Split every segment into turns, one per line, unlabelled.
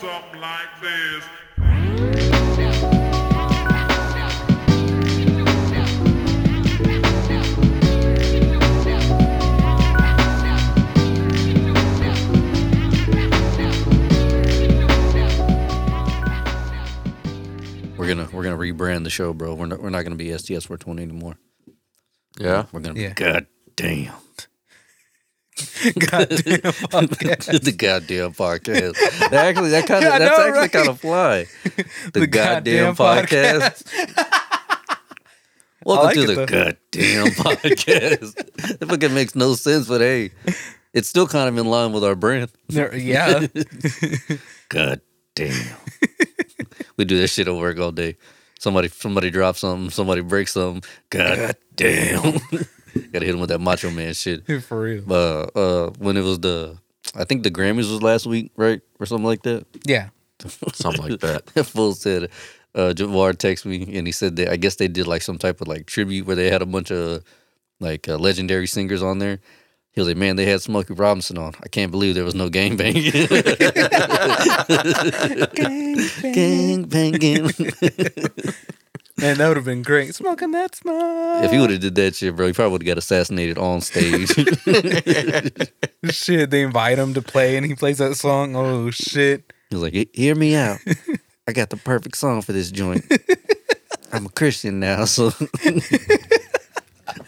Something like this.
We're gonna we're gonna rebrand the show, bro. We're not we're not gonna be SDS 420 anymore.
Yeah.
We're gonna
Yeah.
be goddamn
God damn podcast.
the goddamn podcast. actually, that kind of
Yeah, I
that's
know,
actually
right?
kind of fly. The,
The
goddamn,
goddamn
podcast. Welcome
like
to
it,
the
though.
goddamn podcast. that fucking makes no sense, but hey, it's still kind of in line with our brand.
There- yeah.
God damn. we do this shit at work all day. Somebody somebody drops something, somebody breaks something. God, damn. Gotta hit him with that macho man shit.
For real.
Uh uh when it was the I think the Grammys was last week, right? Or something like that.
Yeah.
Something like that.
That fool said uh Jawar texted me and he said that I guess they did like some type of like tribute where they had a bunch of like uh, legendary singers on there. He was like, "Man, they had Smokey Robinson on. I can't believe there was no gang bang, gang banging."
Man, that would have been great. Smoking that smoke.
If he would have did that shit, bro, he probably would have got assassinated on stage. he
Shit, they invite him to play and he plays that song. Oh, shit.
was like, "He- "Hear me out. I got the perfect song for this joint. I'm a Christian now, so."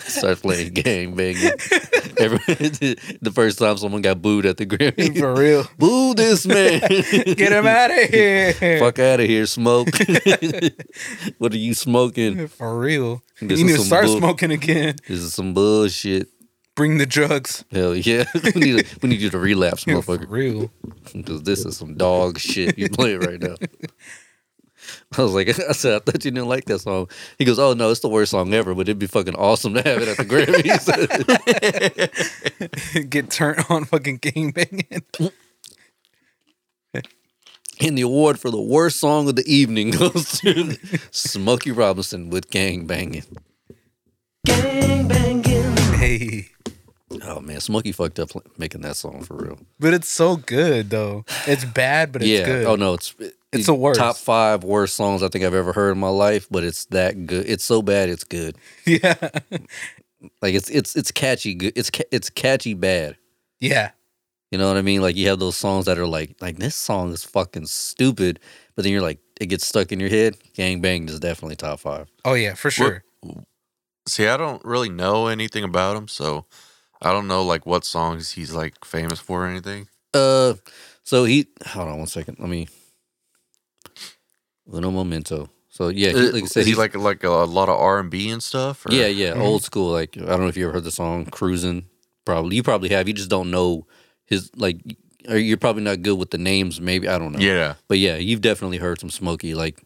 Start playing gang banging. Every, the first time someone got booed at the Grammy,
For real.
boo this man.
Get him out of here.
Fuck out of here, smoke. what are you smoking?
For real.
This is
you need to
some
start
bull-
smoking again.
This is some bullshit.
Bring the drugs.
Hell yeah. we, need to- we need you to relapse,
For
motherfucker.
real.
Because this is some dog shit you playing right now. I was like, I said, I thought you didn't like that song. He goes, Oh no, it's the worst song ever, but it'd be fucking awesome to have it at the Grammys.
Get turned on fucking game banging.
and the award for the worst song of the evening goes to Smokey Robinson with Gang Banging.
Hey.
Oh man, Smokey fucked up making that song for real.
But it's so good, though. It's bad, but it's
yeah.
good.
Oh no, it's
It's the worst.
top five worst songs I think I've ever heard in my life. But it's that good. It's so bad. It's good.
Yeah.
Like it's it's it's catchy. Good. It's ca- it's catchy bad.
Yeah.
You know what I mean? Like you have those songs that are like like this song is fucking stupid, but then you're like it gets stuck in your head. Gang Bang is definitely top five.
Oh, yeah, for sure.
See, I don't really know anything about him, so I don't know like what songs he's like famous for or anything.
Uh, so he hold on one second. Let me. Uno momento. So yeah, he,
Uh,
like I said,
Is he
he's
like Mm-hmm. like a, lot of R and B and stuff? Or?
Yeah, yeah,
Mhm.
old school. Like I don't know if you ever heard the song "Cruising." Probably you probably have. You just don't know his like. Or you're probably not good with the names. Maybe I don't know.
yeah.
but yeah, you've definitely heard some Smokey. Like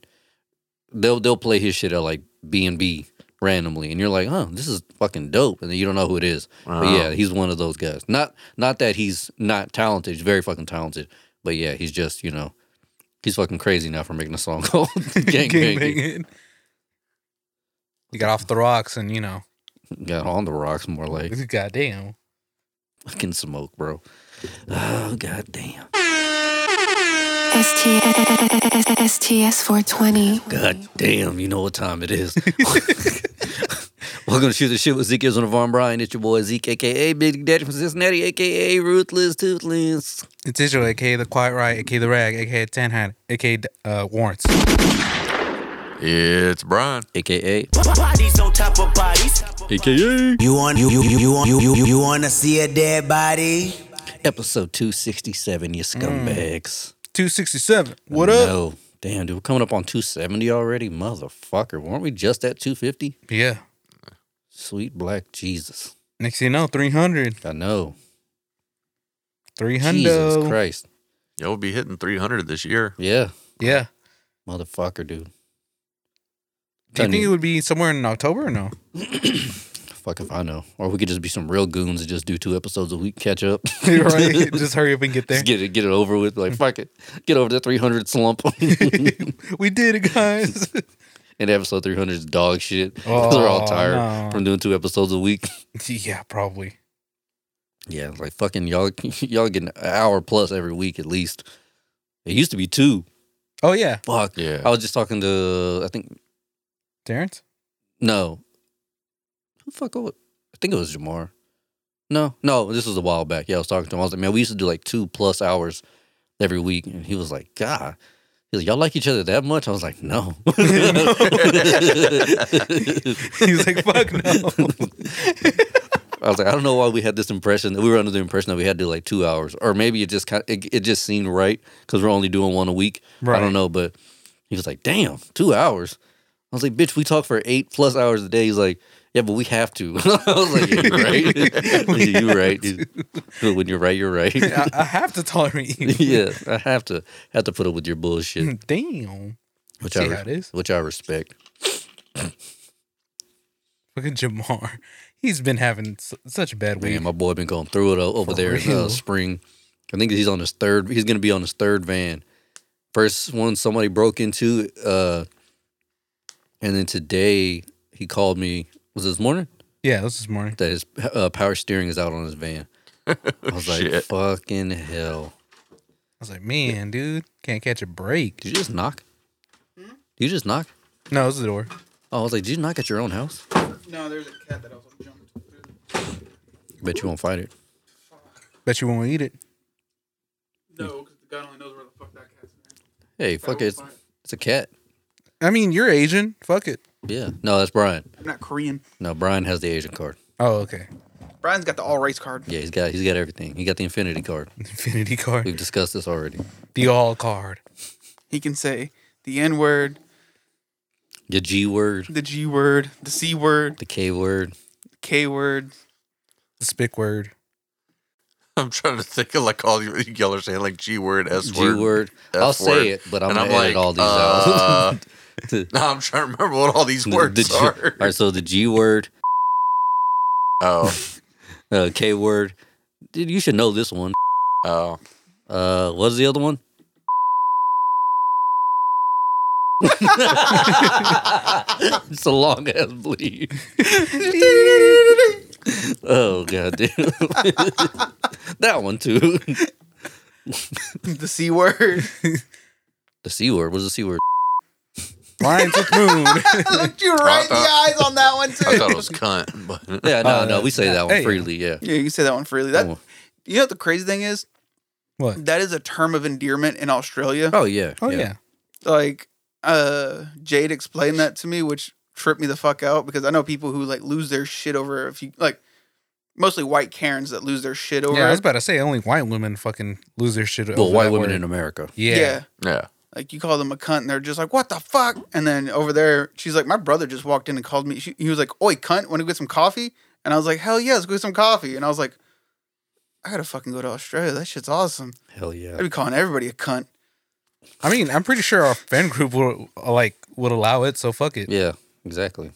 they'll they'll play his shit at like B and B randomly, and you're like, oh, this is fucking dope, and then you don't know who it is. But
Uh-huh.
yeah, he's one of those guys. Not not that he's not talented. He's very fucking talented. But yeah, he's just you know. He's fucking crazy now for making a song called Gang
Gang
Banging.
banging. You got off the rocks and, you know,
Got on the rocks more like.
goddamn.
Fucking smoke, bro. Oh god damn.
STS 420.
God damn, you know what time it is. Welcome to Shoot the Shit with Zeke Israel and Von Bryan. It's your boy Zeke, aka Big Daddy from Cincinnati, aka Ruthless Toothless.
It's Israel, aka the Quiet Riot, aka the Rag, aka Tan Hat, aka uh, Warrants.
It's Brian.
AKA.
Bodies on top of bodies.
AKA.
You want you you you you want you you, you want to see a dead body?
Episode 267, you scumbags.
267. Mm. What up?
No. Damn, dude, we're coming up on 270 already? Motherfucker, weren't we just at 250?
Yeah.
Sweet black Jesus.
Next thing you know, 300.
I know.
300.
Jesus Christ.
Yeah, we'll be hitting 300 this year.
Yeah.
Yeah.
Motherfucker, dude.
Do you
Tony.
think it would be somewhere in October or no?
Fuck if I know. Or we could just be some real goons and just do two episodes a week, catch up.
right? Just hurry up and get there.
Just get it, get it over with. Like fuck it, get over the three hundred slump. and
we did it, guys.
episode three hundred is dog shit. They're all
Oh,
tired
no.
from doing two episodes a week.
yeah, probably.
Yeah, it's like fucking y'all, y'all get an hour plus every week at least. It used to be two.
Oh yeah,
Fuck.
Yeah.
I was just talking to I think
Terrence.
no. Who the fuck? was- I think it was Jamar. No, no, this was a while back. Yeah, I was talking to him. I was like, man, we used to do like two plus hours every week, and he was like, God. He's like, y'all like each other that much? I was like, no.
He's like, fuck no.
I was like, I don't know why we had this impression that we were under the impression that we had to do like two hours, or maybe it just kind it, it just seemed right because we're only doing one a week. I
Right.
don't know, but he was like, "Damn, two hours." I was like, "Bitch, we talk for eight plus hours a day." He's like, "Yeah, but we have to." I was like, yeah, you're "Right,
We
Yeah, you're
have
right. dude. When you're right, you're right."
I, I have to tolerate you.
yeah, I have to have to put up with your bullshit,
Damn.
which I
Mm-hmm. See how it
re-
is.
which I respect.
Look at Jamar. He's been having s- such a bad week.
Man, my boy been going through it o- over
For
there in uh,
real.
spring. I think he's on his third. He's gonna be on his third van. First one somebody broke into, uh, and then today he called me. Was it this morning
yeah, this is morning.
that his uh, power steering is out on his van? I was like,
Shit.
"Fucking hell!"
I was like, man, dude, can't catch a break.
Did you just knock?
Hmm?
Did you just knock?
No, it's the door.
Oh, I was like, "Did you knock at your own house?"
No, there's a cat that I was gonna jump through.
Bet you won't fight it.
Bet you won't eat it.
No, because the guy only knows where the fuck that cat's been.
Hey, fuck it. It's, it's a cat.
I mean, you're Asian. Fuck it.
Yeah. No, that's Brian.
I'm not Korean.
No, Brian has the Asian card.
Oh, okay.
Brian's got the all race card.
Yeah, he's got he's got everything. He got the Infinity card.
Infinity card.
We've discussed this already.
The all card.
He can say the N word,
The G word,
the G word, the C word,
the K word.
K word.
The spick word.
I'm trying to think of like all you y'all are saying like G word, S
G
word.
word.
F
I'll say it, but I'm
And
gonna edit all these
uh,
out.
no, I'm trying to remember what all these words
The G-
are.
All right, so the G word,
Oh,
uh, K word. Dude, you should know this one.
oh,
Uh, what's the other one? it's a long ass bleed. oh god damn. that one too.
The C word.
The C word. What's the C word?
Lion to the moon.
Looked you right in the
thought-
eyes on that one too.
I thought it was cunt, but
Yeah, no,
Uh,
no, we say that one
hey.
freely. Yeah,
yeah, you can say that one freely. That
Oh.
you know what the crazy thing is?
what?
That is a term of endearment in Australia.
Oh yeah.
Oh, yeah.
Like uh Jade explained that to me, which tripped me the fuck out because I know people who like lose their shit over if you like mostly white Karens that lose their shit over
Yeah, I
it.
was about to say only white women fucking lose their shit.
Well,
over
white
that
women
word.
in America.
yeah.
yeah,
Like you call them a cunt, and they're just like, "What the fuck?" And then over there, she's like, "My brother just walked in and called me." She, he was like, "Oi, cunt, want to get some coffee?" And I was like, "Hell yeah, let's go get some coffee." And I was like, "I gotta fucking go to Australia. That shit's awesome.
Hell
I'd
yeah.
be calling everybody a cunt."
I mean, I'm pretty sure our fan group will like would allow it. So fuck it.
Yeah, exactly.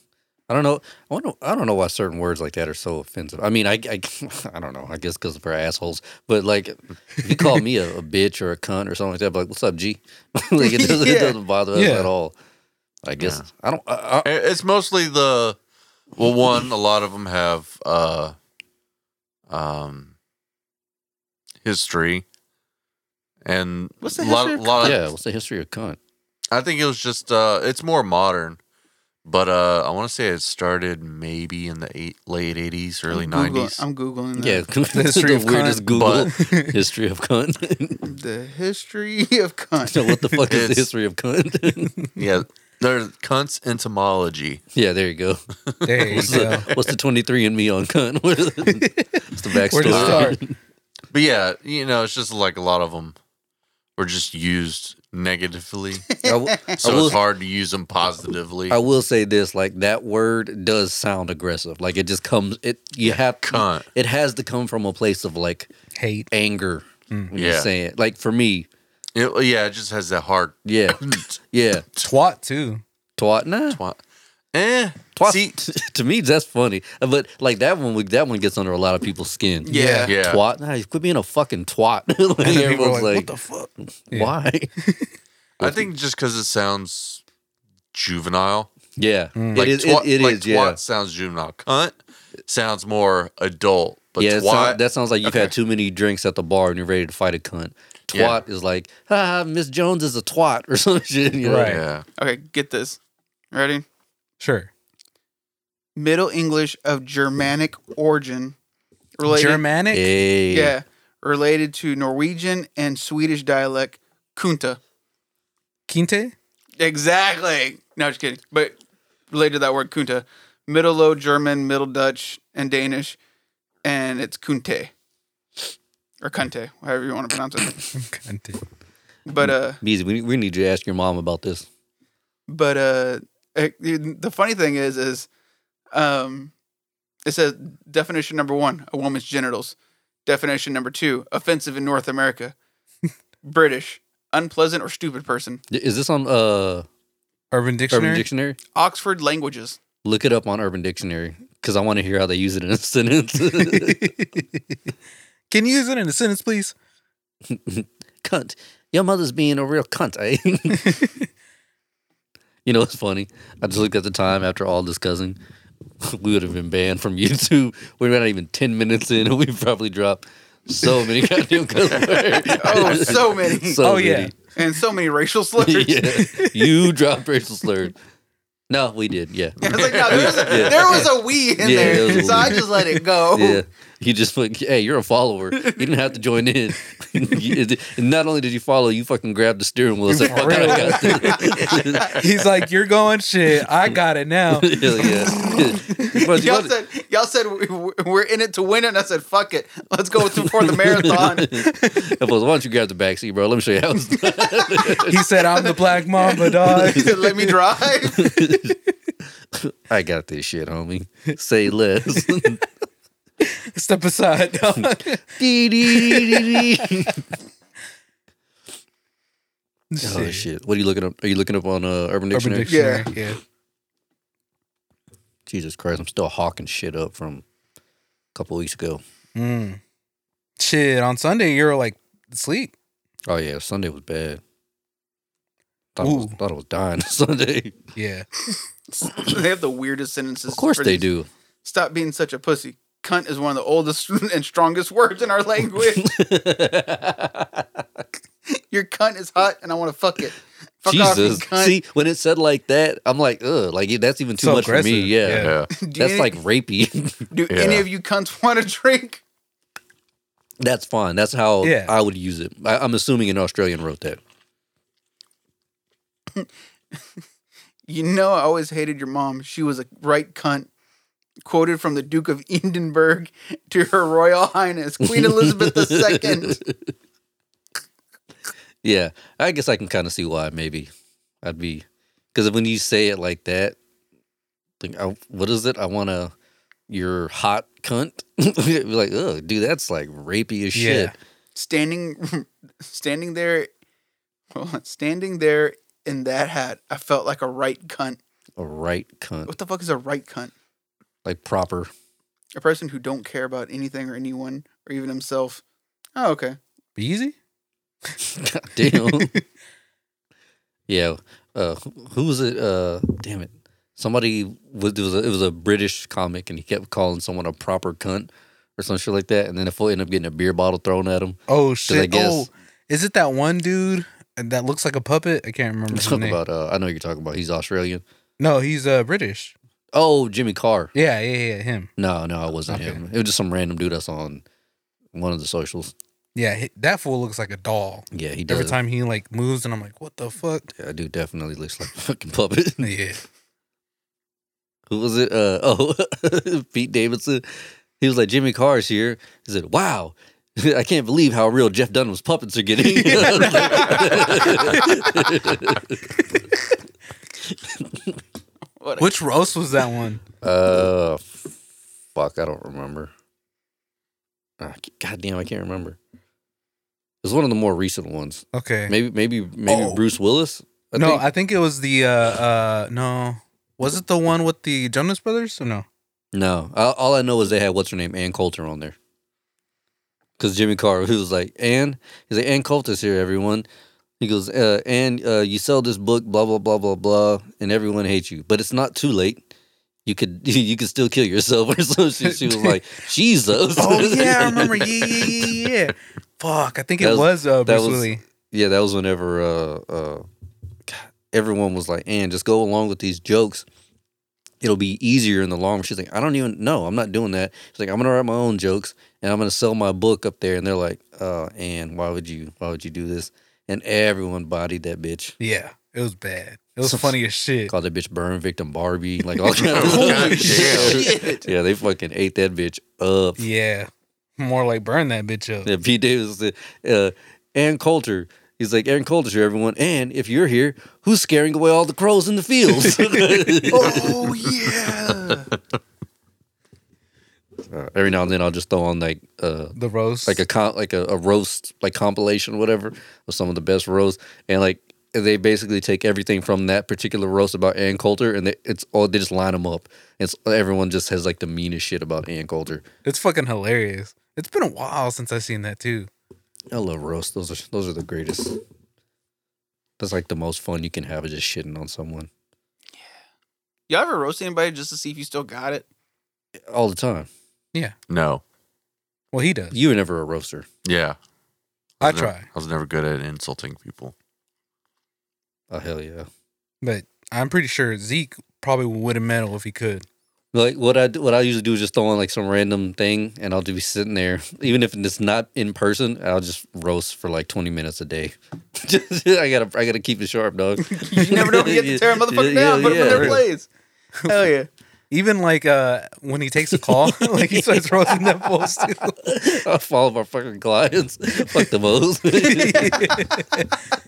I don't know. I wonder, I don't know why certain words like that are so offensive. I mean, I I, I don't know. I guess because we're assholes. But like, if you call me a, a bitch or a cunt or something like that, I'd be like, "What's up, G?" like it doesn't, it
Yeah.
doesn't bother us
Yeah.
at all. I guess I don't. I, I,
It- it's mostly the well, one. A lot of them have uh, um, history, and
What's the
lot,
history of
lot of-
yeah. What's the history of cunt?
I think it was just uh, it's more modern, but uh, I want to say it started maybe in the eight, late '80s, early
I'm Googling-
'90s.
I'm googling.
Yeah,
That.
the
history of
weirdest
cunt.
Google history of cunt.
The history of
so
cunt.
what the fuck is the
It's-
history of cunt?
Yeah, there's cunts entomology.
yeah, there you go.
There you
What's the,
go.
what's the 23 and me on cunt? What's the
Where to
backstory?
start?
But yeah, you know, it's just like a lot of them were just used negatively,
I w-
so
will-
it's hard to use them positively.
I will say this: like that word does sound aggressive. Like it just comes. It you have
Cunt.
It has to come from a place of like
Hate.
anger.
Mm-hmm.
When
Yeah.
you say it, like for me,
It- yeah, it just has that hard.
yeah, yeah,
Twat too.
twat. Nah,
Twi- eh,
twat.
see,
to me, that's funny. But like that one, would- that one gets under a lot of people's skin.
Yeah.
yeah,
Twat. Nah, you quit being a fucking twat. like,
And then people are
everyone's like,
like, what the fuck? Yeah.
why?
I think just because it sounds juvenile.
yeah,
Mm.
it
Like
is.
twat,
it, it
like
is,
twat
Yeah,
sounds juvenile. Cunt sounds more adult. But
yeah. it
twat,
sound- that sounds like you've
okay.
had too many drinks at the bar and you're ready to fight a cunt. Twat
Yeah.
twat is like, ah, Miss Jones is a twat or some shit. You know?
Right.
Yeah.
Okay, get this. Ready?
Sure.
Middle English of Germanic origin, related.
Germanic.
Hey.
Yeah, related to Norwegian and Swedish dialect kunta.
Quinte.
Exactly. No, just kidding. But related to that word kunta, Middle Low German, Middle Dutch, and Danish, and it's kunte or kunte, however you want to pronounce it.
Quinte.
But uh,
Beezy, we, we need you to ask your mom about this.
but uh, it- the funny thing is, is um, it says definition number one, a woman's genitals. Definition number two, offensive in North America. British, unpleasant or stupid person.
Is this on uh,
Urban Dictionary.
Urban Dictionary?
Oxford languages.
Look it up on Urban Dictionary because I want to hear how they use it in a sentence.
Can you use it in a sentence, please?
cunt. Your mother's being a real cunt. Eh? you know, it's funny. I just looked at the time after all discussing. We would have been banned from YouTube. We're not even 10 minutes in, and we probably dropped so many goddamn cuss words.
Oh, so many.
So
Oh, yeah.
many.
and so many racial slurs.
yeah. You dropped racial slurs. No, we did. Yeah.
I was like, no, there was a, there was a we in
Yeah, there
there,
was a
so I
we.
just let it go.
Yeah. You just like, hey, you're a follower. You didn't have to join in. You- and not only did you follow, you fucking grabbed the steering wheel. It's like, fuck it, I got this.
He's like, you're going shit. I got it now.
yeah, yeah. But you
Y'all
want-
said y'all said we- we're in it to win, it, and I said, "Fuck it, let's go through for the marathon."
Well, why don't you grab the back seat, bro? Let me show you how it's done.
He said, I'm the black mamba, dog.
He said, Let me drive.
I got this shit, homie. Say less.
Step aside, dog.
Dee, dee, dee, dee, dee. oh
Shit.
shit! What are you looking up? Are you looking up on uh, Urban
Urban
Dictionary?
Dictionary. Yeah.
Jesus Christ! I'm still hawking shit up from a couple weeks ago.
Mm. Shit. On Sunday, you were like asleep.
Oh yeah, Sunday was bad. Thought, I was,
Ooh.
thought I was dying Sunday.
Yeah.
they have the weirdest sentences.
Of course
for
they
these.
do.
Stop being such a pussy. Cunt is one of the oldest and strongest words in our language. Your cunt is hot, and I want to fuck it. Fuck off, you
Jesus.
cunt.
See, when it said like that, I'm like, ugh, like that's even too
So
much for me.
aggressive,
Yeah.
yeah.
Yeah.
do
That's
any,
like rapey.
do any
Yeah.
of you cunts want a drink?
that's fine. That's how
Yeah.
I would use it. I, I'm assuming an Australian wrote that.
You know, I always hated your mom. She was a right cunt. Quoted from the Duke of Edinburgh to Her Royal Highness Queen Elizabeth II.
Yeah. I guess I can kind of see why maybe I'd be because when you say it like that, like I, what is it? I want to. You're hot cunt. Be like, ugh, dude, that's like rapey as shit.
Yeah.
Standing, standing there, hold on, standing there in that hat, I felt like a right cunt.
A right cunt,
What the fuck is a right cunt?
like proper.
A person who don't care about anything or anyone or even himself. Oh, okay.
Be easy.
God damn. yeah. Uh, who was it? Uh, damn it. Somebody was it was, a, it was a British comic, and he kept calling someone a proper cunt or some shit like that. And then if we end up getting a beer bottle thrown at him,
Oh
I
shit!
guess-
Oh, is it that one dude that looks like a puppet? I can't remember his
talk
name.
about. Uh, I know you're talking about. He's Australian.
No, he's uh British.
Oh, Jimmy Carr.
Yeah, yeah, yeah, him.
No, no, I wasn't
Okay.
him. It was just some random dude that's on one of the socials.
Yeah, he- that fool looks like a doll.
Yeah, he does.
Every time he like moves, and I'm like, what the fuck?
Yeah, dude definitely looks like a fucking puppet.
Yeah,
who was it? Uh, oh, Pete Davidson. He was like, Jimmy Carr's here. He said, Wow, I can't believe how real Jeff Dunham's puppets are getting.
What a-
which roast was that one?
uh, f- fuck, I don't remember. Ah, God damn, I can't remember. It was one of the more recent ones.
Okay,
Maybe, maybe, maybe
Oh.
Bruce Willis. I
no,
think.
I think it was the uh uh no, was it the one with the Jonas Brothers? Or no,
No, all, all I know is they had what's her name, Ann Coulter, on there. Because Jimmy Carr, he was like, Ann, he's like, Ann Coulter's here, everyone. He goes, uh, Ann, uh, you sell this book, blah blah blah blah blah, and everyone hates you, but it's not too late. You could you could still kill yourself or something. She was like, Jesus.
Oh yeah, I remember. Yeah, yeah, yeah, yeah, yeah. Fuck, I think
That
it
was-
was, uh,
that
Bruce
was-
Willie.
yeah, that was whenever uh, uh, God, everyone was like, "And just go along with these jokes. It'll be easier in the long." run." She's like, "I don't even know. I'm not doing that." She's like, "I'm gonna write my own jokes and I'm gonna sell my book up there." And they're like, "Uh, and why would you? Why would you do this?" And everyone bodied that bitch.
Yeah, it was bad. It was funny as shit.
Called that bitch burn victim Barbie. Like all kinds of
Holy shit.
shit. Yeah, they fucking ate that bitch up.
Yeah, more like burn that bitch up.
Yeah, Pete Davis, uh, uh, Ann Coulter. He's like Aaron Coulter's here, everyone. And if you're here, who's scaring away all the crows in the fields?
Oh yeah.
Uh, every now and then, I'll just throw on like uh,
The roast,
like a con- like a, a roast like compilation, or whatever, of some of the best roasts, and like they basically take everything from that particular roast about Ann Coulter, and they, it's all they just line them up. It's everyone just has like the meanest shit about Ann Coulter.
it's fucking hilarious. It's been a while since I've seen that too.
I love roasts. Those are those are the greatest. That's like the most fun you can have is just shitting on someone
Y'all ever roast anybody just to see if you still got it?
all the time.
No.
Well, he does.
You were never a roaster.
Yeah.
I
was nev-
try,
I was never good at insulting people.
Oh hell yeah!
but I'm pretty sure Zeke probably would have medal if he could.
Like what I do- what I usually do is just throw on like some random thing, and I'll just be sitting there, even if it's not in person. I'll just roast for like twenty minutes a day. Just- I gotta I gotta keep it sharp, dog.
You never know if you get to tear a motherfucker down, put them in their place. Hell yeah.
Even like uh when he takes a call, like he starts roasting them fools too.
I follow my fucking clients. Fuck the most.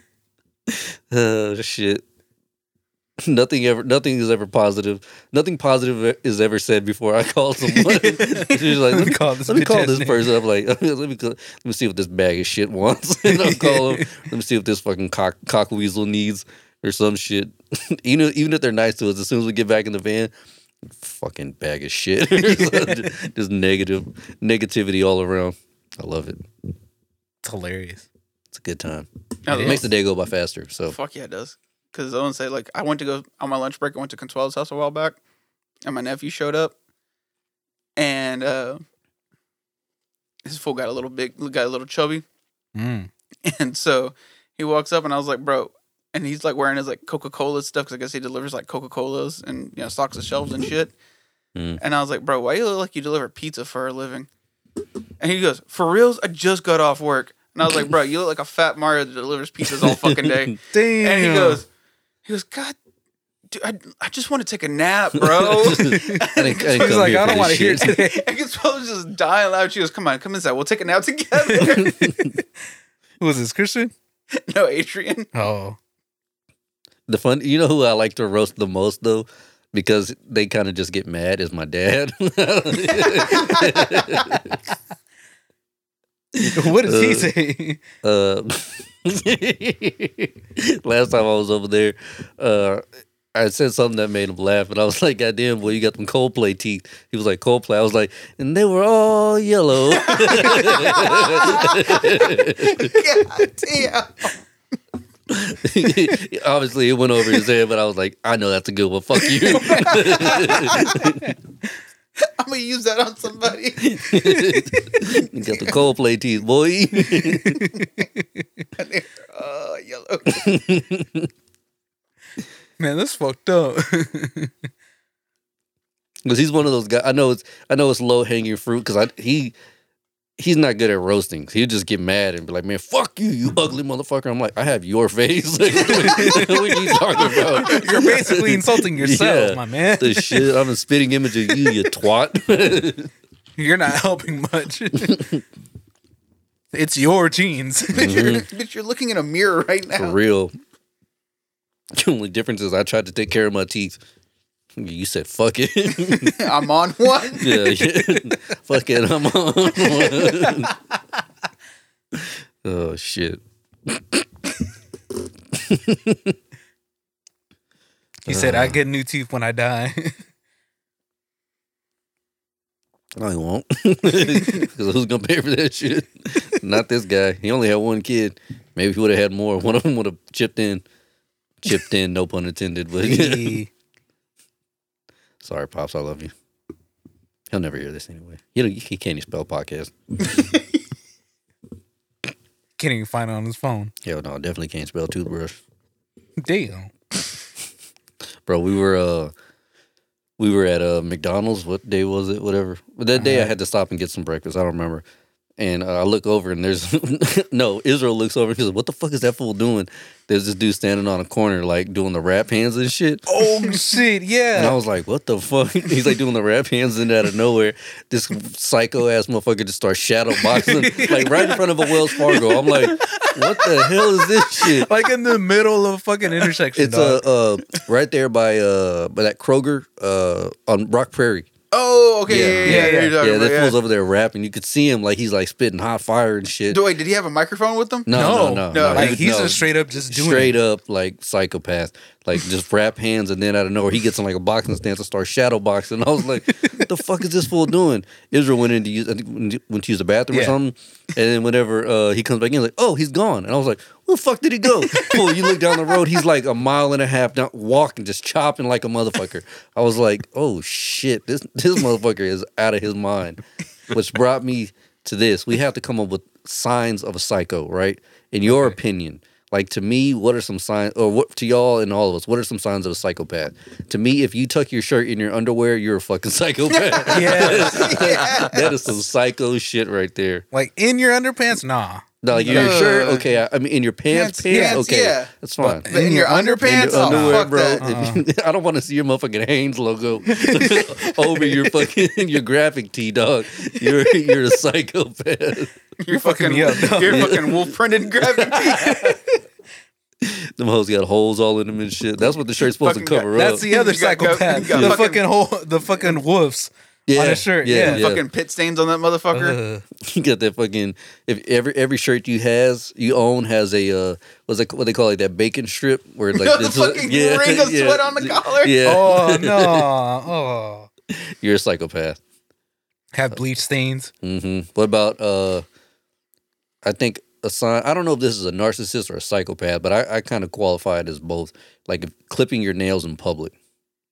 oh shit. Nothing ever. Nothing is ever positive. Nothing positive is ever said before I call someone. She's like, let me call this, let me
bitch
call
ass
this
nigga."
person. I'm like, let me call, let me see what this bag of shit wants. and I'll call them. Let me see what this fucking cock cock weasel needs or some shit. even even if they're nice to us, as soon as we get back in the van, fucking bag of shit. just, just negative negativity all around. I love it.
It's hilarious.
It's a good time.
No,
it makes the day go by faster. So
Fuck yeah, it does. Because Owen say like I went to go on my lunch break. I went to Consuelo's house a while back, and my nephew showed up, and uh his fool got a little big, got a little chubby,
Mm.
and so he walks up, and I was like, bro. And he's like wearing his like Coca Cola stuff because I guess he delivers like Coca Colas and you know stocks the shelves and shit.
Mm.
And I was like, bro, why you look like you deliver pizza for a living? And he goes, for reals, I just got off work. And I was like, bro, you look like a fat Mario that delivers pizzas all fucking day.
Damn.
And he goes, he goes, God, dude, I, I just want to take a nap, bro.
I didn't, I didn't
He's
come
like,
here for
I don't
this
want to hear
shit."
today.
I guess I was just dying loud. She goes, come on, come inside. We'll take a nap together.
Who was this Christian?
no, Adrian.
Oh,
The fun, you know who I like to roast the most though, because they kind of just get mad is my dad.
what does he
Uh,
say?
Uh, last time I was over there, uh, I said something that made him laugh, and I was like, "God damn, boy, you got them Coldplay teeth." He was like, "Coldplay." I was like, "And they were all yellow."
God damn.
Obviously, it went over his head, but I was like, "I know that's a good one. Fuck you."
I'm going to use that on somebody.
you got the Coldplay teeth, boy.
Oh, yellow.
Man, that's fucked up.
Because he's one of those guys. I know it's I know it's low hanging fruit because I he he's not good at roasting. He'll just get mad and be like, "Man, fuck you,
Mm-hmm.
you ugly motherfucker." I'm like, "I have your face." Like, what are you talking about?
You're basically insulting yourself,
Yeah.
my man.
The shit. I'm a spitting image of you, you twat.
You're not helping much. it's your genes.
Bitch, you're, bitch, you're looking in a mirror right
For
now.
real. The only difference is I tried to take care of my teeth. You said fuck it.
I'm on one.
yeah, yeah. fuck it. I'm on. oh shit.
He said, I get new teeth when I die.
No, he won't. 'Cause who's gonna pay for that shit? Not this guy. He only had one kid. Maybe he would have had more. One of them would have chipped in. Chipped in, no pun intended. But
Hey.
sorry, pops, I love you. He'll never hear this anyway. He don't- he can't even spell podcast.
Can't even find it on his phone.
Hell no, I definitely can't spell toothbrush.
Damn.
Bro, we were uh we were at uh McDonald's, what day was it? Whatever. But that day I
Uh-huh.
had to stop and get some breakfast. I don't remember. And uh, I look over and there's no Israel looks over and goes, "What the fuck is that fool doing?" There's this dude standing on a corner like doing the rap hands and shit.
Oh shit,
And I
yeah.
was like, "What the fuck?" He's like doing the rap hands, and out of nowhere, this psycho ass motherfucker just starts shadow boxing like right in front of a Wells Fargo. I'm like, "What the hell is this shit?"
Like in the middle of a fucking intersection.
It's uh, uh right there by uh by that Kroger uh on Rock Prairie.
Oh, okay.
Yeah.
Yeah, yeah, yeah.
Yeah,
yeah,
Yeah,
yeah,
that fool's over there rapping. You could see him like he's like spitting hot fire and shit.
Do- Wait, did he have a microphone with him?
No, no, no,
No,
no.
he
like
was-
he's
no.
a straight up just doing
straight
it.
up like psychopath, like just rap hands, and then out of nowhere he gets in like a boxing stance and starts shadow boxing. I was like, "What the fuck is this fool doing?" Israel went in to use I think, went to use the bathroom or
Yeah.
something, and then whenever uh, he comes back in, like, "Oh, he's gone," and I was like, "Where the fuck did he go?" Fool, you look down the road, he's like a mile and a half down, walking, just chopping like a motherfucker. I was like, "Oh shit, this this motherfucker is out of his mind," which brought me to this. We have to come up with signs of a psycho, right? In your opinion, like to me, what are some signs, or what to y'all and all of us, what are some signs of a psychopath? To me, if you tuck your shirt in your underwear, you're a fucking psychopath.
Yeah.
that is some psycho shit right there.
like in your underpants? Nah.
No, like in your
Uh,
shirt, okay. I, I mean, in your pants, pants,
pants, pants,
okay,
yeah.
that's fine.
But in your underpants?
In your
oh,
underwear,
fuck
bro.
that.
If you- I don't want to see your motherfucking Hanes logo over your fucking your graphic tee, dog. You're you're a psychopath.
You're fucking,
me up, dog.
you're fucking wolf printed gravity.
Them hoes got holes all in them and shit. That's what the shirt's supposed
Fucking
to
got-
cover up.
That's the other
You got- got-
psychopath.
you got
the
fucking-
fucking whole the fucking wolves.
yeah,
a shirt, yeah. Uh-huh.
Fucking pit stains on that motherfucker.
Ugh.
You got that fucking if every every shirt you has you own has a uh what's it what they call it that bacon strip where it's like
the
this is-
fucking ring of sweat on the collar.
Yeah,
Oh no. Oh.
you're a psychopath.
Have bleach stains.
hmm What about uh? I think a sign. I don't know if this is a narcissist or a psychopath, but I, I kind of qualify it as both. Like if clipping your nails in public,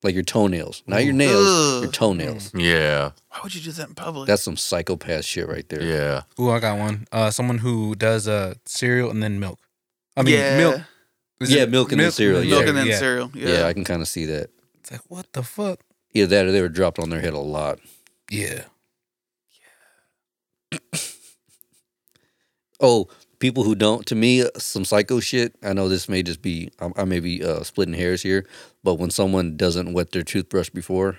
like your toenails, not your nails, your
Ugh. Mm-hmm.
toenails.
Yeah.
Why would you do that in public?
That's some psychopath shit right there.
Yeah.
Ooh, I got one. Uh, someone who does uh cereal and then milk. I mean milk. Is
Yeah,
it
milk and then cereal, yeah.
Milk and then
yeah.
cereal.
Yeah,
Yeah.
I can kind of see that.
It's like what the fuck?
Either that or they were dropped on their head a lot.
Yeah.
Oh, people who don't, to me, uh, some psycho shit. I know this may just be, I, I may be uh, splitting hairs here, but when someone doesn't wet their toothbrush before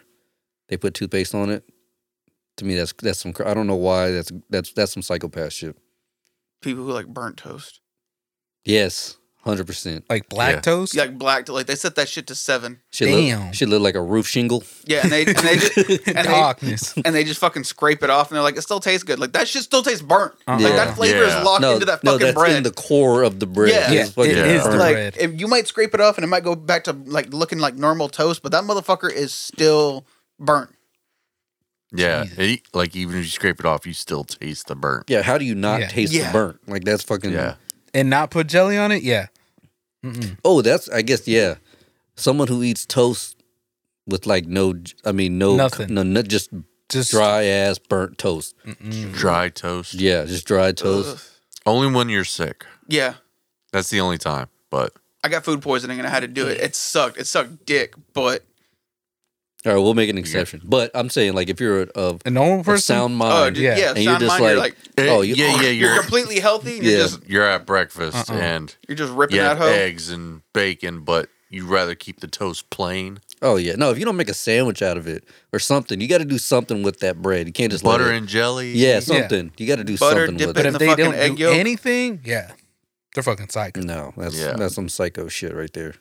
they put toothpaste on it, to me, that's that's some. cr- I don't know why that's that's that's some psychopath shit.
People who like burnt toast.
Yes, hundred percent.
Like black
Yeah.
toast.
Yeah, Like black, like they set that shit to seven.
Shit
Damn.
look, shit look like a roof shingle.
Yeah, and they and they just, and they,
Darkness.
and they just fucking scrape it off, and they're like, it still tastes good. Like that shit still tastes burnt. Like
Yeah.
that flavor
Yeah.
is locked
No,
into that
no,
fucking
that's
bread.
in the core of the bread.
Yeah.
Yeah,
It's fucking
it is the
burnt.
like
bread.
if you might scrape it off and it might go back to like looking like normal toast, but that motherfucker is still burnt.
Yeah. He- like even if you scrape it off, you still taste the burnt.
yeah. How do you not
Yeah.
taste the
Yeah.
burnt? Like that's fucking.
Yeah.
and not put jelly on it. Yeah.
Oh, that's I guess yeah. Someone who eats toast with like no, j- I mean no,
Nothing.
no, no just
Just
dry ass burnt toast.
Dry toast.
Yeah, just dry toast.
Ugh.
Only when you're sick.
Yeah.
That's the only time. But
I got food poisoning and I had to do it. It sucked. It sucked dick, but
All right, we'll make an exception. But I'm saying like if you're of
a normal
of
person.
sound mind,
oh, dude,
yeah.
yeah,
and you're
sound
just
mind,
like,
you're like eh,
oh you-
yeah, yeah,
you're,
you're
completely healthy. and You're
Yeah.
just
you're at breakfast
Uh-uh.
and
you're just ripping
you
that
have
hoe.
eggs and bacon, but you'd rather keep the toast plain.
oh yeah. No, if you don't make a sandwich out of it or something, you got to do something with that bread. You can't just let
Butter
it-
and jelly.
yeah something. You got to do
Butter,
something
dip
with
it
But
it.
in
if
the
they
fucking
don't
egg
do
yolk.
anything, yeah, they're fucking psycho.
No, that's
Yeah.
that's some psycho shit right there.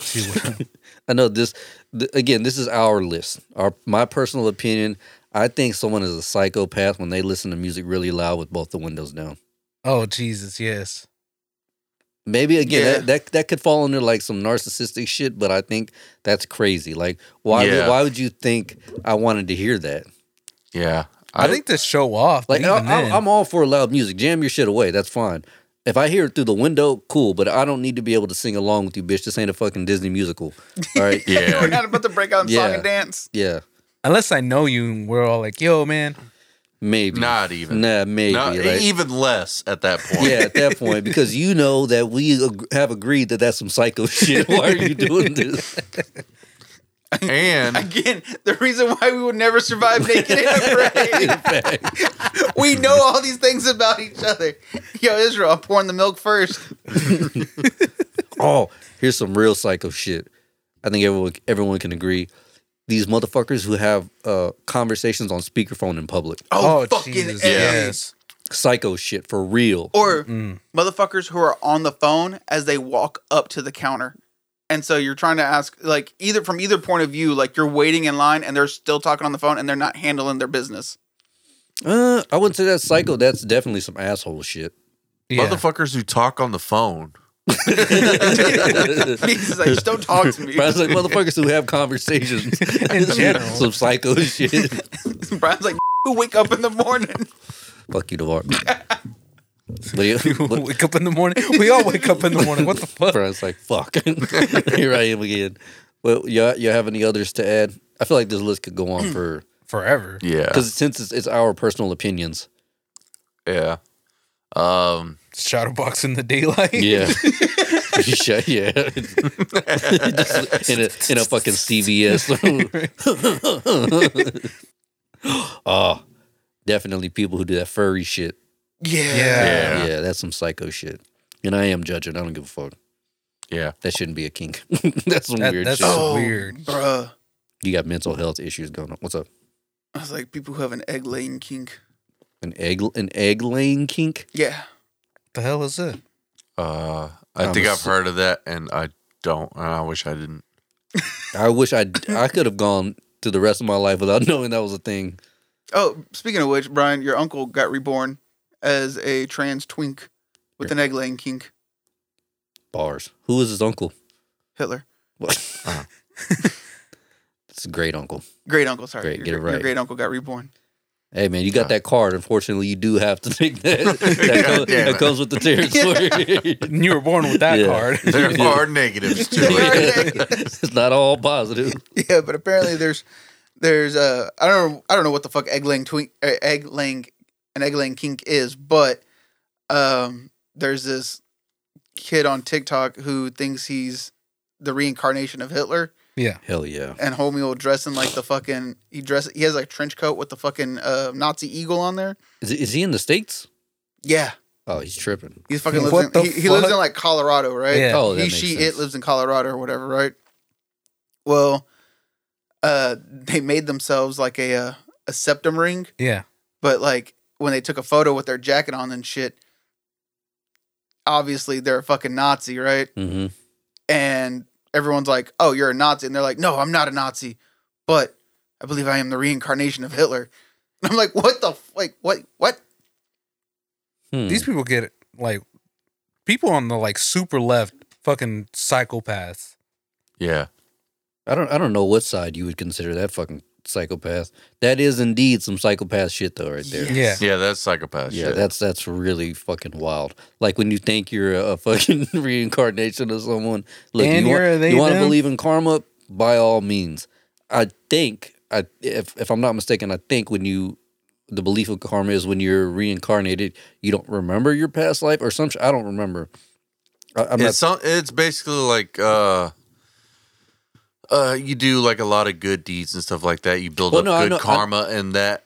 See what-
I know this. Th- again, this is our list. Our my personal opinion. I think someone is a psychopath when they listen to music really loud with both the windows down.
oh Jesus, yes.
Maybe again
Yeah.
that, that that could fall under like some narcissistic shit, but I think that's crazy. Like why
Yeah.
would, why would you think I wanted to hear that?
Yeah.
I think to show off. Like
Like
even
I, I'm-
then,
I'm all for loud music. Jam your shit away. That's fine. If I hear it through the window, cool. But I don't need to be able to sing along with you, bitch. This ain't a fucking Disney musical. All right.
We're
Yeah.
not about to break out in
Yeah.
song and dance.
yeah.
unless I know you, and we're all like, "Yo, man,
Maybe.
Not even.
Nah, maybe.
No,
like-
even less at that point.
yeah, at that point, because you know that we ag- have agreed that that's some psycho shit. Why are you doing this?
and
Again, the reason why we would never survive naked in a parade. we know all these things about each other. Yo, Israel, I'm pouring the milk first.
Oh, here's some real psycho shit. I think everyone everyone can agree. These motherfuckers who have uh, conversations on speakerphone in public,
Oh, fucking A.
yes.
psycho shit for real.
Or motherfuckers who are on the phone as they walk up to the counter. And so you're trying to ask, like, either from either point of view, like you're waiting in line and they're still talking on the phone and they're not handling their business.
Uh, I wouldn't say that's psycho. That's definitely some asshole shit.
Yeah.
motherfuckers who talk on the phone.
He's like, just don't talk to me.
Brian's like motherfuckers who have conversations
In general.
Some psycho shit.
Brian's like, who wake up in the morning?
Fuck you, Devar. but yeah, but
wake up in the morning. We all wake up in the morning. What the fuck?
Brian's like, fuck. Here I am again. Well, you you have any others to add? I feel like this list could go on for
Forever.
Yeah.
because since it's, it's our personal opinions.
Yeah. Um,
Shadowbox in the daylight.
Yeah. yeah, yeah. Just in a in a fucking CVS. oh, definitely people who do that furry shit.
Yeah.
Yeah.
Yeah.
yeah, that's some psycho shit. And I am judging. I don't give a fuck.
yeah.
That shouldn't be a kink. that's some
That-
weird
that's-
shit.
Oh. Weird.
Bruh.
You got mental health issues going on. What's up?
I was like, people who have an egg laying kink.
An egg an egg laying kink?
Yeah.
The hell is it?
Uh, I
I'm
think
a
I've
s-
heard of that, and I don't. and I wish I didn't.
I wish I I could have gone to the rest of my life without knowing that was a thing.
Oh, speaking of which, Brian, your uncle got reborn as a trans twink with an egg laying kink.
Bars. Who is his uncle?
Hitler.
What? it's a great uncle.
Great uncle, sorry.
Great,
your,
get it
Your
right.
great uncle got reborn.
Hey man, you got that card. Unfortunately, you do have to take that. That,
God
go-
damn
that
it.
goes with the territory.
And you were born with that
Yeah.
card.
There are negatives to it.
it's not all positive.
Yeah, but apparently there's there's uh I don't I don't know what the fuck egg laying twink uh, egg laying an egg laying kink is, but um there's this kid on TikTok who thinks he's the reincarnation of Hitler
Yeah.
Hell yeah.
and homie will dress in like the fucking he dress he has like trench coat with the fucking uh, Nazi eagle on there.
Is, is he in the states?
Yeah.
Oh, he's tripping.
He's fucking lives
What
in,
the
he, he lives
fuck?
in like Colorado, right?
Yeah.
Oh, that
he,
makes
she,
sense.
it lives in Colorado or whatever, right? Well, uh, they made themselves like a uh, a septum ring,
Yeah.
but like when they took a photo with their jacket on and shit, obviously they're a fucking Nazi, right?
hmm
And everyone's like, "Oh, you're a Nazi," and they're like, "No, I'm not a Nazi, but I believe I am the reincarnation of Hitler." And I'm like, "What the f- like what what?"
Hmm.
These people get like people on the like super left fucking psychopaths.
Yeah.
I don't I don't know what side you would consider that fucking psychopath. That is indeed some psychopath shit though, right there. Yeah,
Yeah.
Yeah. That's psychopath. shit.
that's that's really fucking wild. Like when you think you're a, a fucking reincarnation of someone. Look,
And
you
you're a
want,
they,
you want to
them?
believe in karma by all means. I think I if if I'm not mistaken, I think when you the belief of karma is when you're reincarnated, you don't remember your past life or some. sh- I don't remember. I, I'm not
it's some, it's basically like uh uh you do like a lot of good deeds and stuff like that. You build
Well,
up
no, I
good
know- I-
karma and that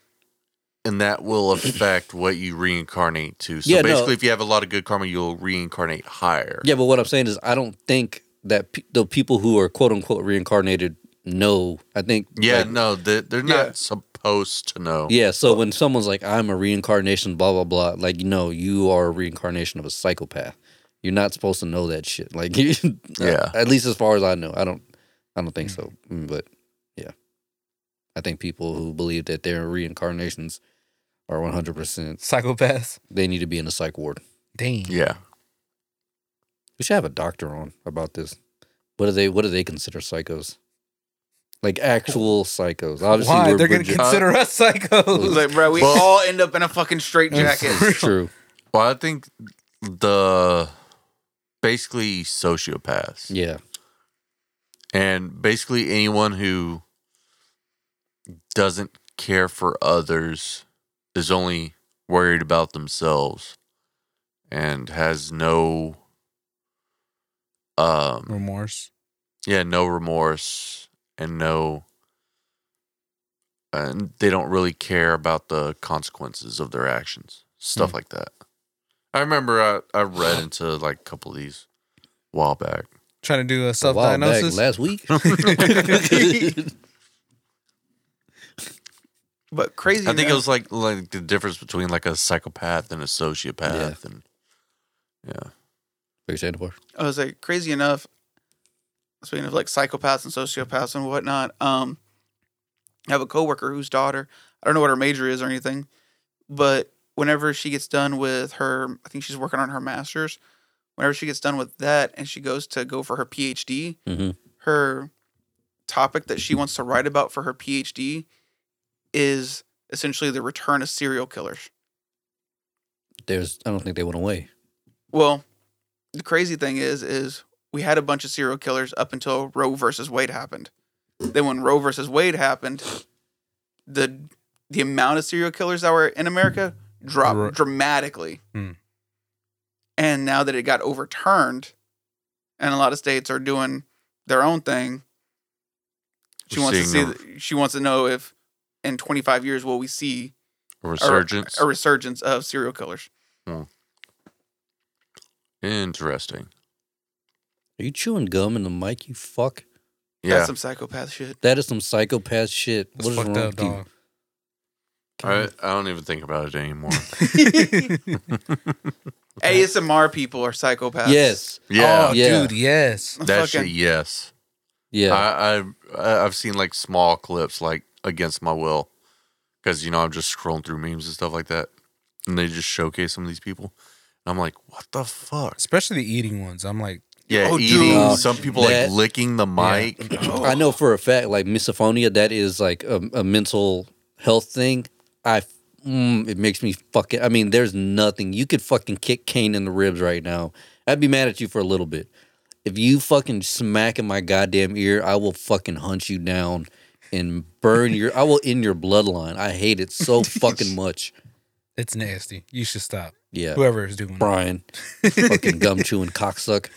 and that will affect what you reincarnate to. So
Yeah, no.
basically if you have a lot of good karma, you'll reincarnate higher.
Yeah, but what I'm saying is, I don't think that pe- the people who are quote unquote reincarnated know. I think.
Yeah,
like-
no, they, they're not supposed to know.
yeah. So when someone's like, "I'm a reincarnation," blah blah blah, like you know, you are a reincarnation of a psychopath. You're not supposed to know that shit. Like, you-
Yeah.
At least as far as I know, I don't. I don't think so. Mm, But yeah, I think people who believe that they're reincarnations are 100. percent
Psychopaths.
They need to be in a psych ward.
Dang.
Yeah.
We should have a doctor on about this. What do they What do they consider psychos? Like actual psychos. Obviously,
Why?
we're,
They're
we're
going to
ju-
consider us
I was
psychos.
like, bro, we
Well-
all end up in a fucking straight jacket.
true.
Well, I think the basically sociopaths.
Yeah,
and basically anyone who doesn't care for others is only worried about themselves and has no um
Mm. remorse.
yeah no remorse and no and they don't really care about the consequences of their actions stuff like that i remember i, I read into like a couple of these a while back
Trying to do a
A
self
while back,
diagnosis.
last week.
But crazy.
i think
man.
it was like like the difference between like a psychopath and a sociopath and yeah
First and fourth.
I was like crazy enough. Speaking of like psychopaths and sociopaths and whatnot, um, I have a coworker whose daughter I don't know what her major is or anything, but whenever she gets done with her, I think she's working on her master's. Whenever she gets done with that and she goes to go for her PhD,
Mhm.
her topic that she wants to write about for her PhD is essentially the return of serial killers.
There's, I don't think they went away.
Well, the crazy thing is, is we had a bunch of serial killers up until Roe versus Wade happened. Then when Roe versus Wade happened, the the amount of serial killers that were in America dropped
Dro-
dramatically.
Hmm.
And now that it got overturned, and a lot of states are doing their own thing, she
We're
wants to see.
seeing
th- she wants to know if in 25 years will we see
a
a-
resurgence
a resurgence of serial killers?
interesting
Are you chewing gum in the mic? You fuck.
yeah
That's some psychopath shit.
That is some psychopath shit.
That's
what is
fucked
wrong
up,
with you?
dog.
I, I don't even think about it anymore
Oh,
ASMR people are psychopaths.
Yes.
yeah
Oh,
Yeah.
dude, yes.
that shit
Fucking-
yes
Yeah.
I, I I've seen like small clips like against my will because you know I'm just scrolling through memes and stuff like that, and they just showcase some of these people. And I'm like, what the fuck?
Especially the eating ones. I'm like,
Yeah,
Oh,
eating.
dude.
Some people
That-
like licking the mic.
I know for a fact, like misophonia, that is like a, a mental health thing. I, f- mm, it makes me fucking. I mean, there's nothing you could fucking kick Kane in the ribs right now. I'd be mad at you for a little bit. If you fucking smack in my goddamn ear, I will fucking hunt you down and burn your. I will end your bloodline. I hate it so fucking much.
it's nasty. You should stop.
Yeah,
Whoever is doing it.
Brian, fucking gum chewing cocksuck.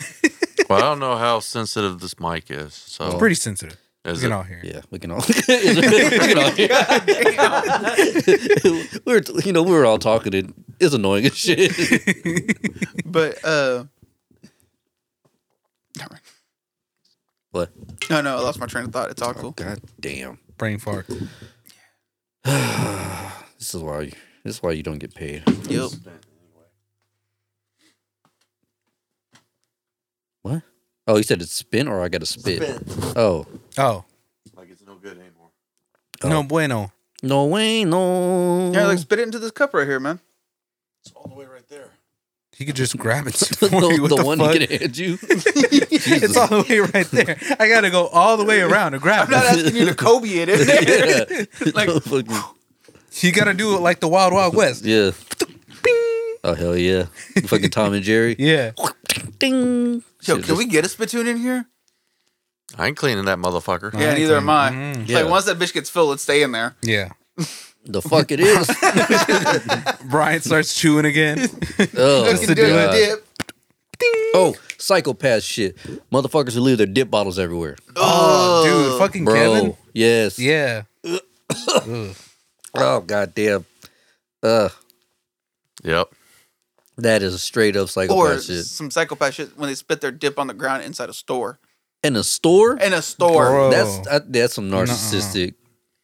Well, I don't know how sensitive this mic is. So
It's pretty sensitive.
is
you
it-
can all hear. it.
Yeah, we can all. we can all we were, you know, we were all talking. It is annoying as shit.
But uh never mind.
What?
no no, I lost my train of thought. It's all cool.
God damn!
Brain fart.
This is why. You, this is why you don't get paid.
Yep.
What? Oh, you said it's spin, or I got to spit. Oh,
Oh,
Like it's no good anymore.
Oh.
no bueno.
no way, no.
Yeah, like spit it into this cup right here, man.
It's all the way right there.
He could just grab it
the,
for you. What
the
the,
one
fuck?
he can hand you.
it's all the way right there. I gotta go all the way around to grab
I'm not
it.
asking you to Kobe it in there.
yeah.
Like-
No fucking-
You gotta do it like the Wild Wild West.
yeah. Oh hell yeah! Fucking Tom and Jerry.
Yeah.
Ding.
Yo,
Shit,
can
just-
we get a spittoon in here?
I ain't cleaning that motherfucker.
Yeah,
ain't
neither am I.
clean.
It's
Mm-hmm. Yeah.
Like once that bitch gets filled, it's staying there.
Yeah.
The fuck it is.
Brian starts chewing again.
Oh,
Look, you do
God.
a dip.
Oh, psychopath shit. Motherfuckers who leave their dip bottles everywhere.
Oh, dude, fucking
Bro.
Kevin.
Yes.
Yeah.
Oh, goddamn. Uh,
Yep.
that is straight up psychopath
Or
shit.
some psychopath shit when they spit their dip on the ground inside a store.
In a store?
In a store.
Bro.
That's uh, that's some narcissistic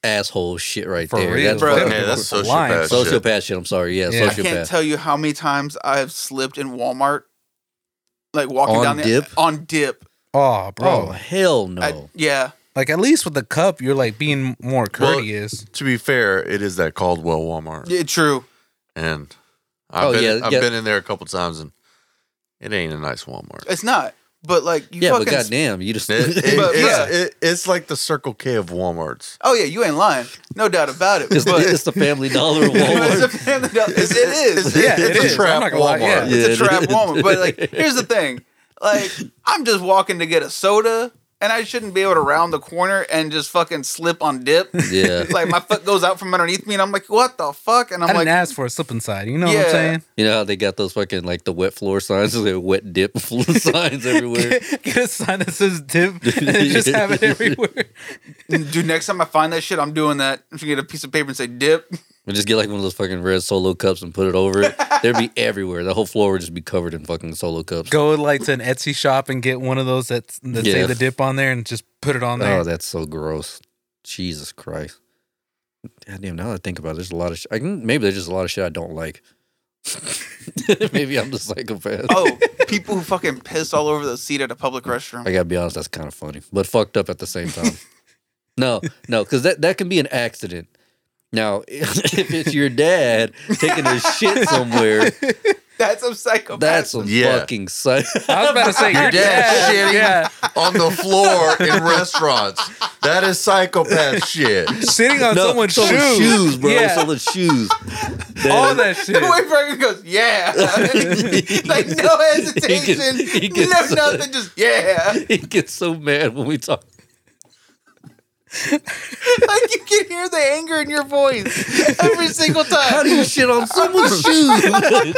asshole shit right
For
there.
real.
That's
Bro.
fucking
Yeah, that's
Lying.
sociopath.
So-
shit.
sociopath shit. I'm sorry. Yeah,
Yeah.
I can't
sociopath.
tell you how many times I've slipped in Walmart, like walking
On
down the
dip?
on dip.
Oh, bro.
Oh, hell no.
I- yeah,
Like at least with the cup, you're like being more
Well,
courteous.
To be fair, it is that Caldwell Walmart.
yeah, true.
And I've,
Oh,
been,
yeah,
I've
yeah.
been in there a couple times and it ain't a nice Walmart.
It's not, but like you
yeah, but
fucking.
goddamn, you just
It- it-
But-
it's,
yeah.
it- it's like the Circle K of Walmart's.
oh yeah, you ain't lying, no doubt about it.
it's,
but
it's the family dollar of
it's
Walmart.
a family dol- it's- it is.
Yeah, it
it's a
is.
trap
I'm not gonna lie.
Walmart.
Yeah.
It's
Yeah,
a
it
trap
is.
Walmart. But like, here's the thing: like, I'm just walking to get a soda and I shouldn't be able to round the corner and just fucking slip on dip.
Yeah.
like my foot goes out from underneath me, and I'm like, what the fuck? And
I
I'm
didn't
like,
ask for a slip and slide. You know what
Yeah.
I'm saying?
You know how they got those fucking like the wet floor signs, the wet dip floor signs everywhere.
Get, get a sign that says dip and just have it everywhere.
dude, next time I find that shit, I'm doing that. If you get a piece of paper and say dip,
We just get like one of those fucking red solo cups and put it over it. They'd be everywhere. The whole floor would just be covered in fucking solo cups.
Go like to an Etsy shop and get one of those that's, that say
Yeah.
the dip on there and just put it on there.
Oh, that's so gross. Jesus Christ. Goddamn, now that I think about it, there's a lot of sh- I can, maybe there's just a lot of shit I don't like. maybe I'm the psychopath.
oh, people who fucking piss all over the seat at a public restroom.
I gotta be honest, that's kind of funny, but fucked up at the same time. no, no, because that, that can be an accident. Now, if it's your dad taking a shit somewhere,
That's a psychopath.
that's some
Yeah.
fucking psych.
I was about to say your
Your
dad.
dad's shitting on the floor in restaurants. That is psychopath shit.
Sitting on someone's shoes.
shoes, bro.
Yeah.
Someone's shoes.
All that shit.
The way Franklin goes, yeah, like no hesitation,
He gets- he gets
no
so-
nothing, just yeah.
He gets so mad when we talk.
Like you can hear the anger in your voice every single
How
time.
do you shit on someone's shoes?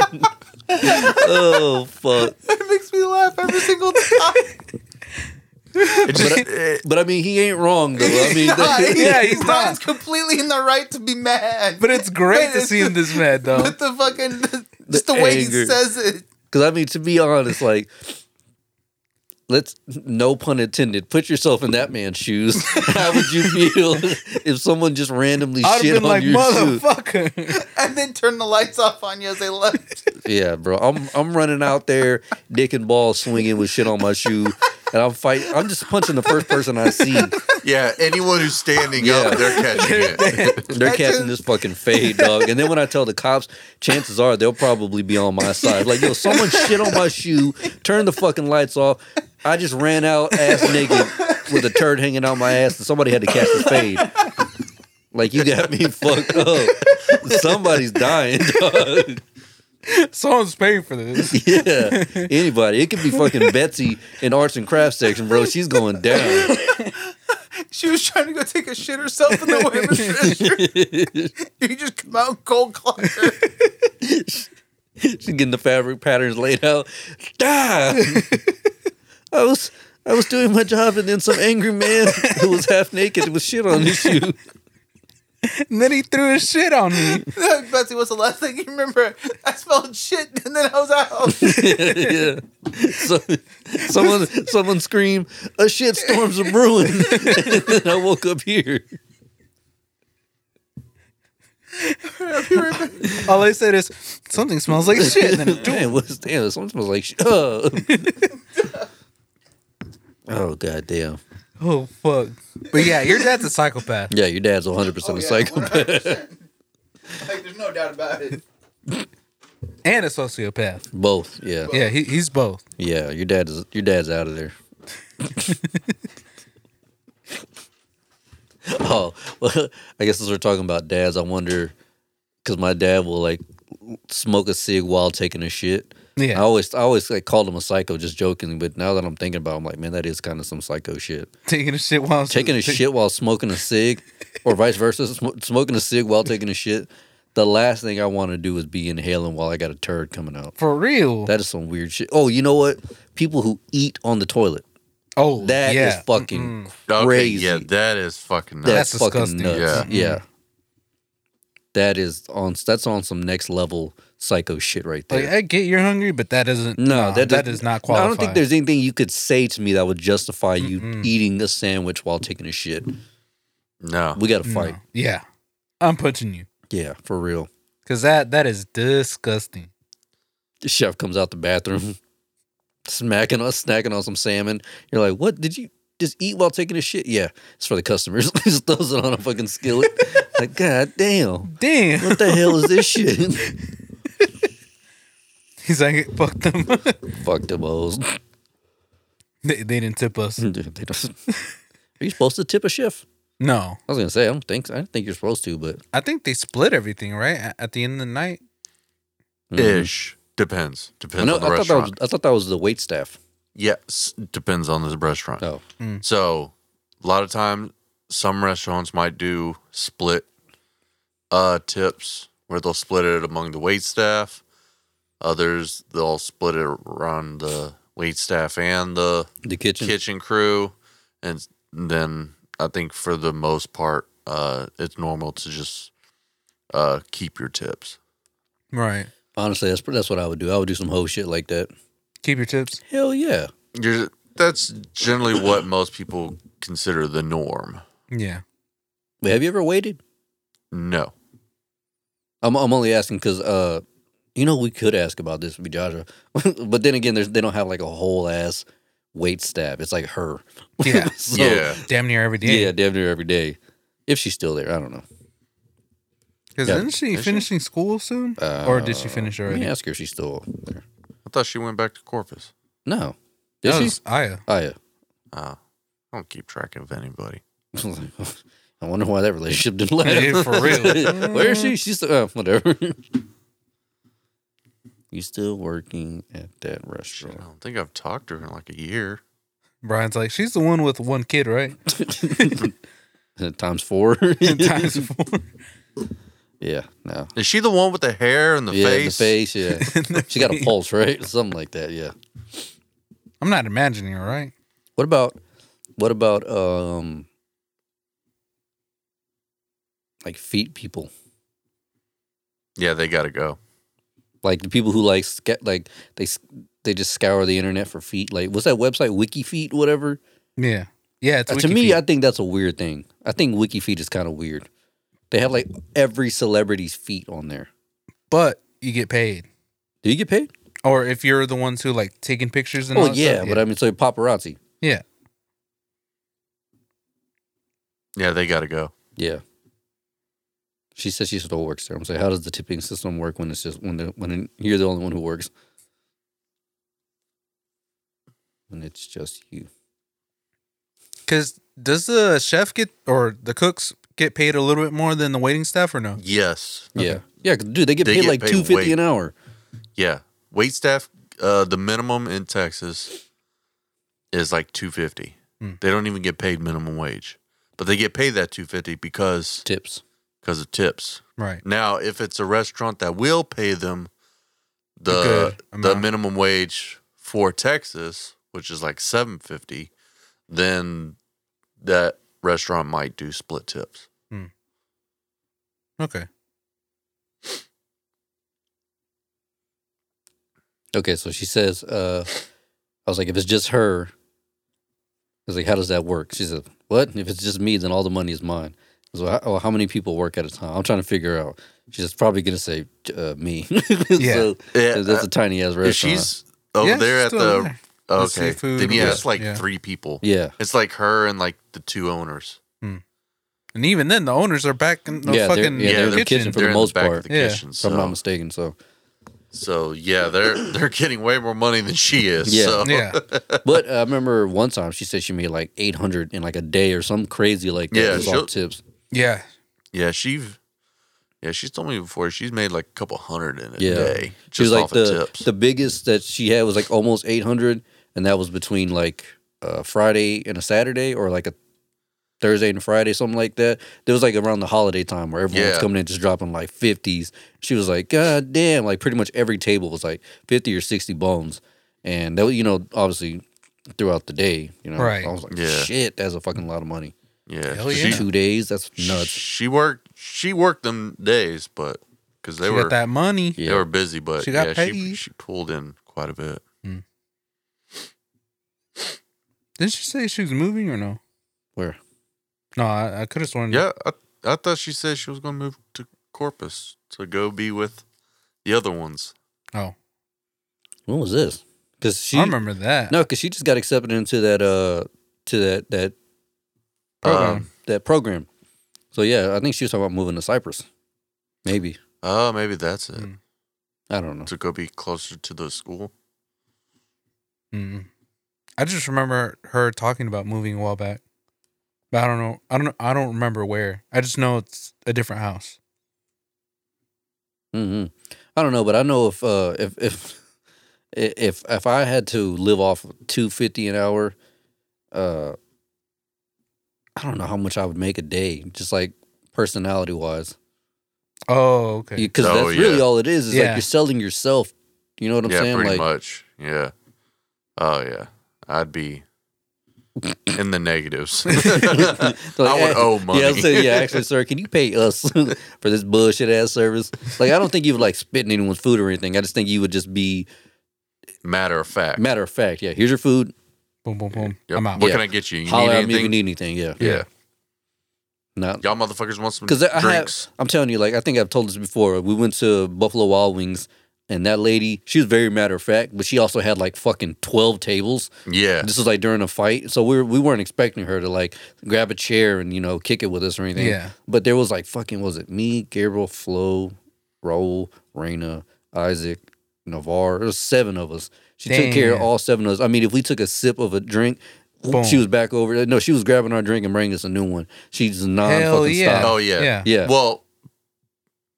oh fuck!
It makes me laugh every single time.
It just, it-
But I mean, he ain't wrong though. I mean,
He's
that,
Yeah, he's not.
Brian's completely in the right to be mad.
But it's great to
But it's-
see him this mad though.
But the fucking just the, way
uh,
he
anger.
says it.
because I mean, to be honest, like, let's no pun intended. Put yourself in that man's shoes. How would you feel if someone just randomly
I'd
shit
have been
on
like,
your shoes?
motherfucker.
And then turn the lights off on you as they left.
Yeah, bro. I'm I'm running out there, dick and ball swinging with shit on my shoe, and I'm fight. I'm just punching the first person I see.
yeah, anyone who's standing up,
Yeah.
they're catching it.
They're catching
Imagine-
this fucking fade, dog. And then when I tell the cops, chances are they'll probably be on my side. Like, yo, someone shit on my shoe, turn the fucking lights off. I just ran out ass naked with a turd hanging out my ass, and somebody had to catch the fade. Like, you got me fucked up. Somebody's dying, dog.
Someone's paying for this.
Yeah, anybody. It could be fucking Betsy in arts and crafts section, bro. She's going down.
She was trying to go take a shit herself in the women's restroom. you just come out and cold clock her.
She's getting the fabric patterns laid out. Ah! I was I was doing my job, and then some angry man who was half naked with shit on his shoe.
And then he threw his shit on me.
Betsy, what's the last thing you remember? I smelled shit and then I was out.
yeah. So, someone someone screamed, "A shit storm's a brewing!" and then I woke up here.
All I said is something smells like shit. And then
Man, what's damn? Someone smells like shit. Oh, oh god damn.
oh fuck. But yeah, your dad's a psychopath.
Yeah, your dad's one hundred percent a psychopath.
Like, there's no doubt about it.
And a sociopath.
Both. Yeah.
Yeah, he, he's both.
Yeah, your dad is your dad's out of there. oh, well, I guess since we're talking about dads, I wonder because my dad will like smoke a cig while taking a shit.
Yeah.
I always I always like called him a psycho just jokingly, but now that I'm thinking about, it, I'm like, man, that is kind of some psycho shit.
Taking a shit while
Taking a shit while smoking a cig, or vice versa, sm- smoking a cig while taking a shit. The last thing I want to do is be inhaling while I got a turd coming out.
for real.
That is some weird shit. Oh, you know what? People who eat on the toilet.
oh,
That is
yeah.
fucking
Okay,
crazy.
yeah, that is fucking nuts.
that's,
That's
fucking
disgusting. Mm-hmm.
nuts. Yeah.
Yeah.
That is on that's on some next level psycho shit right there.
Like, I get you're hungry, but that doesn't.
no, that,
that
does-
does not qualify.
I don't think there's anything you could say to me that would justify you eating a sandwich while taking a shit.
No.
We got to
No.
fight.
Yeah, I'm punching you
Yeah, for real.
because that that is disgusting.
The chef comes out the bathroom, smacking us, snacking on some salmon. You're like, what did you just eat while taking a shit? Yeah, it's for the customers. just throws it on a fucking skillet. like, god damn,
Damn.
what the hell is this shit?
He's like, fuck them.
Fuck them hoes.
they, they didn't tip us.
They don't- Are you supposed to tip a chef?
No,
I was gonna say I don't think I don't think you're supposed to, but
I think they split everything right at, at the end of the night.
Ish. Depends.
I
Depends
know
on
I
the
thought that was
restaurant.
I thought that was the wait staff.
Yes, depends on this restaurant.
Oh,
So, a lot of times, some restaurants might do split uh, tips where they'll split it among the wait staff. Others, they'll split it around the wait staff and the
the kitchen.
kitchen crew. And then I think for the most part, uh, it's normal to just uh, keep your tips.
Right.
Honestly, that's that's what I would do. I would do some whole shit like that.
Keep your tips.
Hell yeah.
You're, that's generally what most people consider the norm.
Yeah.
Wait, have you ever waited?
No.
I'm I'm only asking because uh, you know we could ask about this with Jaja, but then again, there's they don't have like a whole ass wait staff. It's like her.
Yeah.
So,
yeah.
Damn near every
yeah,
day.
damn near every day. If she's still there, I don't know.
Because
Yeah.
isn't she
Is she? Uh,
finishing school soon? or did she finish
Let
already?
me ask her if she's still there.
I thought she went back to Corpus.
No, did
That
she?
was Aya.
Oh yeah.
Uh, I don't keep track of anybody.
I wonder why that relationship didn't last.
Yeah, for real.
Where is she? She's still, uh, whatever. you still working at that
Shit, I
restaurant?
don't think I've talked to her in like a year.
Brian's like, she's the one with one kid, right?
Times four.
Times four.
yeah, no.
Is she the one with the hair and the
yeah,
face?
the face. Yeah,
the
she got a pulse, right? Something like that. Yeah.
I'm not imagining her, right?
What about what about um like feet people?
Yeah, they gotta go.
Like the people who like sca- like they s- they just scour the internet for feet. Like what's that website? Wiki Feet, whatever.
Yeah. Yeah. It's
Uh, to me,
Wikifeet.
I think that's a weird thing. I think Wiki Feet is kind of weird. They have like every celebrity's feet on there.
but you get paid.
Do you get paid?
Or if you're the ones who like taking pictures and all
Oh
that
yeah,
stuff,
but I mean, so paparazzi.
yeah.
Yeah, they gotta go.
Yeah. She says she still works there. I'm saying, how does the tipping system work when it's just when the, when you're the only one who works? When it's just you.
Because does the chef get or the cooks get paid a little bit more than the waiting staff or no?
Yes.
Yeah, yeah, 'cause, dude, they get
They
paid
get
like
paid
two fifty
way-
an hour.
Yeah. Wait staff, uh, the minimum in Texas is like two fifty.
Hmm.
They don't even get paid minimum wage. But they get paid that two fifty because
Tips.
because of tips.
Right.
Now, if it's a restaurant that will pay them the
Good
the
amount.
minimum wage for Texas, which is like seven fifty, then that restaurant might do split tips.
Okay.
Okay, so she says, uh, I was like, if it's just her, I was like, how does that work? She said, what? If it's just me, then all the money is mine. I was like, oh, how many people work at a time? I'm trying to figure out. She's probably gonna say uh, me.
Yeah.
so,
Yeah,
that's
uh,
a tiny ass restaurant.
if she's over
Yeah,
there
she's
at
still
the
there. The
okay,
seafood
then yeah,
and
it's
the-
like
yeah.
three people.
yeah.
It's like her and like the two owners.
And even then, the owners are back in the
Yeah, they're-
fucking
yeah, they're in the
kitchen.
kitchen for
They're in the
most
back
part.
of the
Yeah.
kitchen.
if I'm not
So,
mistaken. So,
so yeah, they're they're getting way more money than she is.
Yeah.
so.
Yeah.
but I remember one time she said she made like 800 in like a day or something crazy like that.
Yeah,
Yeah, all
she'll-
tips.
Yeah.
Yeah, she've yeah, she's told me before she's made like a couple hundred in a
Yeah.
day. Just
She was like
off of
the
tips.
the biggest that she had was like almost 800, and that was between like uh, Friday and a Saturday or like a Thursday and Friday, something like that. There was like around the holiday time where everyone's
Yeah.
coming in just dropping like 50s. She was like, God damn, like pretty much every table was like 50 or 60 bones. And that was, you know, obviously throughout the day, you know,
Right.
I was like,
Yeah.
shit, that's a fucking lot of money.
yeah.
Hell
she,
yeah.
Two days, that's nuts.
she worked she worked them days, but because they
She
were
got that money.
they were busy, but
She got
yeah, she
paid.
she pulled in quite a bit.
Didn't she say she was moving or no?
Where?
No, I, I could have sworn.
Yeah, I, I thought she said she was gonna move to Corpus to go be with the other ones.
Oh,
When was this? Because she
I remember that.
No, because she just got accepted into that uh to that that
Program.
Um,
that program. So yeah, I think she was talking about moving to Cyprus. Maybe
oh, maybe that's it.
Mm.
I don't know.
To go be closer to the school.
Mm. I just remember her talking about moving a while back, but I don't know. I don't. know- I don't remember where. I just know it's a different house.
Mm-hmm. hmm I don't know, but I know if uh if if i- if if I had to live off two fifty an hour, uh, I don't know how much I would make a day, just like personality wise,
Oh, okay.
because
Oh,
that's really
yeah.
all it is. It's like
Yeah.
you're selling yourself. You know what I'm
yeah,
saying?
pretty
Like,
much. Yeah. Oh yeah, I'd be in the negatives. I would
Like, eh,
owe money.
Yeah, I'm saying, yeah, actually, sir, can you pay us for this bullshit ass service? Like, I don't think you would like spit in anyone's food or anything. I just think you would just be
Matter of fact.
matter of fact. Yeah, here's your food.
Boom, boom, boom.
Yep.
I'm out.
What
Yeah.
can I get you? You
Holler
need
at me if
anything?
you need anything. Yeah,
yeah.
not
Y'all motherfuckers want some
because I have.
drinks?
I'm telling you, like, I think I've told this before. We went to Buffalo Wild Wings. And that lady, she was very matter of fact, but she also had like fucking twelve tables.
yeah.
This was like during a fight, so we were, we weren't expecting her to like grab a chair and you know kick it with us or anything.
Yeah.
But there was like fucking was it me, Gabriel, Flo, Raul, Raina, Isaac, Navarre. There was seven of us. She took care of
Damn.
all seven of us. I mean, if we took a sip of a drink,
Boom.
she was back over. No, she was grabbing our drink and bringing us a new one. She's non fucking
yeah.
stop.
Oh yeah.
Yeah.
Yeah.
Well,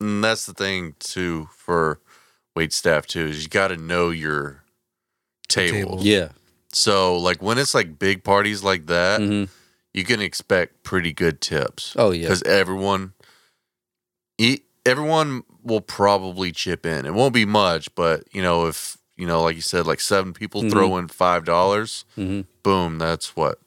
and that's the thing too for wait staff too is you got to know your table.
table.
yeah.
So like when it's like big parties like that,
hmm
you can expect pretty good tips.
Oh yeah.
because everyone, e- everyone will probably chip in. It won't be much, but you know if you know, like you said, like seven people
Mhm.
throw in five dollars,
hmm
boom, that's what.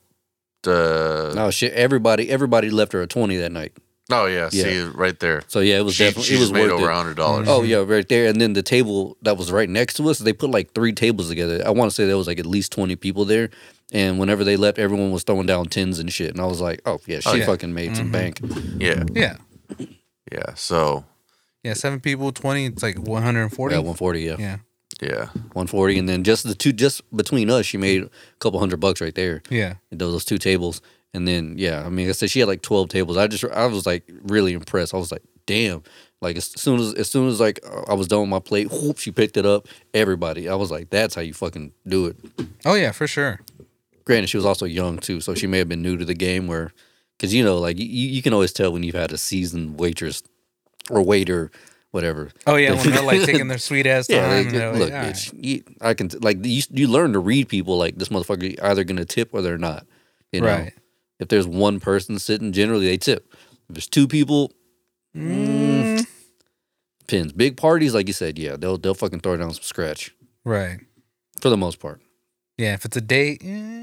The
No Oh, shit. Everybody, everybody left her a twenty that night.
oh yeah,
Yeah.
see right there.
So yeah, it was
she,
definitely
she
it was
just made
worth
over
it.
a hundred dollars.
Oh yeah, right there. And then the table that was right next to us, they put like three tables together. I want to say there was like at least twenty people there. And whenever they left, everyone was throwing down tins and shit. And I was like, oh yeah, she
Oh,
yeah.
fucking made some
Mhm.
bank.
yeah,
Yeah.
yeah. So
Yeah. Seven people, 20. It's like 140.
Yeah, one forty. Yeah,
yeah.
yeah,
one forty. And then just the two, just between us, she made a couple hundred bucks right there.
Yeah.
Those those two tables. And then yeah, I mean, I said she had like twelve tables. I just I was like really impressed. I was like, damn. Like as soon as as soon as like I was done with my plate, whoop, she picked it up. Everybody, I was like, that's how you fucking do it.
Oh, yeah, for sure.
granted she was also young too so she may have been new to the game where because you know like you, you can always tell when you've had a seasoned waitress or waiter whatever
Oh, yeah. When they're like taking their sweet ass time.
yeah, they
and
ju-
they're like,
look
"All right."
bitch, you, i can t- like you, you learn to read people like this motherfucker either gonna tip or they're not you know
Right.
if there's one person sitting generally they tip if there's two people mm, pins big parties like you said yeah they'll they'll fucking throw down some scratch
Right.
for the most part
Yeah. If it's a date, eh.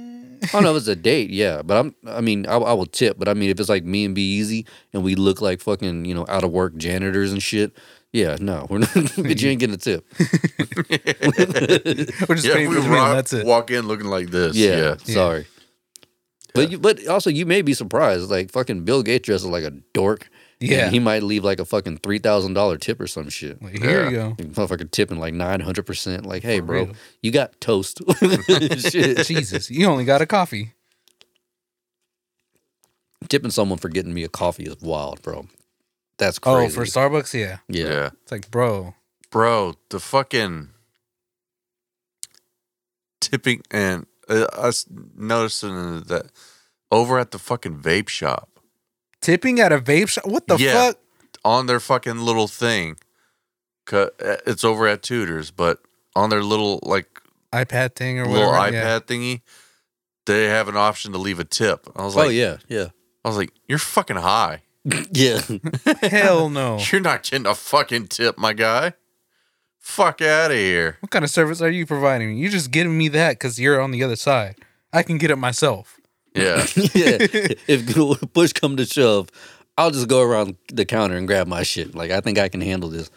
I don't know if it's a date, yeah, but I'm. I mean, I, I will tip, but I mean, if it's like me and Be Easy, and we look like fucking, you know, out of work janitors and shit, yeah, no, we're not. but you ain't getting a tip.
we're just
yeah.
paying
if
for
we
the meal.
rock,
That's it.
walk in looking like this.
Yeah,
Yeah,
sorry. But you, but also you may be surprised, like fucking Bill Gates dresses like a dork. and
Yeah.
he might leave like a fucking three thousand dollar tip or some shit.
Like, here
Yeah.
you go.
Like, Motherfucker tipping like nine hundred percent. Like, hey, bro,
real.
you got toast. shit.
Jesus. You only got a coffee.
tipping someone for getting me a coffee is wild, bro. That's
Oh,
crazy.
for Starbucks? Yeah.
yeah,
yeah.
It's like, bro.
bro. The fucking tipping and uh, us noticing that over at the fucking vape shop
Tipping at a vape shop? What the
Yeah.
fuck?
on their fucking little thing. 'Cause, uh, It's over at Tudors, but on their little like
iPad thing or whatever.
little iPad
yeah.
thingy, they have an option to leave a tip. I was
oh
like,
yeah, yeah,
I was like, you're fucking high.
yeah.
Hell no.
You're not getting a fucking tip, my guy. Fuck out of here.
What kind of service are you providing me? You're just giving me that because you're on the other side. I can get it myself.
Yeah.
yeah. If push come to shove, I'll just go around the counter and grab my shit. Like I think I can handle this.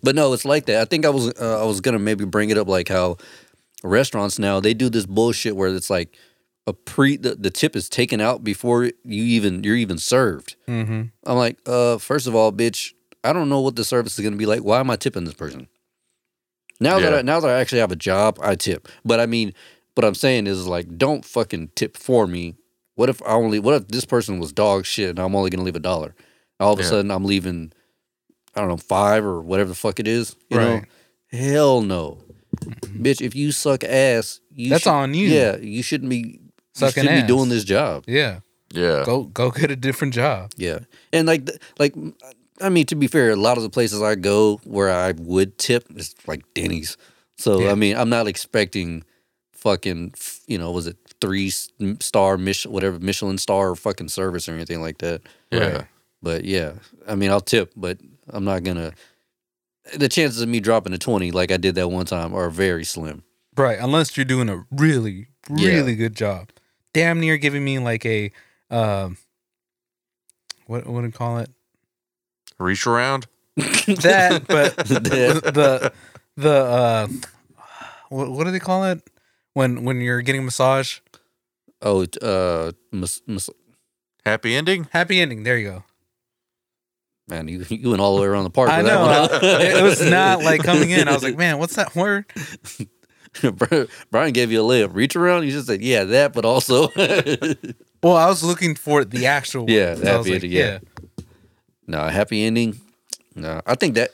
But no, it's like that. I think I was uh, I was gonna maybe bring it up like how restaurants now they do this bullshit where it's like a pre the, the tip is taken out before you even you're even served.
Mm-hmm.
I'm like, uh, first of all, bitch, I don't know what the service is gonna be like. Why am I tipping this person? Now that
Yeah.
I, now that I actually have a job, I tip. But I mean, what I'm saying is like, don't fucking tip for me. What if I only? What if this person was dog shit and I'm only gonna leave a dollar? All of a
Yeah.
sudden, I'm leaving. I don't know five or whatever the fuck it is. You
Right. Mm-hmm.
know, hell no, bitch. If you suck ass, you
That's
should-
on you.
Yeah, you shouldn't be you
Sucking
shouldn't
ass.
be doing this job.
Yeah.
Yeah.
Go go get a different job.
Yeah, and like th- like I mean to be fair, a lot of the places I go where I would tip is like Denny's. So
Yeah.
I mean, I'm not expecting fucking f- you know was it three s- m- star Michelin whatever Michelin star fucking service or anything like that.
Yeah.
Right.
But yeah, I mean, I'll tip, but I'm not gonna. The chances of me dropping a twenty like I did that one time are very slim.
Right, unless you're doing a really,
Yeah.
really good job. Damn near giving me like a um what what do you call it?
Reach around.
That but
That.
the the uh what, what do they call it? When when you're getting a massage?
Oh, t- uh, mas- mas-
Happy ending.
Happy ending, there you go.
man, you you went all the way around the park.
I
with
know.
That one.
it was not like coming in. I was like, man, what's that word?
Brian- Brian gave you a layup. Reach around. You just said, yeah, that, but also,
Well, I was looking for the actual word.
Yeah,
So I
happy
was like,
ending, yeah. no, a happy ending. No, I think that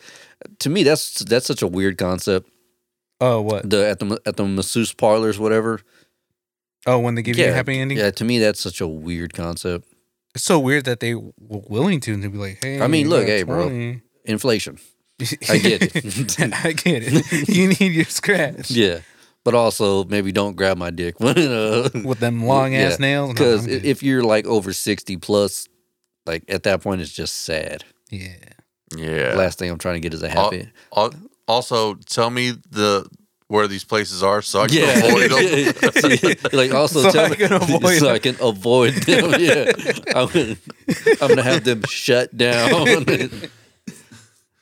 to me that's that's such a weird concept.
Oh what?
The at the at the masseuse parlors, whatever.
Oh, when they give you a happy ending?
Yeah, to me that's such a weird concept.
It's so weird that they were willing to and to be like, hey,
I mean,
you
look,
got
hey, bro.
20.
Inflation. I get it.
I get it. You need your scratch
Yeah, but also maybe don't grab my dick when uh,
with them long ass
Yeah,
nails. No,
because
I'm good.
if you're like over sixty plus, like at that point it's just sad.
yeah,
Yeah.
Last thing I'm trying to get is a
Al-
happy.
al- also, tell me the where these places are so I can avoid them.
See, like also
So
tell
I
me
can avoid
so I
them.
can avoid them. Yeah, I'm, gonna- I'm gonna have them shut down.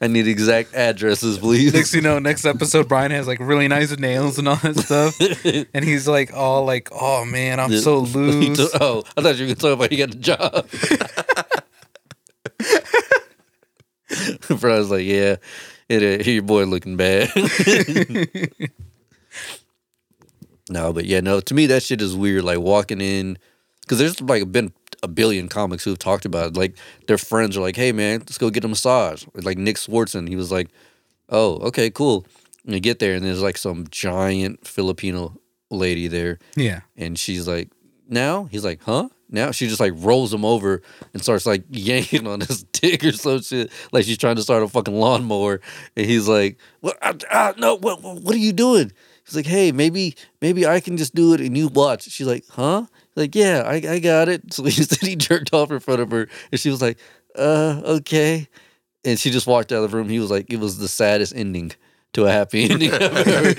I need exact addresses, please.
next you know, next episode, Brian has like really nice nails and all that stuff, and he's like all like, oh man, I'm so
You
loose.
took- oh, I thought you were talking about you got a job. But I was like, yeah, it, uh, your boy looking bad. no, but yeah, no, to me that shit is weird. Like walking in, because there's like been a billion comics who've talked about it. Like their friends are like, hey man, let's go get a massage. Like Nick Swartzen, he was like, oh, okay, cool. And you get there, and there's like some giant Filipino lady there.
Yeah,
And she's like, now? He's like, huh? Now she just like rolls him over and starts like yanking on his dick or some shit. Like she's trying to start a fucking lawnmower. And he's like, what? I, I, no, what, what what are you doing? He's like, hey, maybe, maybe I can just do it and you watch. She's like, huh? He's like, yeah, I, I got it. So he said he jerked off in front of her. And she was like, uh, okay. And she just walked out of the room. He was like, it was the saddest ending to a happy ending. I've ever.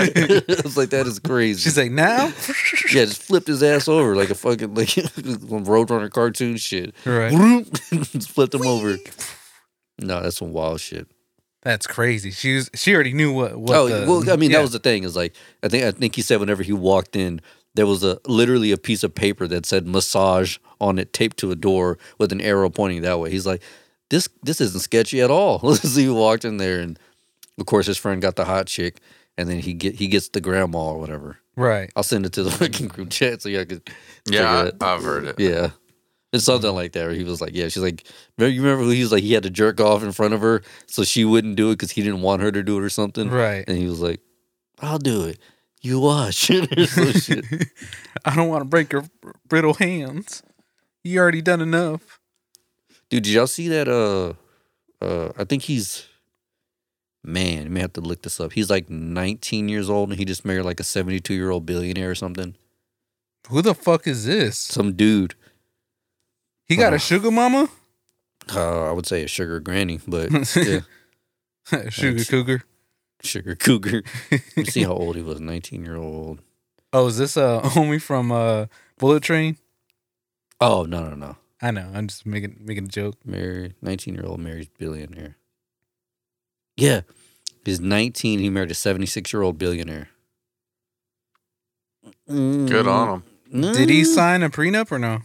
I was like, that is crazy.
she's like, now,
Yeah, just flipped his ass over like a fucking like some Roadrunner cartoon shit.
right?
Just flipped him over. No, that's some wild shit.
That's crazy. She was, she already knew what. what
oh
the-
well, I mean
yeah.
that was the thing is like I think I think he said whenever he walked in there was a literally a piece of paper that said massage on it taped to a door with an arrow pointing that way. He's like, this this isn't sketchy at all. so he walked in there and of course his friend got the hot chick and then he get he gets the grandma or whatever.
right.
I'll send it to the fucking group chat so y'all could figure
Yeah,
it.
I, I've heard it.
Yeah. It's something like that. Where he was like, yeah, she's like, remember, you remember who he was like, he had to jerk off in front of her so she wouldn't do it because he didn't want her to do it or something.
Right.
And he was like, I'll do it. You watch. or some shit.
I don't want to break your brittle hands. You already done enough.
Dude, did y'all see that? Uh, uh, I think he's, man, you may have to look this up. He's like 19 years old and he just married like a 72 year old billionaire or something.
Who the fuck is this?
Some dude,
He got a sugar mama,
uh, I would say a sugar granny, but yeah,
sugar
That's-
cougar.
sugar cougar. Let me see how old he was. 19 year old.
Oh, is this a homie from uh, Bullet Train?
Oh, no, no, no.
I know. I'm just making making a joke.
married 19 year old marries billionaire. Yeah. He's 19. He married a 76 year old billionaire.
Good on
Mm-hmm. Mm.
them.
Did he sign a prenup or no?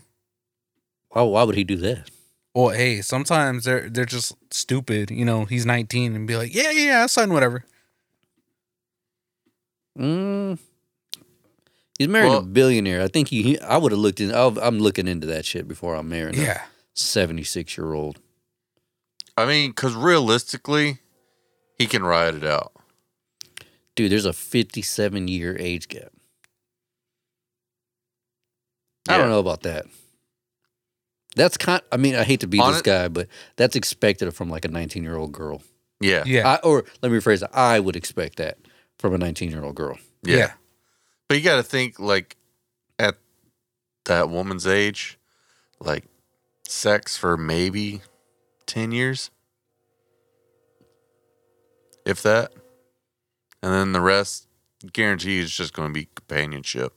Why, why would he do that?
Well, hey, sometimes they're they're just stupid. You know, he's 19 and be like, yeah, yeah, yeah, I signed whatever.
Mm. He's married
Well-
a billionaire. I think he, he- I would have looked in. I'll, I'm looking into that shit before I'm marrying a
Yeah,
76 year old.
I mean, because realistically, he can ride it out.
Dude, there's a 57 year age gap. I don't
Yeah.
know about that. That's kind. I mean, I hate to be
On
this
it-
guy, but that's expected from like a 19 year old girl.
Yeah.
yeah.
I, or let me rephrase it. I would expect that from a 19 year old girl.
Yeah. But you got to think like at that woman's age, like sex for maybe 10 years, if that. And then the rest, guarantee is just going to be companionship.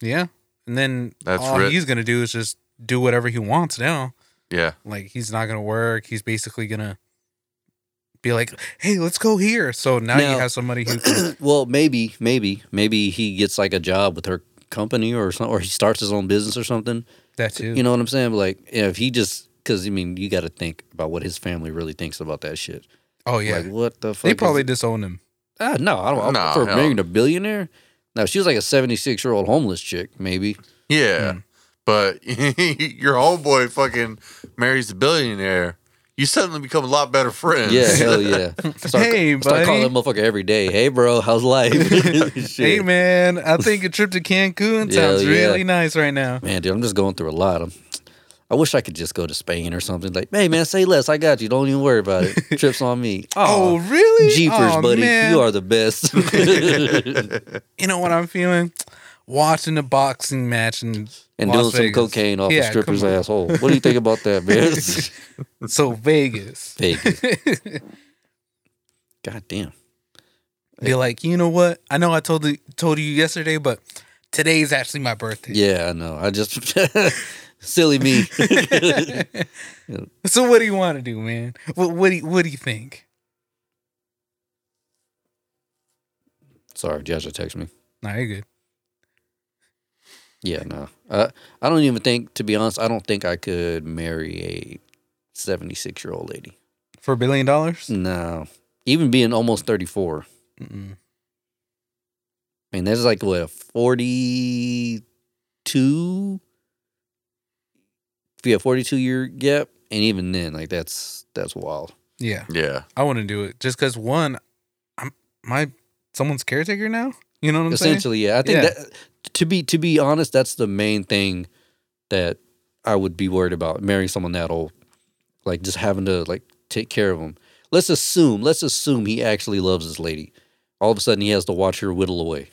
Yeah. And then
That's
all
writ-
he's gonna do is just do whatever he wants now.
Yeah.
Like he's not gonna work. He's basically gonna be like, "Hey, let's go here." So now,
Now-
you have somebody who can,
well, maybe, maybe, maybe he gets like a job with her company or something, or he starts his own business or something.
that too.
You know what I'm saying? But like, if he just, because I mean, you got to think about what his family really thinks about that shit.
oh yeah.
Like, what the fuck?
they
is-
probably disown him.
Ah, no, I don't.
Nah,
I prefer
hell.
marrying a billionaire. No, she was like a 76 year old homeless chick, maybe.
Yeah.
Hmm.
But your homeboy fucking marries a billionaire. You suddenly become a lot better friends.
Yeah, hell yeah. Start,
Hey,
start calling that
buddy.
motherfucker every day. Hey, bro, how's life?
Hey
Shit.
man, I think a trip to Cancun
Yeah,
sounds
yeah.
really nice right now.
Man, dude, I'm just going through a lot. I'm, I wish I could just go to Spain or something. Like, hey, man, say less. I got you. Don't even worry about it. Trips on me.
Oh,
Oh,
really?
jeepers,
Aw,
buddy.
man.
You are the best.
You know what I'm feeling? Watching a boxing match and
and
Las
doing some
Vegas.
cocaine off
Yeah,
a stripper's
come on.
asshole. What do you think about that, man?
So Vegas.
Vegas. God damn.
You're like, you know what? I know I told you, told you yesterday, but today's actually my birthday.
Yeah, I know. I just silly me.
So what do you want to do, man? What what do you, what do you think?
Sorry, Joshua texted me.
Nah, you're good.
Yeah, no. I I don't even think, to be honest, I don't think I could marry a seventy-six year old lady.
For a billion dollars?
No, even being almost thirty-four.
Mm-mm.
I mean, that's like what a forty-two. Yeah, forty-two year gap, and even then, like that's that's wild.
Yeah,
Yeah.
I wouldn't do it just because one, I'm my someone's caretaker now. You know what I'm saying?
Essentially, yeah. I think
Yeah.
that to be to be honest, that's the main thing that I would be worried about marrying someone that old, like just having to like take care of him. Let's assume, let's assume he actually loves this lady. All of a sudden, he has to watch her whittle away.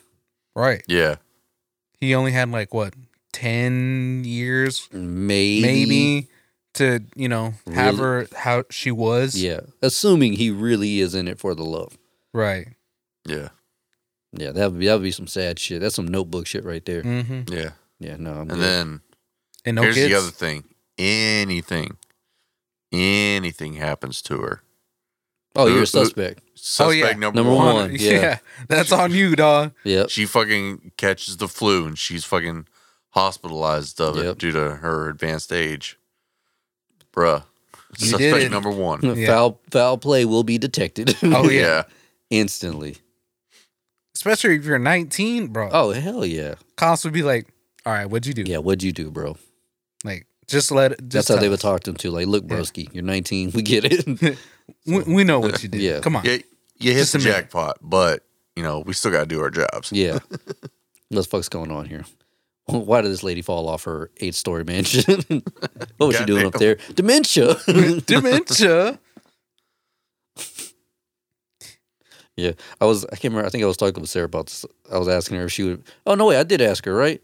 Right.
Yeah.
He only had like what ten years,
Maybe,
maybe, to you know have
Really?
her how she was.
yeah. Assuming he really is in it for the love.
Right.
Yeah.
Yeah, that would be that would be some sad shit. That's some notebook shit right there.
Mm-hmm.
Yeah.
Yeah, no. I'm
And
good.
then
And no
Here's
kids.
the other thing. Anything, anything happens to her.
oh,
Who-
you're
who-
a suspect.
Suspect
Oh, yeah.
number,
Number
one.
one,
yeah.
yeah.
that's on you, dog.
Yep.
She fucking catches the flu and she's fucking hospitalized of it
Yep.
due to her advanced age. Bruh.
You
Suspect
did it.
number one.
Yeah.
Foul foul play will be detected.
Oh, yeah.
instantly.
Especially if you're 19, bro.
Oh hell yeah,
Cops would be like, "All right, what'd you do?
yeah. What'd you do, bro?
Like, just let. it-
That's
Just
how they
tell
would
us.
talk to him too. Like, look,
Yeah.
broski, you're 19. We get it.
We, we know what you did.
Yeah.
Come on.
You, you hit
Just
the
a minute.
jackpot, but, you know, we still got to do our jobs.
yeah. What the fuck's going on here? Why did this lady fall off her eight story mansion? what was she doing up there? Dementia.
Dementia.
yeah. I was, I can't remember. I think I was talking with Sarah about this. I was asking her if she would, oh, no, wait, I did ask her, right?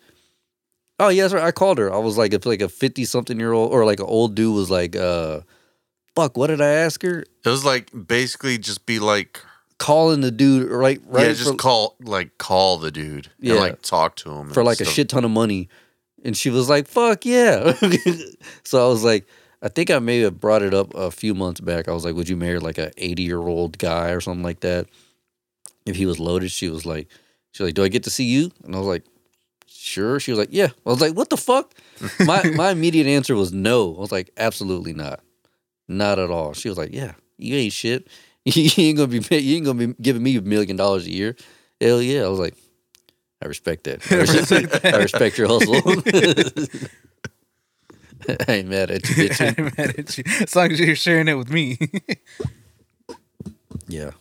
Oh, yes, right. I called her. I was like, if like a 50 something year old or like an old dude was like, uh, fuck, what did I ask her?
It was like basically just be like,
Calling the dude, right? right
yeah, just
for-
call, like, call the dude
Yeah.
and like talk to him
for
and
like a
stuff.
shit ton of money. And she was like, fuck yeah. so I was like, I think I may have brought it up a few months back. I was like, would you marry like a 80 year old guy or something like that? If he was loaded, she was like, she's like, do I get to see you? And I was like, sure. She was like, yeah. I was like, what the fuck? my, my immediate answer was no. I was like, absolutely not. Not at all. She was like, yeah, you ain't shit. You ain't gonna be pay- you ain't gonna be giving me a million dollars a year. Hell yeah. I was like, I respect that. I respect, I respect your hustle. I ain't mad at you, bitch.
I'm mad at you. As long as you're sharing it with me.
Yeah.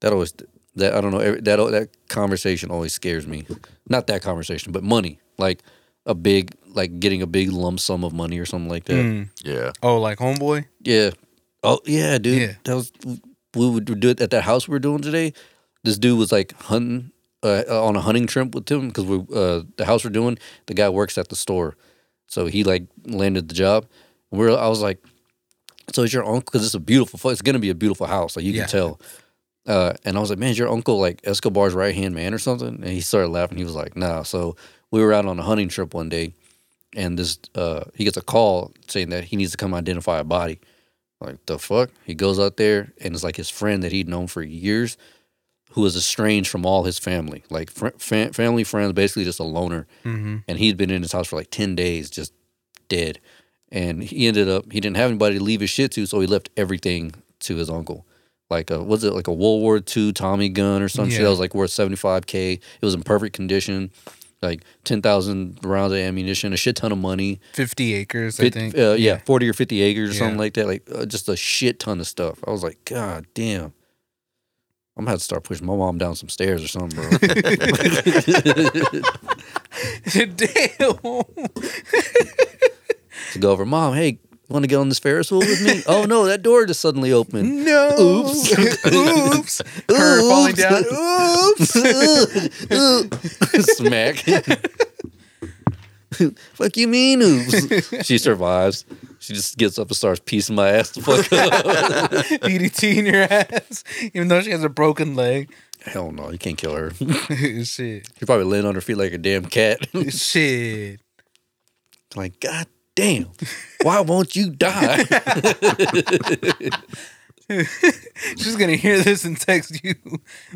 That always that I don't know every, that that conversation always scares me. Not that conversation, but money. Like a big like getting a big lump sum of money or something like that.
Mm.
Yeah.
Oh, like homeboy.
Yeah. Oh yeah, dude.
Yeah.
That was we would do it at that house we were doing today. This dude was like hunting uh, on a hunting trip with him because we uh, the house we're doing. The guy works at the store, so he like landed the job. And we're I was like, so it's your uncle because it's a beautiful. fu- It's gonna be a beautiful house, like you
Yeah.
can tell. Uh, and I was like, man, is your uncle like Escobar's right hand man or something? And he started laughing. He was like, nah. So we were out on a hunting trip one day, and this uh, he gets a call saying that he needs to come identify a body. Like the fuck? He goes out there and it's like his friend that he'd known for years, who was estranged from all his family, like fr- fa- family friends, basically just a loner.
Mm-hmm.
And he'd been in his house for like ten days, just dead. And he ended up he didn't have anybody to leave his shit to, so he left everything to his uncle. Like a was it like a World War II Tommy gun or some shit
Yeah.
that was like worth seventy five k. It was in perfect condition, like ten thousand rounds of ammunition, a shit ton of money.
Fifty acres, I
Fif-
think.
uh, yeah, forty or fifty acres or something
Yeah.
like that. Like uh, just a shit ton of stuff. I was like, God damn. I'm gonna have to start pushing my mom down some stairs or something, bro. to
Damn.
go over, mom. Hey, want to get on this Ferris wheel with me? oh no, that door just suddenly opened.
No.
Oops.
Oops. Her falling down. Oops.
Smack. fuck you mean oops. she survives. She just gets up and starts piecing my ass the fuck up.
DDT in your ass. Even though she has a broken leg.
Hell no, you can't kill her.
Shit.
She probably laying on her feet like a damn cat.
Shit.
like, God damn, why won't you die?
She's gonna hear this and text you.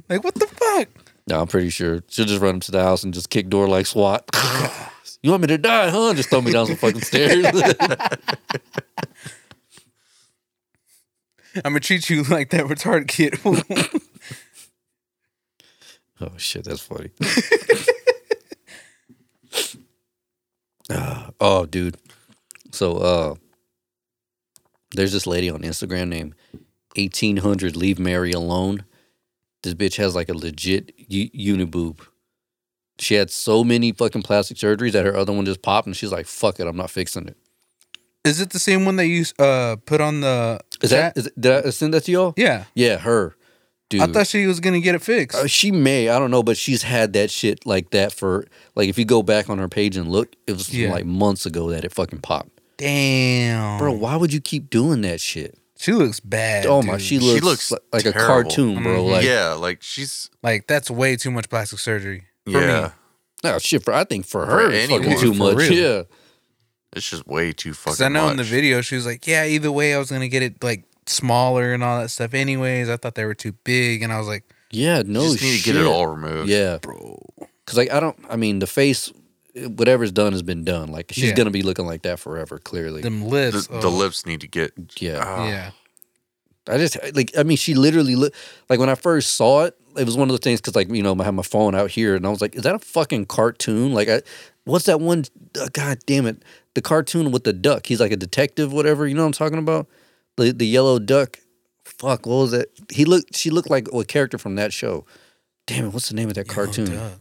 Like, what the fuck?
no, I'm pretty sure she'll just run up to the house and just kick door like SWAT. you want me to die, huh? Just throw me down some fucking stairs.
I'm gonna treat you like that retarded kid.
oh shit, that's funny. Ah, oh, dude. So, uh, there's this lady on Instagram named 1800 Leave Mary Alone. This bitch has like a legit u- uniboob. She had so many fucking plastic surgeries that her other one just popped, and she's like, "Fuck it, I'm not fixing it."
Is it the same one that you uh put on the?
Is that, is, did I send that to y'all?
Yeah.
Yeah, her. Dude.
I thought she was gonna get it fixed.
Uh, she may, I don't know, but she's had that shit like that for like if you go back on her page and look, it was from,
Yeah.
like months ago that it fucking popped.
Damn,
Bro, why would you keep doing that shit?
She looks bad.
oh my,
dude.
she looks,
looks
li- like a
terrible. Mm-hmm.
cartoon, bro.
Mhm.
Like,
yeah, like she's
like that's way too much plastic surgery. For
yeah.
me.
no, shit. For I think for
For
her, it's fucking
anyone.
too
For
much.
real.
Yeah,
It's just way too
Because
fucking.
I know
much.
in the video she was like, "Yeah, either way, I was gonna get it like smaller and all that stuff." Anyways, I thought they were too big, and I was like,
yeah.
you
No,
just need
shit.
to get it all removed.
Yeah,
"Bro,
because like I don't. I mean, the face, whatever's done has been done. Like she's
Yeah.
gonna be looking like that forever. Clearly,
them
the,
lips,
the
oh,
lips need to get.
yeah.
ah,
yeah,
I just like I mean she literally looked like when I first saw it it was one of those things because like you know I had my phone out here and I was like is that a fucking cartoon like I what's that one uh, god damn it the cartoon with the duck he's like a detective whatever you know what I'm talking about the the yellow duck fuck what was that he looked she looked like a character from that show damn it what's the name of that cartoon
Yellow duck.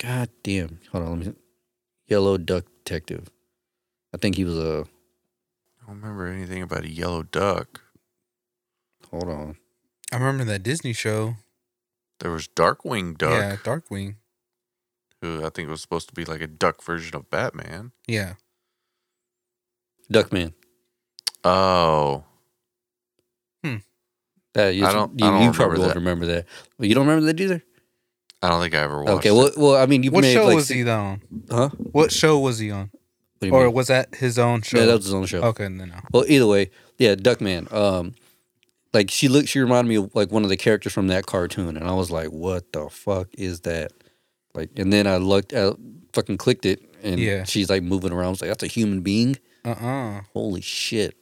god damn hold on let me yellow duck detective I think he was a
I don't remember anything about a yellow duck.
hold on
I remember that Disney show,
There was Darkwing Duck,
yeah, Darkwing,
who I think was supposed to be like a duck version of Batman.
yeah,
Duckman
Oh,
That Uh, you,
I don't-
You,
I don't
you probably
remember
won't
that.
remember that. Well, you don't remember that either.
I don't think I ever watched.
Okay.
it.
Well, well, I mean, you
What
may have,
show
like,
was
seen-
he on?
Huh? What
What show was he on?
do you
Or
mean?
was that his own show?
Yeah, that was his own show.
okay. No, no.
Well, either way, yeah, Duckman. Um, like she looked, she reminded me of like one of the characters from that cartoon, and I was like, "What the fuck is that?" Like, and then I looked, I fucking clicked it, and
Yeah.
she's like moving around. I was like, "That's a human being."
Uh uh
Holy shit,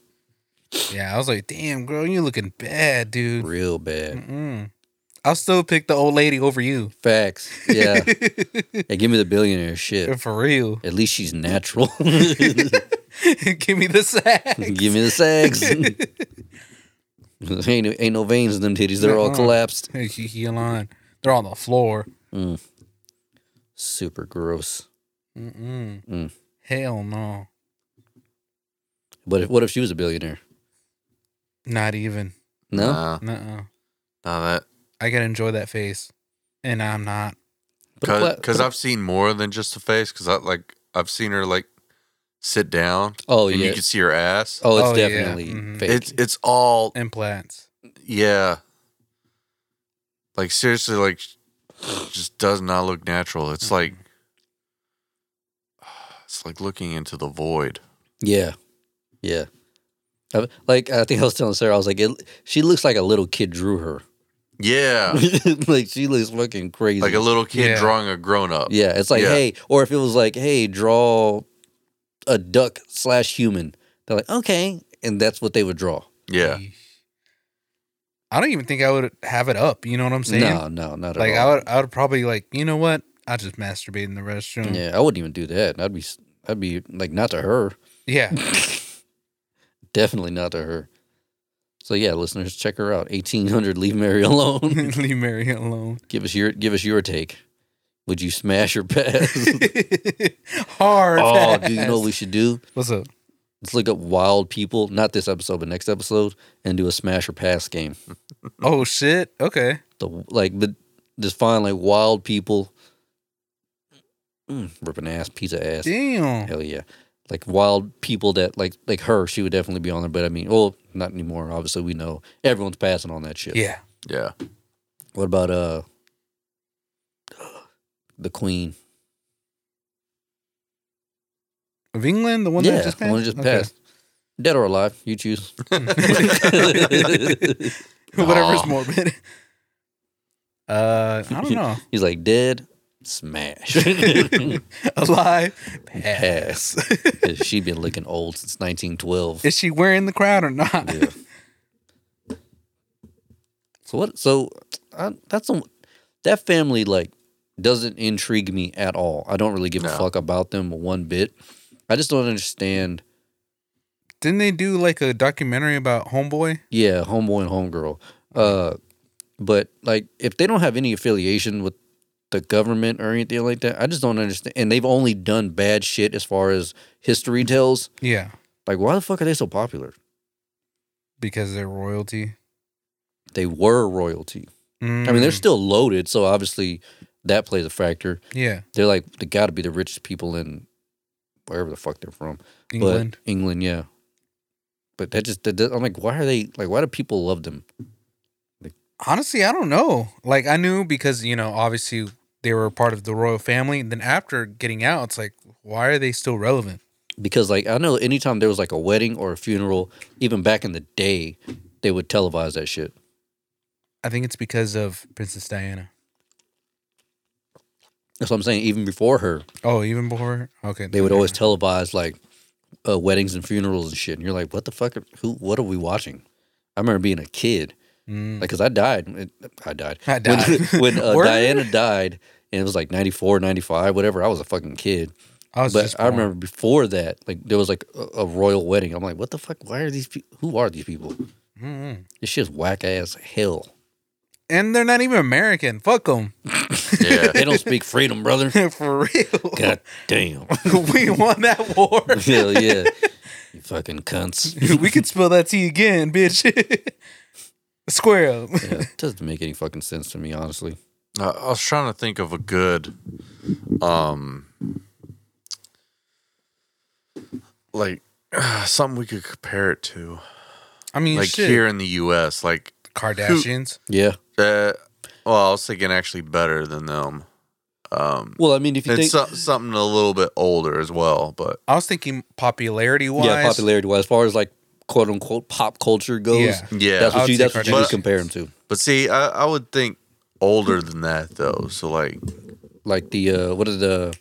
Yeah, I was like, damn, girl, you looking bad, dude.
real bad.
Mm. I'll still pick the old lady over you.
Facts. Yeah. hey, give me the billionaire shit.
For real.
At least she's natural.
Give me the sack.
Give me the sags. ain't, ain't no veins in them titties. They're all
Uh-uh.
collapsed.
Hey, she heel on. They're on the floor.
Super gross.
Mm-mm.
Mm.
Hell no.
But if, what if she was a billionaire?
Not even.
No,
Nah,
Nuh-uh.
not that.
I can enjoy that face, and I'm not.
Put a pla-
because
put a-
I've seen more than just the face. Because I like I've seen her like sit down,
oh
and
yeah,
you can see her ass.
oh it's
Oh, yeah.
definitely
Mhm.
fake.
it's it's all
Implants.
yeah. Like seriously, like just does not look natural.
Mm-hmm.
It's like it's like looking into the void.
yeah, yeah. I- like I think I was telling Sarah, I was like, it, she looks like a little kid drew her.
Yeah,
like she looks fucking crazy.
like a little kid
Yeah.
drawing a grown up.
yeah, it's like
Yeah.
hey, or if it was like hey, draw a duck slash human. They're like okay, and that's what they would draw.
yeah,
I don't even think I would have it up. You know what I'm saying?
No, no, not at
like
all.
I would, I would probably like, you know what? I just masturbate in the restroom.
yeah, I wouldn't even do that. I'd be, s- I'd be like not to her.
Yeah.
Definitely not to her. So yeah, listeners, check her out. Eighteen hundred, leave Mary alone.
Leave Mary alone.
give us your, give us your take. Would you smash or pass?
Hard.
oh,
pass.
dude, you know what we should do?
What's up?
Let's look up wild people. Not this episode, but next episode, and do a smash or pass game.
Oh shit. Okay.
The like, but just find like wild people. Mm, ripping ass, pizza ass.
Damn.
Hell yeah. Like wild people that like like her, she would definitely be on there. But I mean, well, not anymore. Obviously, we know everyone's passing on that shit.
Yeah.
yeah.
What about uh the Queen?
Of England, the one
yeah,
that just
the
passed.
one that just
Okay.
passed. Dead or alive, you choose.
Whatever's
Aw.
morbid. Uh, I don't know.
He's like dead, smash.
Alive.
Pass. she been looking old since 1912.
Is she wearing the crown or not?
Yeah. So what? So I, that's a, that family like doesn't intrigue me at all. I don't really give a
No.
fuck about them one bit. I just don't understand.
Didn't they do like a documentary about Homeboy?
Yeah, homeboy and homegirl. Uh, but like if they don't have any affiliation with the government or anything like that, I just don't understand. And they've only done bad shit as far as history tells.
Yeah.
Like why the fuck are they so popular?
Because they're royalty.
They were royalty. I
Mm.
mean, they're still loaded, so obviously that plays a factor.
yeah,
They're like they got to be the richest people in wherever the fuck they're from.
England.
but, England, yeah. But that just that, that- I'm like, why are they like? Why do people love them?
Honestly, I don't know. Like I knew because you know, obviously they were a part of the royal family. And then after getting out, it's like, why are they still relevant?
Because like I know anytime there was like a wedding or a funeral, even back in the day, they would televise that shit.
I think it's because of Princess Diana.
That's what I'm saying. Even before her,
Oh, even before okay,
they would
never
always
mind.
televise like uh, weddings and funerals and shit. And you're like, what the fuck? Are, who? What are we watching? I remember being a kid
Mm.
Like, cause I died. It- I died.
I died.
When, when, uh,
Word?
Diana died, and it was like 94, 95, whatever, I was a fucking kid.
I was
But
just
I
born.
remember before that, like, there was like a, a royal wedding. I'm like, what the fuck? Why are these people? Who are these people?
Mm-mm.
This shit's whack ass hell.
and they're not even American. Fuck them
Yeah.
They don't speak freedom, brother.
for real.
God damn.
we won that war.
hell yeah. You fucking cunts.
we could spell that T again, bitch. Square up.
Yeah, it doesn't make any fucking sense to me, honestly.
I I was trying to think of a good, um, like something we could compare it to,
I mean,
like
shit.
here in the U.S. Like,
Kardashians.
Yeah.
uh, well, I was thinking actually better than them. Um,
Well, I mean, if you
and
think,
uh,
so, something a little bit older as well, but
I was thinking popularity wise.
yeah, popularity wise, as far as like quote unquote pop culture goes,
Yeah.
yeah.
that's
I
what
would
you
say
that's what you would
Kardashians.
compare them to.
but see, I, I would think older than that though. So like,
like the uh what are the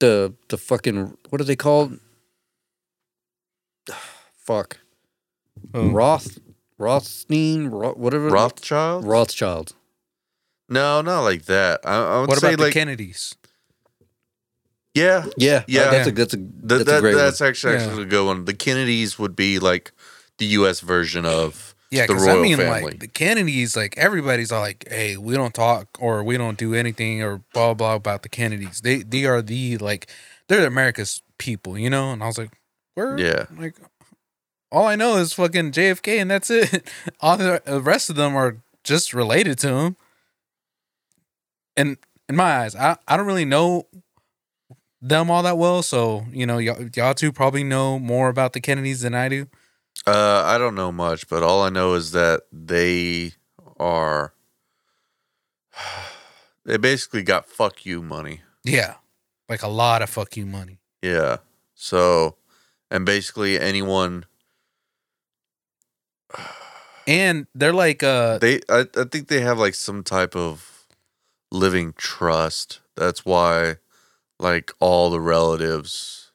the the fucking what are they called? Fuck.
Oh.
Roth Rothstein, Roth, whatever
Rothschild?
Rothschild.
No, not like that. I, I would
What
say
about the
like,
Kennedys?
yeah,
Yeah.
Yeah.
That's a that's a
Th-
that's
that,
a great
that's actually,
Yeah.
actually a good one. The Kennedys would be like the U.S. version of
Yeah,
the
because
royal
I mean,
family.
like the Kennedys, like everybody's all like, "Hey, we don't talk or we don't do anything or blah blah about the Kennedys. They they are the like they're America's people, you know." And I was like, "Where?"
Yeah.
like all I know is fucking JFK, and that's it. All the the rest of them are just related to him. And in my eyes, I, I don't really know them all that well. So you know, y'all, y'all two probably know more about the Kennedys than I do.
Uh, I don't know much, but all I know is that they are. They basically got fuck you money.
Yeah, like a lot of fuck you money.
Yeah. So, and basically anyone
And they're like, uh,
they, I, I think they have like some type of living trust. That's why, like, all the relatives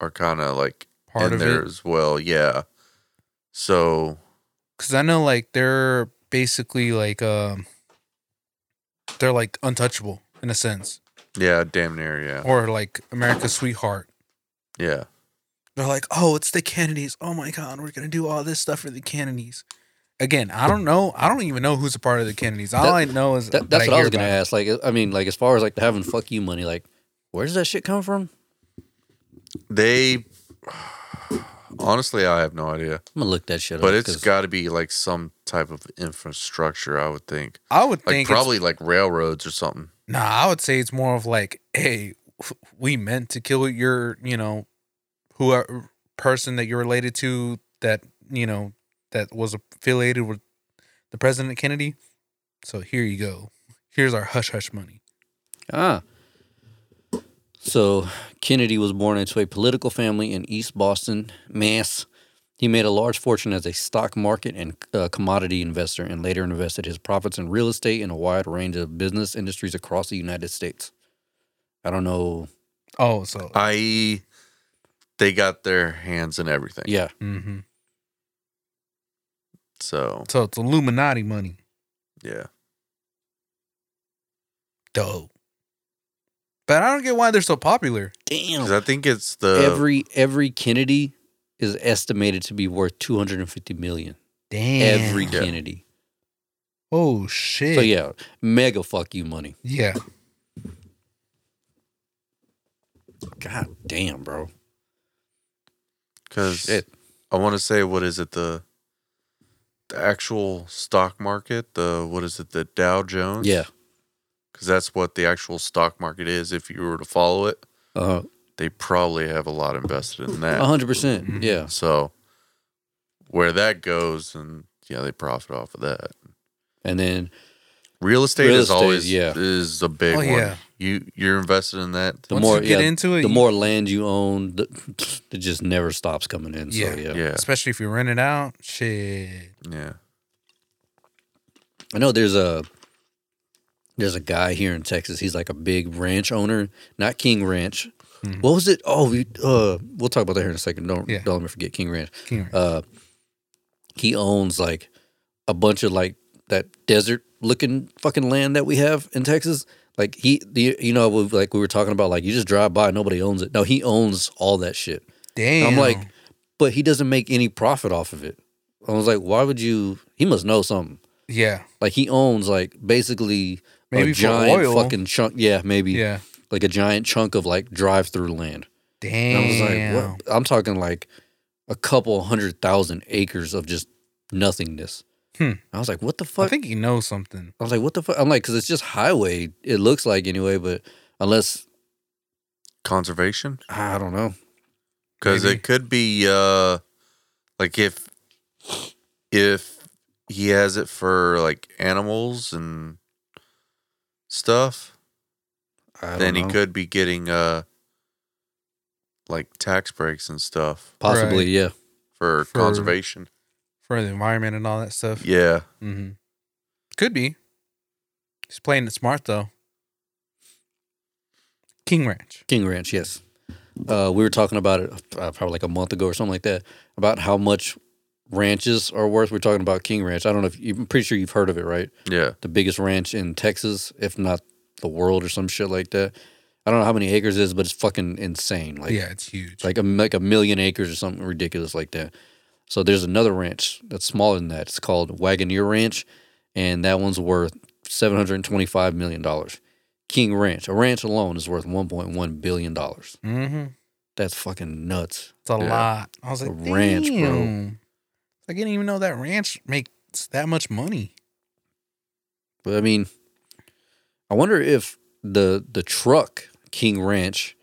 are kind of like
part
in
of
there
it
as well. Yeah. So
because I know like they're basically like um, they're like untouchable in a sense,
yeah, damn near yeah,
or like America's sweetheart.
yeah.
They're like, oh, it's the Kennedys. Oh my God, we're gonna do all this stuff for the Kennedys. Again, I don't know. I don't even know who's a part of the Kennedys. All
That-
I know is
That, that's
that
what I
hear
was gonna
about it.
ask. Like, I mean, like as far as like having fuck you money, like where does that shit come from?
They honestly, I have no idea.
I'm gonna look that shit up.
But it's
'cause-
got to be like some type of infrastructure, I would think.
I would
Like
think it's-
probably like railroads or something.
Nah, I would say it's more of like, hey, we meant to kill your, you know, who are, person that you're related to that you know that was affiliated with the president Kennedy. So here you go. Here's our hush hush money.
ah. So Kennedy was born into a political family in East Boston, Mass. He made a large fortune as a stock market and uh, commodity investor, and later invested his profits in real estate in a wide range of business industries across the United States. I don't know.
Oh, so
Uh
I.e., they got their hands in everything.
Yeah,
hmm
So
so it's Illuminati money.
yeah,
Dope. But I don't get why they're so popular.
damn.
'Cause I think it's the
Oh. every every Kennedy is estimated to be worth 250 million.
Damn.
Every
Yeah.
Kennedy.
oh shit.
So yeah, mega fuck you money.
Yeah.
God damn, bro.
because
Shit.
I want to say what is it the the actual stock market the what is it the Dow Jones
Yeah.
because that's what the actual stock market is if you were to follow it
Uh,
they probably have a lot invested in that
Mm-hmm.
100%. Yeah.
So where that goes, and yeah, they profit off of that.
And then
Real estate
Real
is
estate,
always
yeah.
is a big
Oh,
one.
yeah.
You you're invested in that.
the
Once
more
you get
yeah,
into it,
the
you-
more land you own, the, it just never stops coming in. So
Yeah.
yeah.
Yeah,
Especially if you rent it out. Shit.
yeah.
I know there's a there's a guy here in Texas. He's like a big ranch owner, not King Ranch. What was it? Oh, we uh we'll talk about that here in a second. Don't
Mm-hmm. Yeah.
don't let me forget King Ranch.
King Ranch.
uh he owns like a bunch of like that desert looking fucking land that we have in Texas. Like he, the, you know, we- like we were talking about, like you just drive by, nobody owns it. No, he owns all that shit. And
Damn.
I'm like, but he doesn't make any profit off of it. I was like, why would you? He must know something.
yeah,
Like he owns like basically
Maybe
a
for
giant
oil.
fucking chunk. Yeah, maybe
yeah.
like a giant chunk of like drive through land. And
Damn.
I was like, what? I'm talking like a couple hundred thousand acres of just nothingness.
Hmm.
I was like, what the
I
fuck?
think he knows something.
I was like, what the fuck? I'm like, because it's just highway. It looks like anyway, but unless
Conservation
I don't know.
because
Maybe.
it could be uh like if if he has it for like animals and stuff,
I don't
then
know.
he could be getting uh like tax breaks and stuff
possibly,
Right.
yeah.
for,
For-
conservation.
For the environment and all that stuff.
Yeah,
hmm Could be. He's playing it smart though. King Ranch.
King Ranch, yes. Uh, we were talking about it uh, probably like a month ago or something like that about how much ranches are worth. We're talking about King Ranch. I don't know if you, I'm pretty sure you've heard of it, right?
yeah.
the biggest ranch in Texas, if not the world or some shit like that. I don't know how many acres it is, but it's fucking insane. Like
yeah, it's huge.
like a like a million acres or something ridiculous like that. So there's another ranch that's smaller than that. It's called Wagoneer Ranch, and that one's worth seven hundred and twenty five million dollars. King Ranch, a ranch alone is worth one point one billion dollars.
mm-hmm.
That's fucking nuts.
It's a
Yeah.
lot. I was
A
like,
ranch, bro.
"Damn." I didn't even know that ranch makes that much money.
But I mean, I wonder if the the truck King Ranch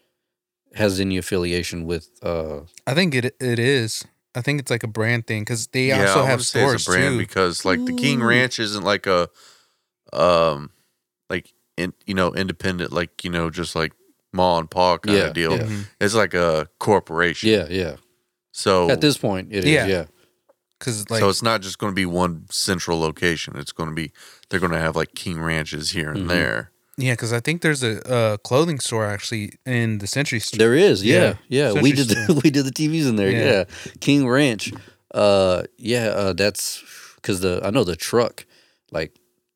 has any affiliation with uh
I think it it is. I think it's like a brand thing because they
yeah,
also
I
have
would say it's
stores
a brand
too.
because like the King Ranch isn't like a, um, like in, you know independent like you know just like ma and pa kind
Yeah,
of deal.
yeah.
Mhm.
It's like a corporation.
yeah, yeah.
So
At this point it is,
Yeah.
yeah.
Cause like
so it's not just going to be one central location. It's going to be they're going to have like King Ranches here and
Mhm.
there.
yeah, because I think there's a, uh clothing store actually in the Century Street.
There is, yeah. Yeah.
So
We did
she's-
the, we did the TVs in there.
Yeah.
Yeah. King Ranch. Uh yeah, uh that's cuz the I know the truck like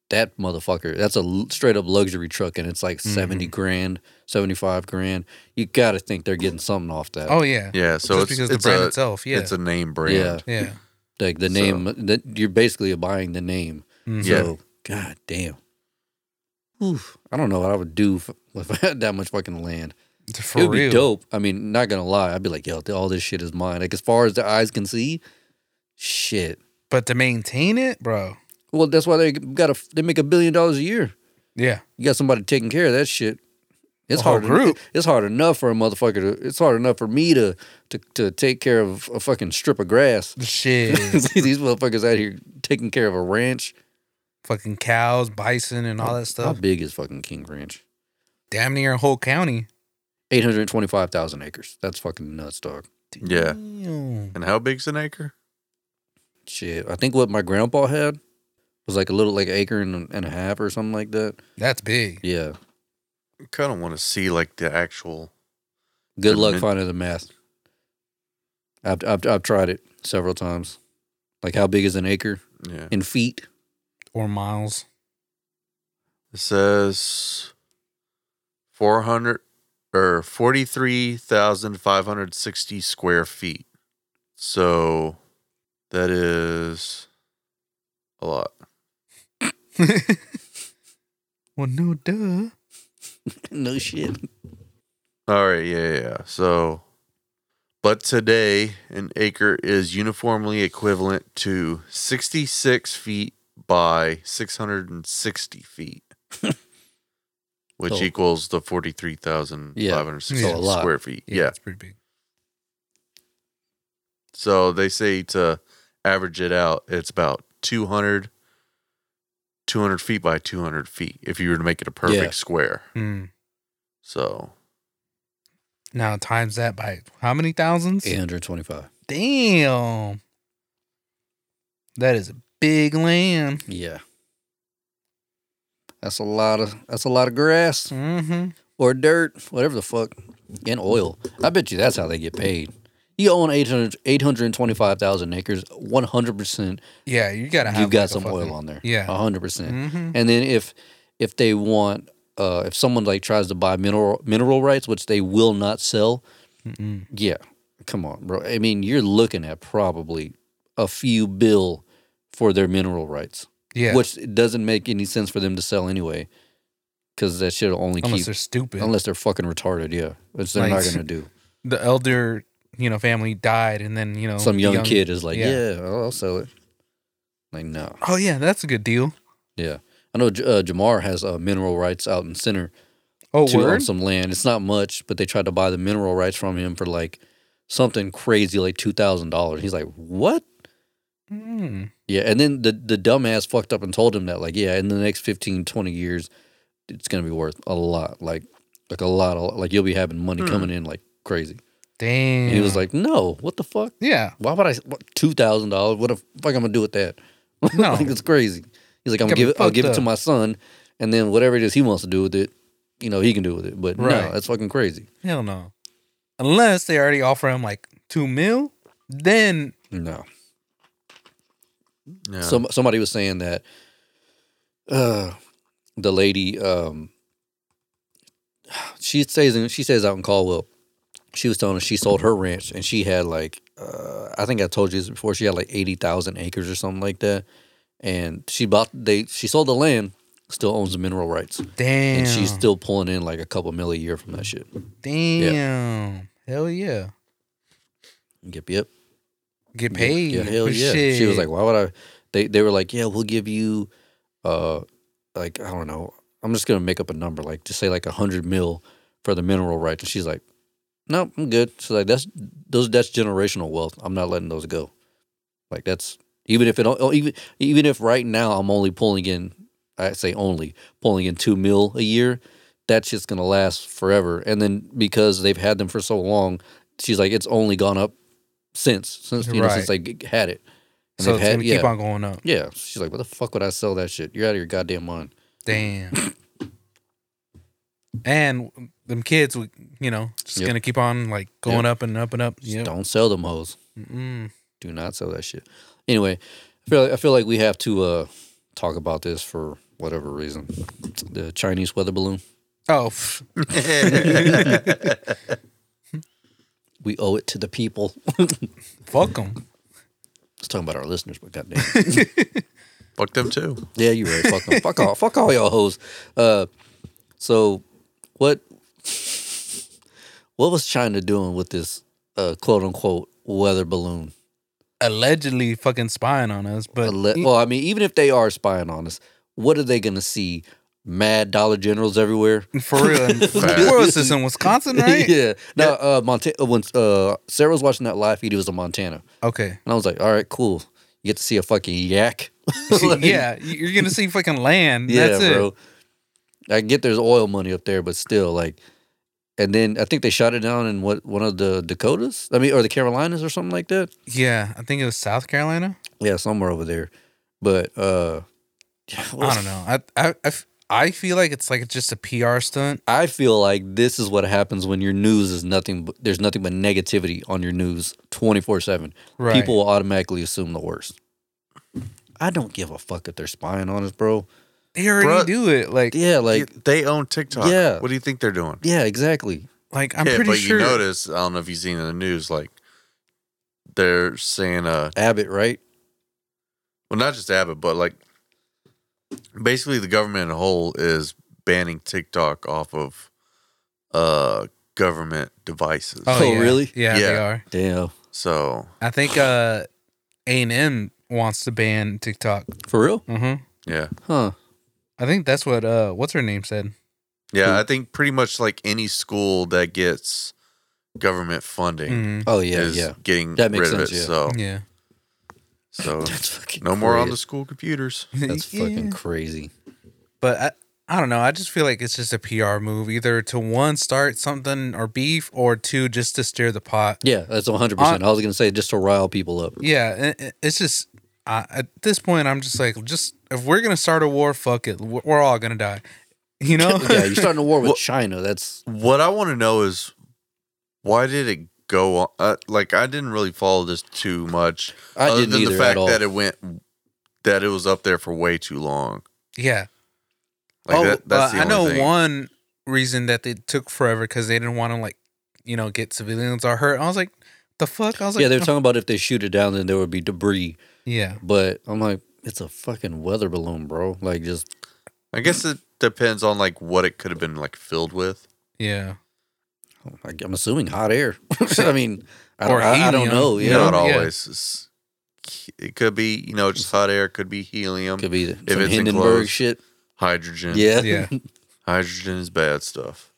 that motherfucker. That's a l- straight up luxury truck and it's like 70 grand, 75 grand. You got to think they're getting something off that.
Oh yeah,
Yeah. So
Just
it's
because
it's
the brand
a,
itself, yeah,
It's a name brand.
Yeah.
yeah.
Like the
So-
name that you're basically buying the name.
Mhm.
Mm-hmm. Yeah.
So, god damn. Oof. I don't know what I would do if, if I had that much fucking land.
for
it would
real.
be dope. I mean, not gonna lie, I'd be like, yo, all this shit is mine. Like as far as the eyes can see, shit.
But to maintain it, bro,
Well, that's why they got a they make a billion dollars a year.
yeah,
You got somebody taking care of that shit. It's
The whole
hard.
group.
It's hard enough for a motherfucker to. It's hard enough for me to to, to take care of a fucking strip of grass.
shit,
These motherfuckers out here taking care of a ranch.
fucking cows, bison, and all that
How
stuff.
big is fucking King Ranch?
Damn near a whole county.
825,000 acres. That's fucking nuts, dog.
Yeah.
Damn.
And how big's an acre?
Shit. I think what my grandpa had was like a little, like acre and, and a half or something like that.
that's big.
Yeah.
Kind of want to see like the actual.
Good
Good
luck
min-
finding the math. I've, I've, I've tried it several times. Like, how big is an acre
Yeah.
in feet?
Or miles.
It says four hundred or forty three thousand five hundred sixty square feet. So that is a lot.
well, no, duh.
no shit.
All right, yeah, yeah, yeah. So, but today an acre is uniformly equivalent to 66 feet by 660 feet, which
So-
equals the 43,560
Yeah. So a
lot.
square feet. Yeah.
it's pretty big.
So they say to average it out, it's about 200, 200 feet by 200 feet if you were to make it a perfect
Yeah.
square.
Hmm.
So,
Now times that by how many thousands?
825.
Damn. That is a big land.
Yeah. That's a lot of that's a lot of grass
Mm-hmm.
or dirt, whatever the fuck, and oil. I bet you that's how they get paid. You own 800 825,000 acres, 100%.
Yeah, you gotta have.
You've got
like, a
some
fucking-
oil on there.
Yeah.
100%. percent
Mm-hmm.
And then if if they want uh if someone like tries to buy mineral mineral rights, which they will not sell,
Mm-mm.
yeah. Come on, bro. I mean, you're looking at probably a few bill for their mineral rights,
Yeah.
which it doesn't make any sense for them to sell anyway cuz that shit'll only
unless
keep
they're stupid.
Unless they're fucking retarded, yeah. Which they're
Like-
not gonna do.
the elder, you know, family died, and then you know
Some
the
young, kid is like,
yeah.
yeah. I'll I'll sell it. Like, no.
Oh yeah, that's a good deal.
Yeah. I know J- uh, Jamar has uh, mineral rights out in center
Oh
to
word.
own some land. It's not much, but they tried to buy the mineral rights from him for like something crazy, like $2,000. He's like, what?
Mm.
Yeah. And then the, the dumbass fucked up and told him that, like, yeah, in the next 15, 20 years, it's going to be worth a lot. Like, like a lot. Of, like, you'll be having money
Hmm.
coming in like crazy.
Damn.
And he was like, no, what the fuck?
yeah,
Why would I two thousand dollars? What the fuck I'm gonna do with that?
No.
like, it's crazy. He's like, I'm gonna
Gotta Oh. be
give it. I'll
fucked
give it to
up.
my son, and then whatever it is he wants to do with it, you know, he can do with it. But
Right.
no, that's fucking crazy.
hell no. Unless they already offer him like two mil, then
No.
yeah.
Some somebody was saying that uh, the lady um, she stays in, she stays out in Caldwell. She was telling us she sold her ranch and she had like uh, I think I told you this before. She had like eighty thousand acres or something like that, and she bought they she sold the land. Still owns the mineral rights,
damn.
and she's still pulling in like a couple mil a year from that shit.
damn. Hell yeah.
Yep, yep.
Get
Yeah,
paid.
Yeah, hell yeah.
Shit.
She was like, why would I? They they were like, yeah, we'll give you, uh, like I don't know. I'm just gonna make up a number, like just say like a hundred mil for the mineral rights. And she's like, no, I'm good. She's like, that's those that's generational wealth. I'm not letting those go. Like that's even if it don't- oh, even even if right now I'm only pulling in, I say only pulling in two mil a year. That shit's gonna last forever. And then because they've had them for so long, she's like, it's only gone up since since you know since they g- had it. And
so
they've
it's
had
gonna
yeah
keep on going up.
yeah. She's like, what the fuck would I sell that shit? You're out of your goddamn mind.
Damn. and them kids, would, you know, just
Yep.
gonna keep on like going up and up and up.
Just
Yeah.
Don't sell them hoes.
Mm.
Do not sell that shit. Anyway, I feel like, I feel like we have to uh, talk about this for whatever reason. The Chinese weather balloon.
Oh, pff,
We owe it to the people.
fuck them.
Let's talk about our listeners, but goddamn.
Fuck them too.
Yeah, you're right. Fuck them. fuck all. Fuck all y'all hoes. Uh, so, what? What was China doing with this uh, quote unquote weather balloon?
Allegedly fucking spying on us, but
Alle- well, I mean, even if they are spying on us, what are they going to see? Mad Dollar Generals everywhere.
for real, and where was this in Wisconsin, right?
yeah. Now, uh, Monta- uh, when uh, Sarah was watching that live feed, it was in Montana,
Okay.
and I was like, "All right, cool. You get to see a fucking yak." Like,
yeah, you- you're gonna see fucking land.
Yeah,
That's it.
bro. I get there's oil money up there, but still, like, and then I think they shot it down in what one of the Dakotas, I mean, or the Carolinas or something like that.
Yeah, I think it was South Carolina.
Yeah, somewhere over there. But uh,
I don't know. I, I, I f- I feel like it's like just a PR stunt.
I feel like this is what happens when your news is nothing. But, there's nothing but negativity on your news twenty four seven.
Right.
People will automatically assume the worst. I don't give a fuck if they're spying on us, bro.
They already
Bruh.
do it. Like,
Yeah, like
they own TikTok.
Yeah.
What do you think they're doing?
yeah, exactly.
like I'm
yeah,
pretty
but
sure.
you notice, I don't know if you've seen in the news, like they're saying, uh,
Abbott, right?
well, not just Abbott, but like basically the government in a whole is banning TikTok off of uh government devices.
Oh,
yeah.
really?
Yeah, they
Yeah.
are.
Damn,
So
I think uh, A and M wants to ban TikTok.
for real?
hmm
yeah,
Huh?
I think that's what uh, what's her name said.
yeah, I think pretty much like any school that gets government funding
Mhm.
Oh yeah,
is
yeah.
getting
That makes
rid
sense,
of it.
yeah.
So,
Yeah,
so
That's fucking
no more on the
crazy.
school computers.
That's fucking crazy.
But I, I don't know. I just feel like it's just a PR move, either to one start something or beef, or two just to stir the pot.
Yeah, that's 100. percent I was gonna say just to rile people up.
Yeah, i- i- it's just I, at this point, I'm just like, just if we're gonna start a war, fuck it, we're, we're all gonna die. You know?
Yeah, you're starting a war with
Well-
China. That's
What I want to know is why did it go on? Uh, like I didn't really follow this too much,
I
other
didn't
than
either
the fact
at all.
that it went that it was up there for way too long.
yeah.
Like
oh,
that, that's
uh,
the
I
only
know
thing.
one reason that they took forever because they didn't want to like, you know, get civilians or hurt. I was like, the fuck. I was like,
yeah, they're
"Oh."
talking about if they shoot it down, then there would be debris.
yeah.
But I'm like, it's a fucking weather balloon, bro. Like just
I guess it depends on like what it could have been like filled with.
Yeah,
like, I'm assuming hot air. I mean, I don't,
Or
I, I don't
helium.
know.
You
Yeah,
Not
know, yeah.
always. It's- It could be you know just hot air. Could be helium,
could be some
it's
Hindenburg
enclosed.
shit.
hydrogen.
Yeah,
yeah,
hydrogen is bad stuff.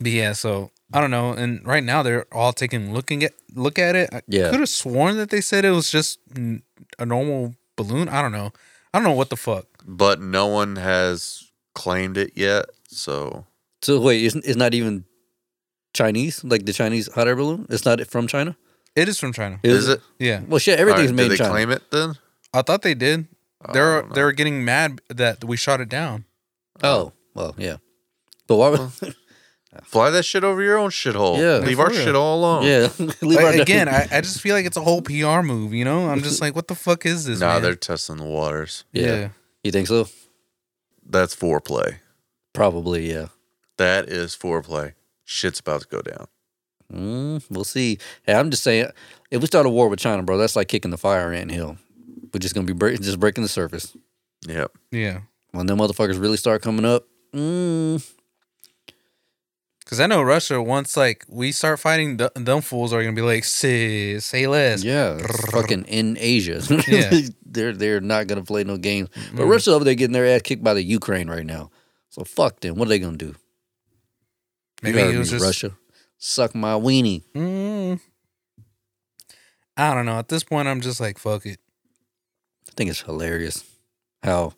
but yeah. So I don't know. And right now they're all taking looking at look at it. I
Yeah.
could have sworn that they said it was just n- a normal balloon. I don't know. I don't know what the fuck.
But no one has claimed it yet. So
So wait, isn't it's not even Chinese? Like the Chinese hot air balloon? It's not from China.
It is from China.
is it?
Yeah,
Well, shit, everything's
Alright,
made
did
in
they
China.
claim it then?
I thought they did.
I
They're
don't know.
they're getting mad that we shot it down.
Oh, well, yeah. But why? would
Fly that shit over your own shithole.
Yeah.
Leave
For
our
real.
shit all alone.
Yeah. Leave
Like,
our-
again, I, I just feel like it's a whole PR move. You know, I'm just like, what the fuck is this?
Nah,
man?
they're testing the waters.
yeah. You think so?
That's foreplay.
Probably, yeah.
That is foreplay. Shit's about to go down.
Mm, we'll see. Hey, I'm just saying, if we start a war with China, bro, that's like kicking the fire ant hill. We're just gonna be break, just breaking the surface.
Yep.
yeah.
When them motherfuckers really start coming up, mm,
Because I know Russia, once like we start fighting, th- them fools are gonna be like, say, say less.
Yeah, it's fucking in Asia.
Yeah. Mm.
they're they're not gonna play no games. But Russia over there getting their ass kicked by the Ukraine right now. So fuck them. What are they gonna do? You
Maybe
heard
it was
me,
just.
Russia. Suck my weenie.
Mm, I don't know. At this point, I'm just like, fuck it.
I think it's hilarious how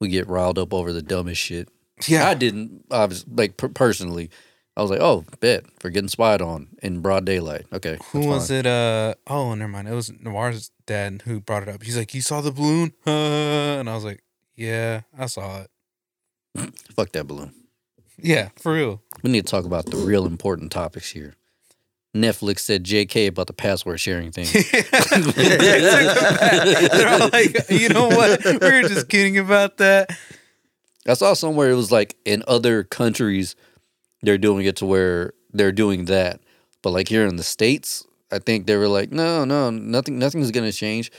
we get riled up over the dumbest shit. Yeah, I didn't. I was like per- personally, I was like, oh, bet for getting spied on in broad daylight. Okay,
Who was it? Uh oh, never mind. It was Noir's dad who brought it up. He's like, you saw the balloon, uh, and I was like, yeah, I saw it.
Fuck that balloon.
Yeah, for real.
We need to talk about the real important topics here. Netflix said JK about the password sharing thing.
They're all like, you know what? We were just kidding about that.
I saw somewhere it was like in other countries they're doing it to where they're doing that, but like here in the states, I think they were like, no, no, nothing, nothing's gonna change.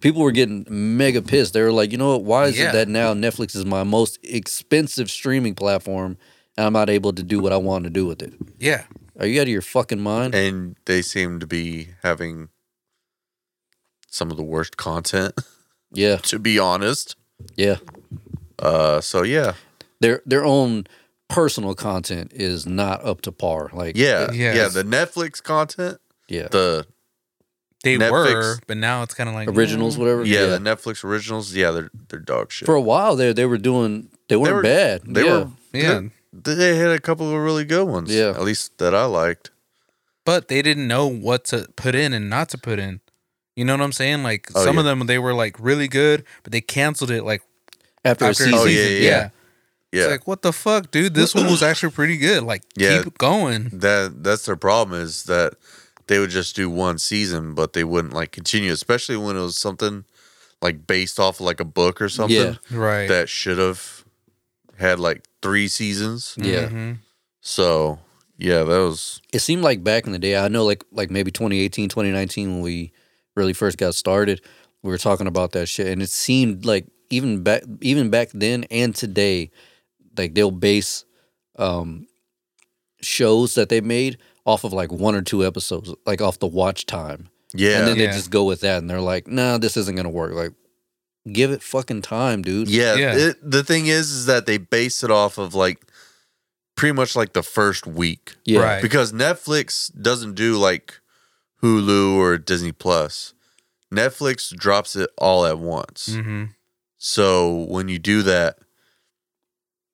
People were getting mega pissed. They were like, you know what? Why is
Yeah.
it that now Netflix is my most expensive streaming platform, and I'm not able to do what I want to do with it?
Yeah,
Are you out of your fucking mind?
And they seem to be having some of the worst content,
Yeah,
to be honest.
yeah.
Uh, so yeah,
Their their own personal content is not up to par. Like,
yeah,
Yes.
yeah. The Netflix content,
yeah.
the
they
Netflix.
were, but now it's kind of like
Originals,
mm,
whatever.
yeah, the Netflix originals, yeah, they're they're dog shit.
For a while there, they were doing. They weren't
were-
bad.
they
yeah.
were
mm, Yeah,
they, they had a couple of really good ones.
Yeah.
at least that I liked.
but they didn't know what to put in and not to put in. You know what I'm saying? Like
Oh,
some of
yeah.
them, they were like really good, but they canceled it like
after,
after
a season.
Oh, yeah,
yeah.
yeah. Yeah,
It's like what the fuck, dude? This one was actually pretty good. Like
Yeah.
keep going.
that that's their problem is that they would just do one season, but they wouldn't like continue, especially when it was something like based off like a book or something
Yeah.
Right.
that should have had like three seasons.
Yeah.
Mhm.
So yeah, that was
It seemed like back in the day, I know like like maybe 2018, 2019 when we really first got started, we were talking about that shit and it seemed like even back even back then and today like they'll base um shows that they made off of like one or two episodes, like off the watch time.
yeah,
And then
Yeah.
they just go with that and they're like, "Nah, this isn't going to work." Like give it fucking time, dude.
yeah.
Yeah.
It, the thing is, is that they base it off of like pretty much like the first week
Yeah.
Right.
because Netflix doesn't do like Hulu or Disney Plus. Netflix drops it all at once.
Mhm.
So when you do that,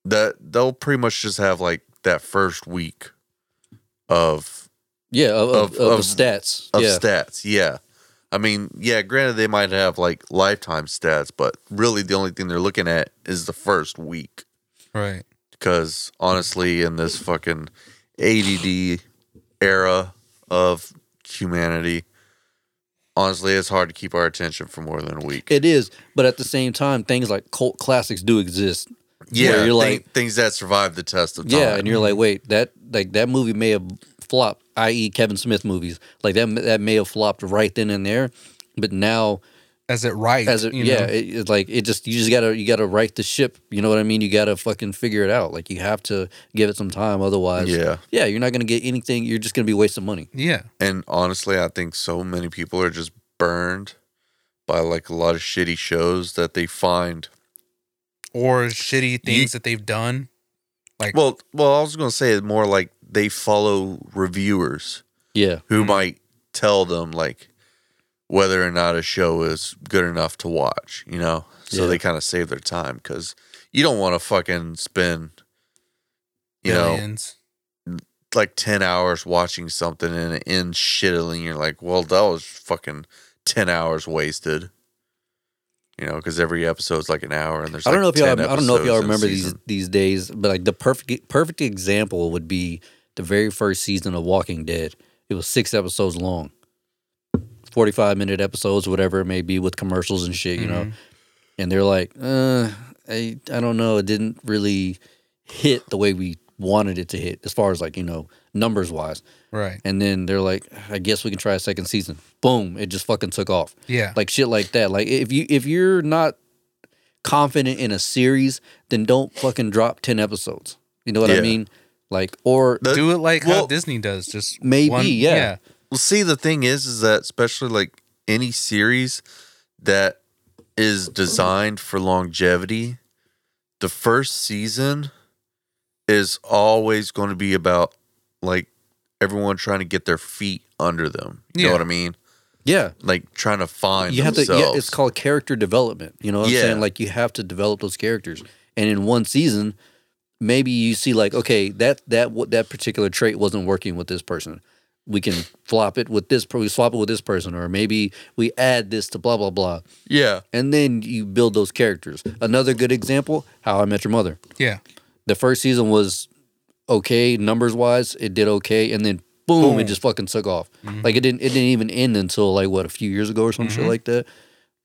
that they'll pretty much just have like that first week of
Yeah, of, of,
Of-
of
of-
stats.
of
yeah.
stats. Yeah. I mean, yeah, granted they might have like lifetime stats, but really the only thing they're looking at is the first week.
Right.
Cause honestly, in this fucking ADD era of humanity, honestly, it's hard to keep our attention for more than a week.
It is, but at the same time, things like cult classics do exist.
yeah. Oh,
where you're
thi-
like-
things that survive the test of time.
Yeah, and you're like, wait, that like that movie may have flopped, i.e., Kevin Smith movies, like that that may have flopped right then and there, but now
As it right.
as it,
you
yeah,
know?
it, it's like it just you just gotta you gotta right the ship. You know what I mean? You gotta fucking figure it out. Like you have to give it some time, otherwise,
Yeah.
yeah, you're not gonna get anything. You're just gonna be wasting money.
yeah.
And honestly, I think so many people are just burned by like a lot of shitty shows that they find.
Or shitty things that they've done. Like
Well, well, I was gonna say it more like they follow reviewers
Yeah,
who might tell them like whether or not a show is good enough to watch. You know, so
Yeah.
they kind of save their time because you don't want to fucking spend, you know,
billions.
like 10 hours watching something and it ends shittily and you're like well that was fucking 10 hours wasted you know because every episode's like an hour and there's
I don't know
like
if y'all.
10
I don't know if y'all
episodes in a
remember these
season.
these days, but like the perfect perfect example would be the very first season of Walking Dead. It was six episodes long, forty five minute episodes, whatever it may be, with commercials and shit. You know,
Mm-hmm.
and they're like, uh, I I don't know. It didn't really hit the way we wanted it to hit, as far as like you know numbers wise.
Right.
And then they're like, I guess we can try a second season. Boom! It just fucking took off
Yeah.
like shit like that. Like if you if you're not confident in a series, then don't fucking drop ten episodes. You know what I
Yeah.
mean? Like or
The-
Do it like how
Uh, well,
Disney does. Just
maybe,
one-
yeah.
Well, see, the thing is, is that especially like any series that is designed for longevity, the first season is always going to be about like everyone trying to get their feet under them. You
Yeah.
know what I mean?
yeah.
Like trying to find
You have to
themselves.
yeah, it's called character development. You know what
Yeah.
I'm saying? Like you have to develop those characters. And in one season, maybe you see like, okay, that that what that particular trait wasn't working with this person. We can flop it with this per- we swap it with this person, or maybe we add this to blah blah blah.
yeah.
And then you build those characters. Another good example, how I met your mother.
Yeah.
the first season was okay numbers wise it did okay and then boom, it just fucking took off like it didn't it didn't even end until like what a few years ago or some shit like that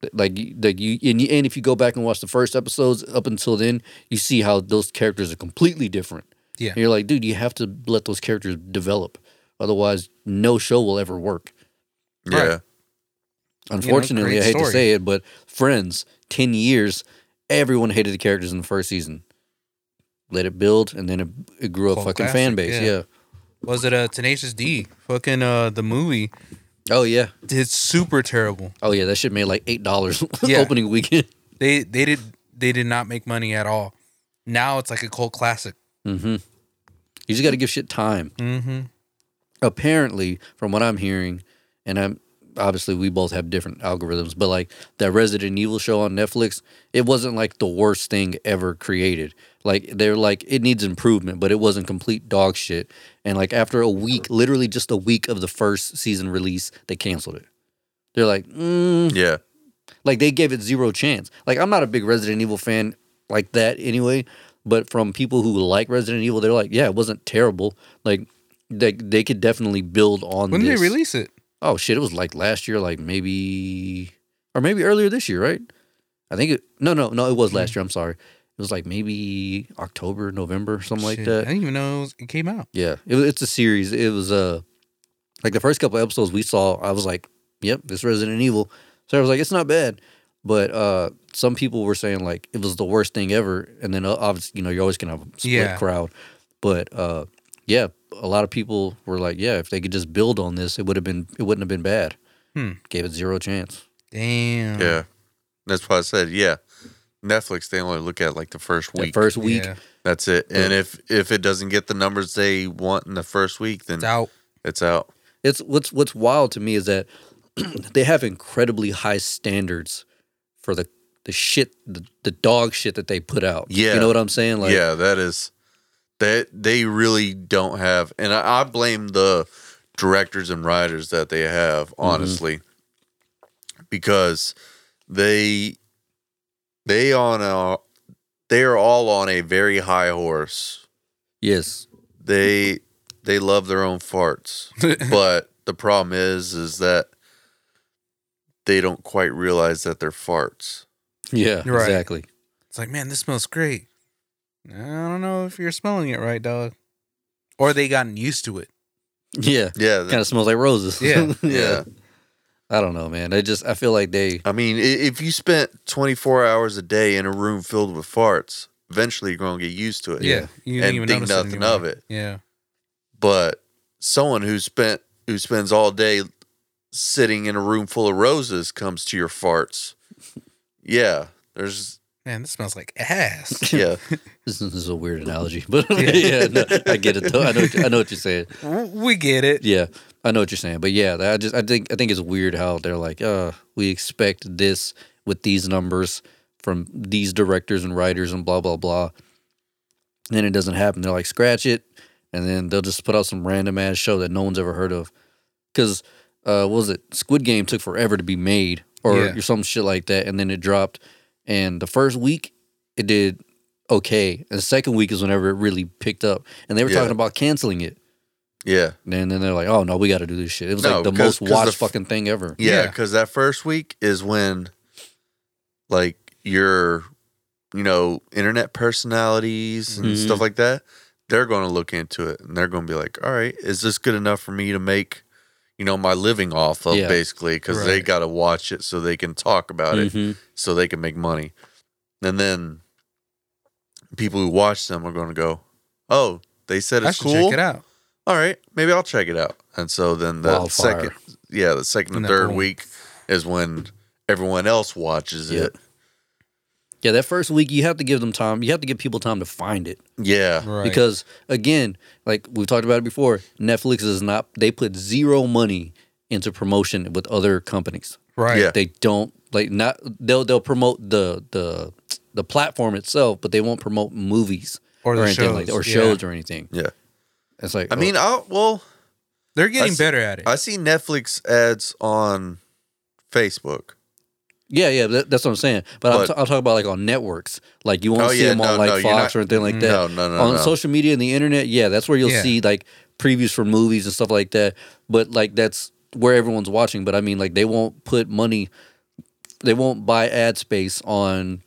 Th- like you- like you and, you- and if you go back and watch the first episodes up until then you see how those characters are completely different
Yeah.
and you're like dude you have to let those characters develop otherwise no show will ever work
Yeah.
Right.
unfortunately
great
i hate to
story.
say it but friends 10 years everyone hated the characters in the first season let it build and then it, it grew a
Cult
fucking
classic,
fan base
yeah.
yeah
Was it a Tenacious D? Fucking uh, the movie
Oh yeah.
did super terrible.
Oh yeah. That shit made like eight dollars
Yeah.
opening weekend.
They they did they did not make money at all. Now it's like a cult classic.
Mm-hmm. You just got to give shit time.
Mm-hmm.
Apparently, from what I'm hearing, and I'm obviously we both have different algorithms, but like that Resident Evil show on Netflix, it wasn't like the worst thing ever created. Like they're like it needs improvement, but it wasn't complete dog shit. And like after a week, literally just a week of the first season release, they canceled it. They're like, mm,
Yeah.
Like they gave it zero chance. Like I'm not a big Resident Evil fan like that anyway, but from people who like Resident Evil, they're like, yeah, it wasn't terrible. Like they they could definitely build on.
When did
this.
they release it?
Oh shit! It was like last year, like maybe or maybe earlier this year, right? I think it. No, no, no. It was last
Hmm.
year. I'm sorry. It was like maybe October, November, something like
Shit,
that.
I didn't even know it, was, it came out.
Yeah, it, was- it's a series. It was uh, like the first couple episodes we saw, I was like, "Yep, this Resident Evil." So I was like, "It's not bad," but uh, some people were saying like it was the worst thing ever. And then uh, obviously, you know, you're always gonna have a split
Yeah.
crowd. But uh, yeah, a lot of people were like, "Yeah, if they could just build on this, it would have been it wouldn't have been bad."
Hmm.
Gave it zero chance. Mm-hmm.
Damn.
Yeah. That's why I said, yeah. Netflix, they only look at like the first
That
week.
first week,
Yeah.
That's it. And if if it doesn't get the numbers they want in the first week, then
It's out.
It's out.
It's what's what's wild to me is that they have incredibly high standards for the the shit the, the dog shit that they put out.
Yeah.
You know what I'm saying? Like
yeah, that is that they really don't have and I, I blame the directors and writers that they have,
Mm-hmm.
honestly. Because they they on a they are all on a very high horse.
yes.
They they love their own farts. but the problem is is that they don't quite realize that they're farts.
Yeah.
You're right.
Exactly.
It's like, man, this smells great. I don't know if you're smelling it right, dog. Or they gotten used to it.
Yeah.
Yeah, that-
Kind of smells like roses.
Yeah.
yeah.
I don't know, man. I just I feel like they
I mean, i- if you spent 24 hours a day in a room filled with farts, eventually you're going to get used to it.
Yeah. You didn't
And
even
think
notice it
nothing
anymore.
of it.
Yeah.
But someone who spent who spends all day sitting in a room full of roses comes to your farts. Yeah, there's
Man, this smells like ass.
yeah.
this is, this is a weird analogy, but yeah, no, I get it though. I know what you- I know what you're saying.
we get it.
Yeah, I know what you're saying, but yeah, I just I think I think it's weird how they're like, uh, we expect this with these numbers from these directors and writers and blah blah blah. And then it doesn't happen. They're like, scratch it, and then they'll just put out some random ass show that no one's ever heard of. Because uh, what was it? Squid Game took forever to be made, or
Yeah.
or some shit like that, and then it dropped. And the first week, it did okay. And the second week is whenever it really picked up. And they were
Yeah.
talking about canceling it.
Yeah.
And then they're like, "Oh no, we got to do this shit." It was
No,
like the most
'cause- 'cause the
watched
f-
fucking thing ever.
Yeah,
Yeah.
because that first week is when, like, your, you know, internet personalities and
Mm-hmm.
stuff like that, they're going to look into it and they're going to be like, all right, is this good enough for me to make, you know, my living off of
Yeah.
basically? Because they
Right. Mm-hmm.
got to watch it so they can talk about it
Mhm.
so they can make money. And then people who watch them are going to go, oh, They said
I
it's
should
cool.
check it out.
All right, maybe I'll check it out. And so then the
Wildfire.
second, yeah, the second
And
and
that
third
boom.
week is when everyone else watches
Yeah.
it.
Yeah, that first week you have to give them time. You have to give people time to find it
Yeah,
Right.
because again, like we've talked about it before, Netflix is not. They put zero money into promotion with other companies.
right.
yeah.
They don't like not. They'll they'll promote the the the platform itself, but they won't promote movies
Or the
anything like that,
shows,
or
yeah.
shows or anything.
yeah.
It's like
I mean, I well,
They're
I
getting
s-
better at it.
I see Netflix ads on Facebook.
Yeah, yeah, that, that's what I'm saying. But, I'm,
But-
t- I'm talking about like on networks. Like you won't
Oh,
see
yeah,
them on
no,
like
no, you're
Fox
not-
or anything like that.
No, no, no,
on
no.
social media and the internet, yeah, that's where you'll
Yeah.
see like previews for movies and stuff like that. But like that's where everyone's watching. But I mean, like they won't put money, they won't buy ad space on,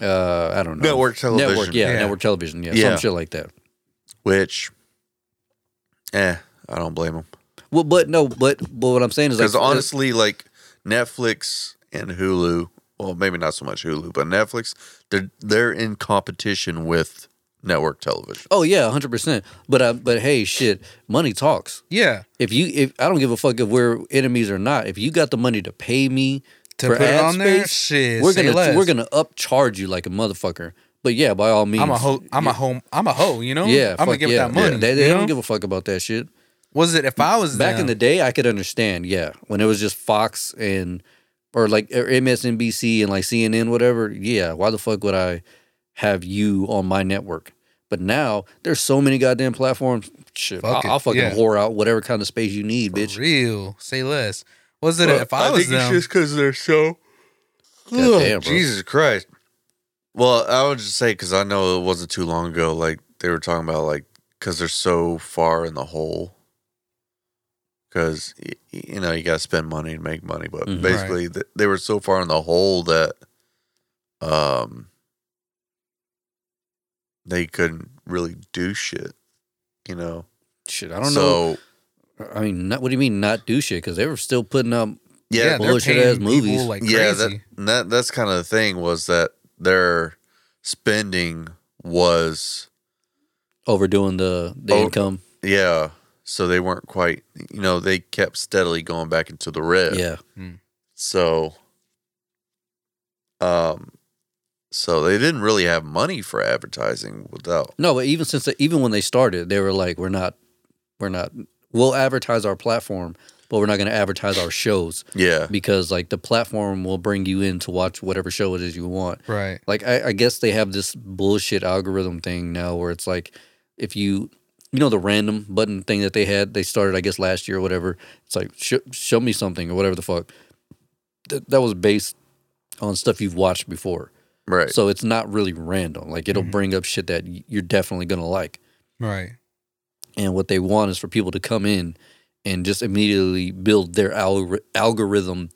uh, I don't know,
Network television.
network, yeah,
Yeah.
network television, yeah,
Yeah.
some shit like that.
Which, eh, I don't blame them
Well, but no, but but what I'm saying is like uh,
because honestly, like Netflix and Hulu. Well, maybe not so much Hulu, but Netflix. They're they're in competition with network television.
oh yeah, 100. percent But uh, but hey, shit, money talks.
yeah.
If you, if I don't give a fuck if we're enemies or not, if you got the money to pay me
To
for
put it
ad
on there,
space,
shit,
we're
say
gonna
less.
we're gonna upcharge you like a motherfucker. But yeah, by all means,
I'm a ho. I'm a home. I'm a hoe. You know.
Yeah,
I'm gonna
fuck
give it
yeah.
that money.
Yeah, They, they
you
don't
know?
give a fuck about that shit.
Was it if I was
Back in
them-
the day, I could understand. Yeah, when it was just Fox and or like or MSNBC and like CNN, whatever. Yeah, why the fuck would I have you on my network? But now there's so many goddamn platforms. Shit,
Fuck
I'll,
it,
I'll fucking
yeah.
whore out whatever kind of space you need,
For
bitch.
real, say less. Was it if I, was them?
because they're so.
Goddamn, bro.
Jesus Christ. Well, I would just say because I know it wasn't too long ago. Like they were talking about, like because they're so far in the hole. Because you know you gotta spend money to make money, but
Mm-hmm.
Mhm.
basically th- they were so far in the hole that, um, they couldn't really do shit. You know,
Shit, I don't
so,
know. I mean, not, what do you mean not do shit? Because they were still putting up.
yeah,
yeah, they're
bullshit
paying
ass
people
movies.
like
yeah, that,
crazy.
that that's kind of the thing was that their spending was
overdoing the the
Oh.
income.
yeah, so they weren't quite you know they kept steadily going back into the red.
Yeah,
So, um, so they didn't really have money for advertising without
no, but even since the, even when they started, they were like, "We're not, we're not. We'll advertise our platform, but we're not going to advertise our shows
yeah
because like the platform will bring you in to watch whatever show it is you want."
right.
Like I, I guess they have this bullshit algorithm thing now where it's like if you you know the random button thing that they had they started I guess last year or whatever. It's like sh- show me something or whatever the fuck. That that was based on stuff you've watched before.
right.
So it's not really random. Like it'll
Mhm.
bring up shit that y- you're definitely gonna like.
Right.
And what they want is for people to come in and just immediately build their algor- algorithm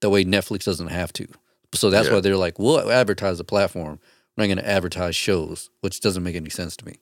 the way Netflix doesn't have to. So that's
Yeah.
why they're like, we'll advertise the platform. We're not gonna advertise shows, which doesn't make any sense to me.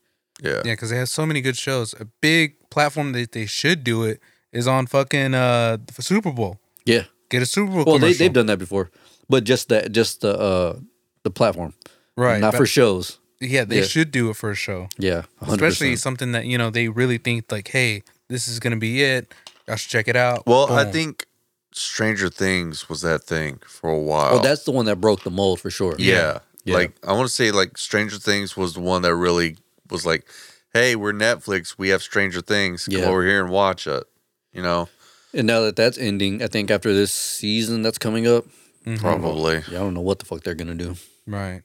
yeah.
Yeah, because they have so many good shows. A big platform that they should do it is on fucking uh the Super Bowl.
Yeah.
Get a Super
Well,
Bowl.
they,
commercial.
they've done that before, but just that, just the uh, the platform,
right.
Not
but-
for shows.
Yeah, they
yeah.
should do it for a show,
Yeah, 100%.
especially something that you know they really think like, hey, this is gonna be it. I should check it out.
Well, I
Boom.
think Stranger Things was that thing for a while.
Oh, that's the one that broke the mold for sure.
Yeah.
Yeah.
Like I want to say like Stranger Things was the one that really was like, "Hey, we're Netflix. We have Stranger Things. Come
Yeah.
over here and watch it." You know,
And now that that's ending, I think after this season that's coming up,
Mhm.
probably.
Yeah, I don't know what the fuck they're gonna do.
right.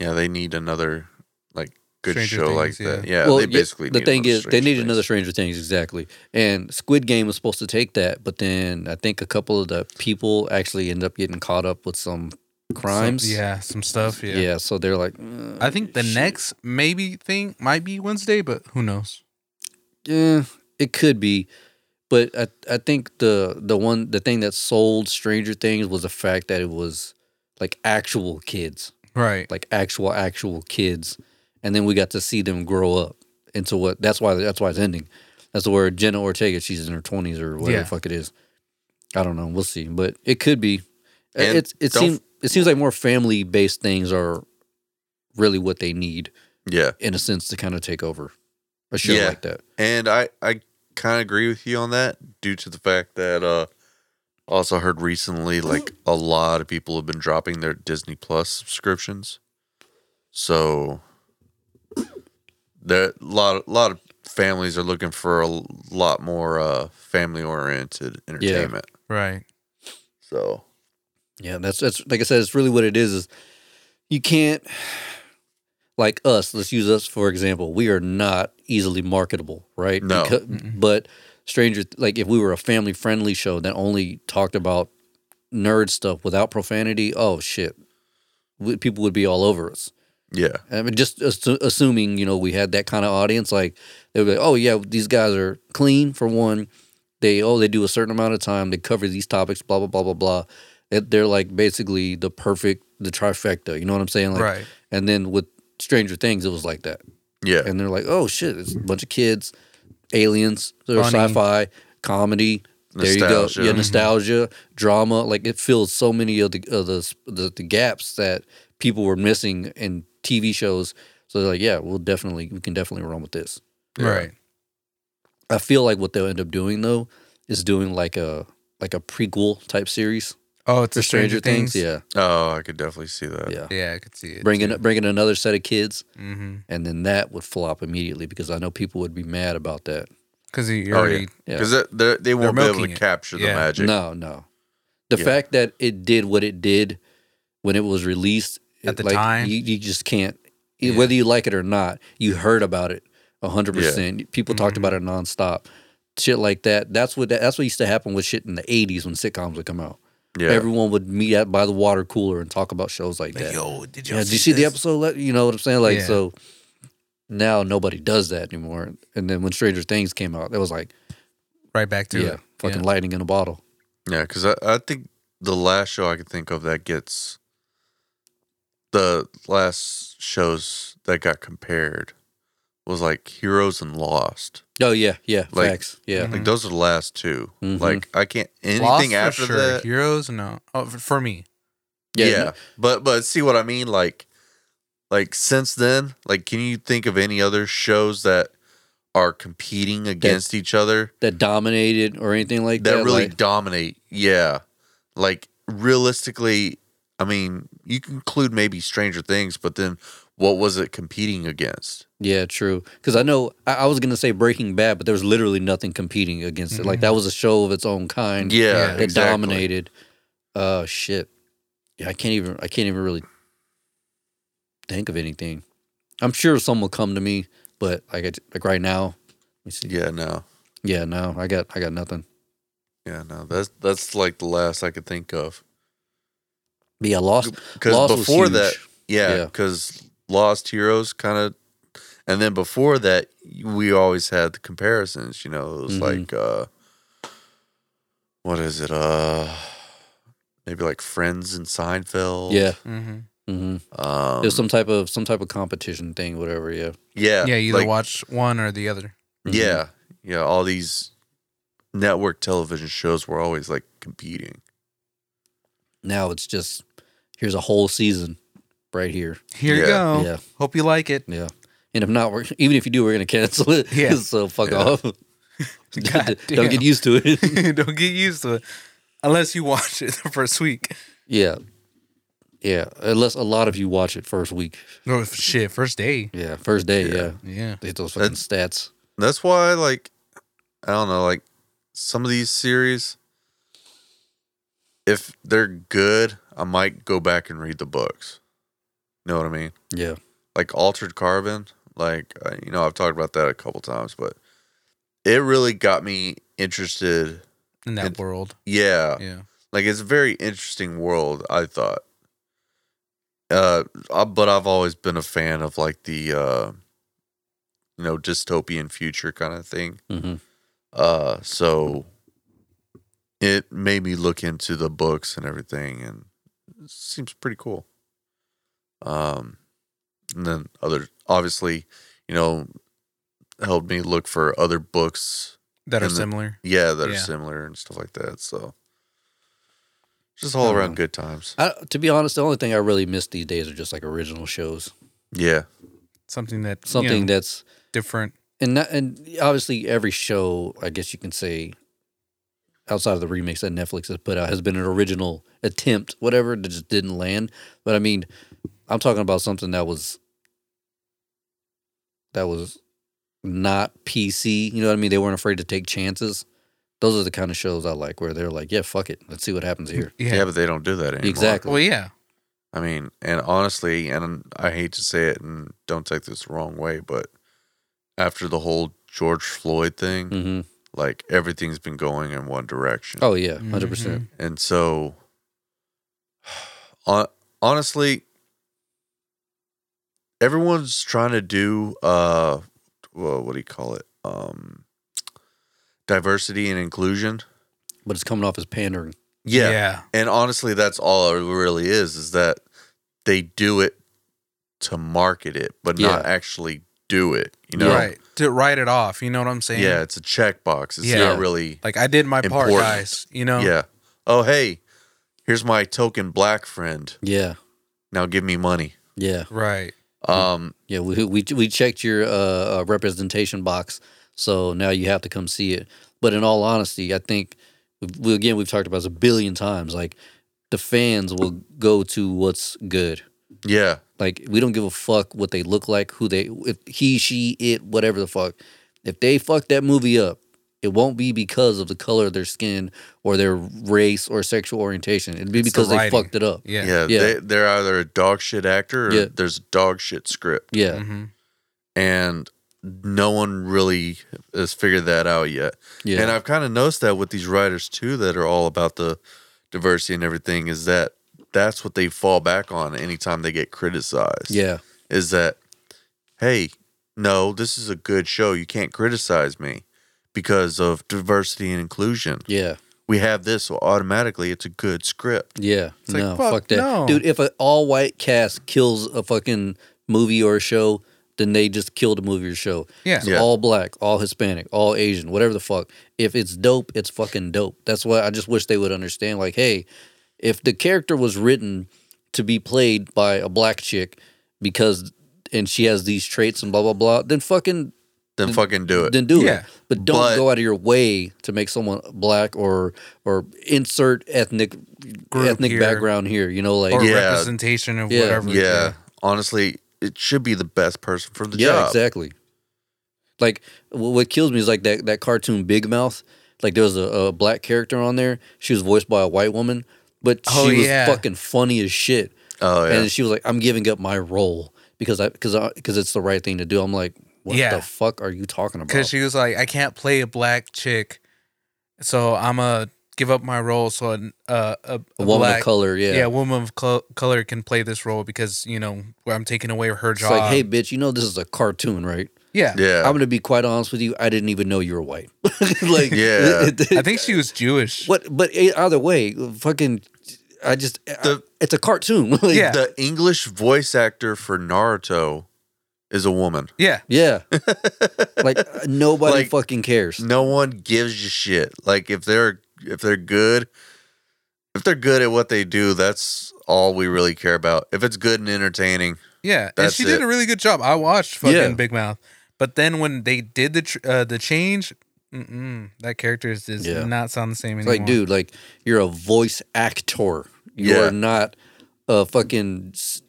Yeah, they need another like good
Stranger
show like
Things,
that.
yeah.
Yeah, they
yeah,
basically
the
need
thing
another
is they
Stranger
need
Things.
another Stranger Things exactly. And Squid Game was supposed to take that, but then I think a couple of the people actually ended up getting caught up with some crimes.
Some, yeah, some stuff. Yeah.
yeah. so they're like, uh,
I think the next maybe thing might be Wednesday, but who knows?
yeah, it could be, but I I think the the one the thing that sold Stranger Things was the fact that it was like actual kids.
Right.
like actual actual kids and then we got to see them grow up into what that's why that's why it's ending that's where jenna ortega she's in her 20s or whatever
Yeah.
the fuck it is i don't know we'll see but it could be Uh,
And
it's it
don't-
seems it seems like more family based things are really what they need
Yeah,
in a sense to kind of take over a show
Yeah.
like that.
And I, I kind of agree with you on that due to the fact that uh also heard recently like a lot of people have been dropping their Disney Plus subscriptions. So there a lot a lot of families are looking for a lot more uh family oriented entertainment.
Right.
So
Yeah, that's that's like I said, it's really what it is. Is you can't like us. Let's use us for example. We are not easily marketable, right?
No.
Mm-mm.
but Stranger, like if we were a family friendly show that only talked about nerd stuff without profanity, oh shit, we, people would be all over us.
yeah.
I mean, just assu- assuming you know we had that kind of audience, like they would be like, "Oh yeah, these guys are clean for one. They oh they do a certain amount of time. They cover these topics, blah blah blah blah blah. That they're like basically the perfect the trifecta. You know what I'm saying? Like,
right.
And then with Stranger Things, it was like that.
Yeah.
And they're like, "Oh shit, it's a bunch of kids, aliens, they're
Funny.
sci-fi, comedy." There
Nostalgia.
you go. Yeah,
Mhm.
nostalgia, drama. Like it fills so many of the of the, the the gaps that people were missing in TV shows. So they're like, yeah, we'll definitely we can definitely run with this.
Yeah.
Right.
I feel like what they'll end up doing though is doing like a like a prequel type series
Oh, it's
for
the
Stranger, Things. Yeah,
Oh, I could definitely see that.
yeah.
Yeah, I could see it.
Bringing bringing another set of kids,
mm-hmm.
and then that would flop immediately because I know people would be mad about that.
Because you
Oh,
already.
Yeah.
Because they they won't be able
milking
to
it.
capture the
Yeah.
magic.
No, no. The
Yeah.
fact that it did what it did when it was released
At
it-
the
like,
time.
you, you just can't. it-
Yeah.
Whether you like it or not, you heard about it a hundred percent. People talked
Mhm.
about it nonstop. Shit like that. That's what that's what used to happen with shit in the '80s when sitcoms would come out.
Yeah.
Everyone would meet at by the water cooler and talk about shows like that.
Yo, did
Yeah, did you see the episode? Let- You know what I'm saying? Like,
Yeah.
so now nobody does that anymore. And then when Stranger Things came out, that was like,
Right back to
yeah,
it.
fucking lightning in a bottle.
Yeah, because I, I think the last show I can think of that gets the last shows that got compared was like Heroes and Lost.
Oh yeah, yeah,
Like-
facts. Yeah,
Like those are the last 2
Mhm.
Like I can't anything
Mm-hmm. Lost for
after
sure.
that.
Heroes? No. Oh, for, for me.
Yeah,
no-
but but see what I mean? Like like since then, like can you think of any other shows that are competing against each other
that dominated or anything like that.
that really
like-
dominate. Yeah, like realistically, I mean, you can include maybe Stranger Things, but then what was it competing against?
yeah, true. Because I know I, I was gonna say Breaking Bad, but there was literally nothing competing against it. Like that was a show of its own kind.
Yeah,
that
exactly.
dominated. Uh, shit. Yeah, I can't even. I can't even really think of anything. I'm sure some will come to me, but like I, like right now, let me see.
Yeah, no,
yeah, no, I got I got nothing.
yeah, no. That's that's like the last I could think of.
But yeah, lost. Lost
Because
was
before that,
huge.
yeah,
Yeah.
because Lost Heroes kind of, and then before that, we always had the comparisons. You know, it was
Mhm.
like, uh what is it? Uh Maybe like Friends and Seinfeld.
Yeah.
Mm-hmm.
hmm
um,
There's some type of some type of competition thing, whatever. Yeah.
Yeah.
Yeah, either
like,
watch one or the other.
Mhm.
Yeah. Yeah. All these network television shows were always like competing.
Now it's just here's a whole season right here.
Here
Yeah.
you go.
Yeah.
Hope you like it.
Yeah. And if not, we're, even if you do, we're gonna cancel it.
Yeah.
so fuck
Yeah.
off.
God
Don't
damn.
get used to it.
Don't get used to it. Unless you watch it the first week.
yeah. Yeah. Unless a lot of you watch it first week.
No, f- shit, first day.
Yeah. Oh, First day. Yeah.
Yeah.
They hit those fucking
That's-
stats.
That's why, like, I don't know, like some of these series, if they're good, I might go back and read the books. You know what I mean?
Yeah.
Like Altered Carbon, like, I- you know, I've talked about that a couple times, but it really got me interested.
In that
It-
world.
uh,
Yeah.
Yeah.
like it's a very interesting world i thought uh I- but i've always been a fan of like the uh you know dystopian future kind of thing
hmm
uh so it made me look into the books and everything and it seems pretty cool um and then other obviously you know helped me look for other books
That are
And the-
similar.
yeah, that are
Yeah.
similar and stuff like that. So just all
I don't
around
know.
good times.
I, to be honest, the only thing I really miss these days are just like original shows.
Yeah.
Something that
Something
you know,
that's
different.
and not, and obviously every show, I guess you can say, outside of the remakes that Netflix has put out, has been an original attempt, whatever that just didn't land. But I mean, I'm talking about something that was that was not PC. You know what I mean? They weren't afraid to take chances. Those are the kind of shows I like, where they're like, "Yeah, fuck it, let's see what happens here."
Yeah. but they don't do that anymore.
Exactly.
Well, yeah.
I mean, and honestly, and I hate to say it, and don't take this the wrong way, but after the whole George Floyd thing,
hmm
like everything's been going in one direction.
Oh yeah,
Mm-hmm.
100 percent.
And so, hon- honestly, everyone's trying to do uh, well, what do you call it? Um, diversity and inclusion.
But it's coming off as pandering.
Yeah.
Yeah.
And honestly, that's all it really is: is that they do it to market it, but not
Yeah.
actually do it. You know?
Right. To write it off. You know what I'm saying?
Yeah, it's a checkbox. It's
Yeah.
not really.
Like I did my
Important.
part, guys. You know?
Yeah. Oh, hey, here's my token black friend.
Yeah,
Now give me money.
yeah,
Right.
Um,
yeah. We we we checked your uh, uh, representation box, so now you have to come see it. But in all honesty, I think we again we've talked about this a billion times. Like the fans will go to what's good.
yeah.
Like we don't give a fuck what they look like, who they, if he, she, it, whatever the fuck. If they fuck that movie up, it won't be because of the color of their skin or their race or sexual orientation. It'd be
It's the
because they
writing.
fucked it up.
Yeah.
Yeah,
Yeah.
They, they're either a dog shit actor or
Yeah.
there's a dog shit script.
Yeah,
hmm
And no one really has figured that out yet.
Mm-hmm.
yeah,
And I've kind of noticed that with these writers too that are all about the diversity and everything is that that's what they fall back on anytime they get criticized.
yeah,
Is that, hey, no, this is a good show. You can't criticize me because of diversity and inclusion.
yeah.
We have this, so automatically it's a good script.
Yeah,
like,
no,
fuck
fuck, that,
no.
dude. If an all white cast kills a fucking movie or a show, then they just killed a movie or show.
Yeah.
It's
Yeah.
all black, all Hispanic, all Asian, whatever the fuck. If it's dope, it's fucking dope. That's why I just wish they would understand. Like, hey, if the character was written to be played by a black chick because and she has these traits and blah blah blah, then fucking
Then fucking do it.
then do
Yeah.
it. But don't
But-
go out of your way to make someone black or or insert ethnic
Group
ethnic
here.
background here. You know, like
Or
Yeah.
representation of
Yeah.
whatever.
Yeah. Honestly, it should be the best person for the
yeah,
job.
exactly. Like wh- what kills me is like that that cartoon Big Mouth. Like there was a, a black character on there. She was voiced by a white woman, but
Oh,
she was
yeah.
fucking funny as shit.
Oh yeah.
And she was like, "I'm giving up my role because I because because it's the right thing to do." I'm like, "What
Yeah.
the fuck are you talking about?"
Because she was like, I can't play a black chick, so I'm going to give up my role so an, uh, a, a,
a woman
black,
of color, yeah.
Yeah. a woman of col- color can play this role because, you know, I'm taking away her
it's
job.
like, hey, bitch, you know this is a cartoon, right?
yeah.
yeah.
I'm gonna be quite honest with you. I didn't even know you were white. like,
Yeah.
I think she was Jewish.
What? But e, either way, fucking, I just
The-
it's a cartoon. Like,
Yeah.
The English voice actor for Naruto is a woman.
Yeah.
Yeah. like nobody
Like-
fucking cares.
No one gives a shit. Like if they're if they're good, if they're good at what they do, that's all we really care about. If it's good and entertaining,
Yeah, and
That's
she did
it.
a really good job. I watched fucking
Yeah.
Big Mouth, but then when they did the tr- uh, the change, mm-mm, that character is- does
Yeah.
not sound the same
It's
anymore.
like, dude, like you're a voice actor. You
Yeah.
are not a fucking s-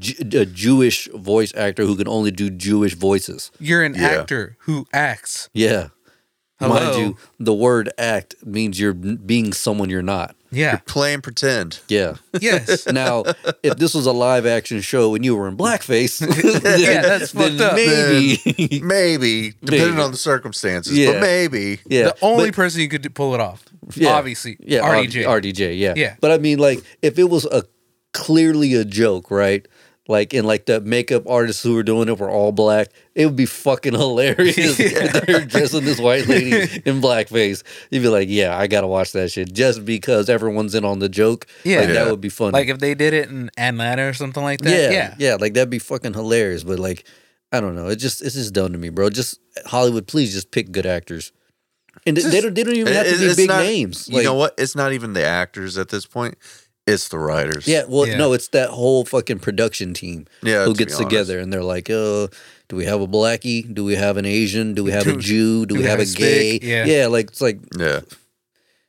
Ju- a Jewish voice actor who can only do Jewish voices.
you're an
Yeah.
actor who acts.
Yeah. Mind
Hello?
you, the word act means you're n- being someone you're not.
Yeah,
playing pretend.
Yeah.
yes,
Now, if this was a live action show and you were in blackface, then,
Yeah, that's
then
fucked up.
maybe.
Maybe, depending
Maybe.
on the circumstances,
Yeah.
but maybe.
yeah.
the only
but-
person who could do- pull it off, obviously, E
Yeah, R- E
RDJ.
RDJ, yeah.
Yeah.
But I mean, like, if it was a clearly a joke, right? Like, and like the makeup artists who were doing it were all black, it would be fucking hilarious if they're dressing this white lady in blackface. You'd be like, yeah, I gotta watch that shit just because everyone's in on the joke.
Yeah.
Like, that
Yeah.
would be funny.
Like if they did it in Atlanta or something like
yeah,
that.
yeah,
Yeah,
like that'd be fucking hilarious. But like, I don't know. It just it's just dumb to me, bro. Just Hollywood, please just pick good actors. And they don't they don't even have
It-
to be
it's
big
not-
names.
You know what? It's not even the actors at this point. It's the writers.
Yeah, well,
Yeah.
no, it's that whole fucking production team
Yeah.
who
to be
gets
honest.
together and they're like, "Uh, do we have a blackie? Do we have an Asian? Do we have a
Do-
Jew? Do, we have, a gay?
Hispanic? Yeah.
like it's like
Yeah.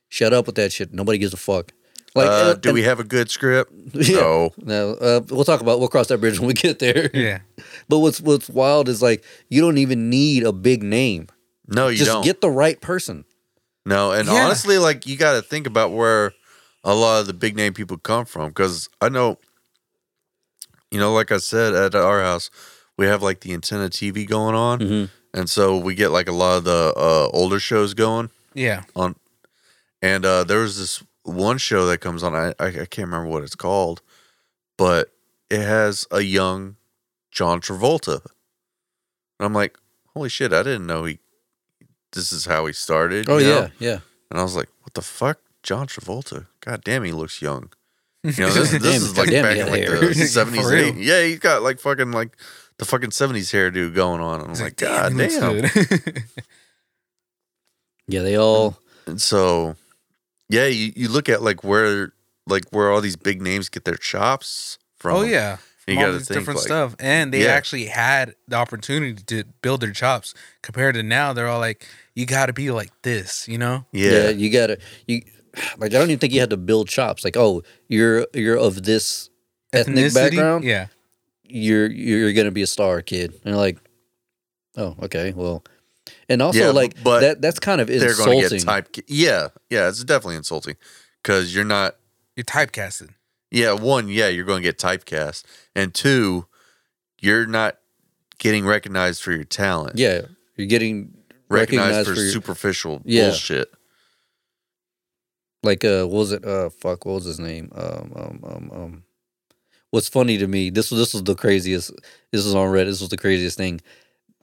shut up with that shit. Nobody gives a fuck. Like
uh,
uh,
do we have a good script?
Yeah.
No.
No, uh, we'll talk about we'll cross that bridge when we get there.
Yeah.
But what's what's wild is like you don't even need a big name.
No, you
Just
don't.
get the right person.
no, and
Yeah.
honestly, like you got to think about where a lot of the big name people come from because I know, you know, like I said at our house, we have like the antenna TV going on,
Mhm.
and so we get like a lot of the uh, older shows going.
Yeah.
Oh
on and uh there was this one show that comes on I, I i can't remember what it's called but it has a young john travolta and i'm like holy shit i didn't know he this is how he started
Oh
you know?
yeah, yeah.
and i was like what the fuck john travolta god damn he looks young you know this, this
Damn,
is like
goddamn,
back
he
in
got
like the
hair.
70s
For real.
and 80s. yeah he's got like fucking like the fucking 70s hairdo going on i'm
It's
like, god
he looks
damn
good.
Yeah, they all
And so, yeah, you, you look at like where like where all these big names get their chops from.
oh yeah.
You
All
gotta
these
think,
different
like-
stuff. And they
Yeah.
actually had the opportunity to build their chops compared to now they're all like, you gotta be like this, you know?
yeah.
yeah,
you gotta you like I don't even think you had to build chops. Like, oh, you're you're of this ethnic background,
Yeah.
you're you're gonna be a star kid. And you're like, Oh, okay, well and also
Yeah,
like
but
that that's kind of
they're
insulting.
gonna get type. Yeah, yeah, it's definitely insulting because you're not.
You're typecasted.
Yeah, one, yeah, you're going to get typecast, and two, you're not getting recognized for your talent.
yeah. You're getting
recognized,
recognized
for,
for your-
superficial
Yeah.
bullshit.
like uh what was it uh fuck what was his name um um um um what's funny to me this was this was the craziest this was on reddit this was the craziest thing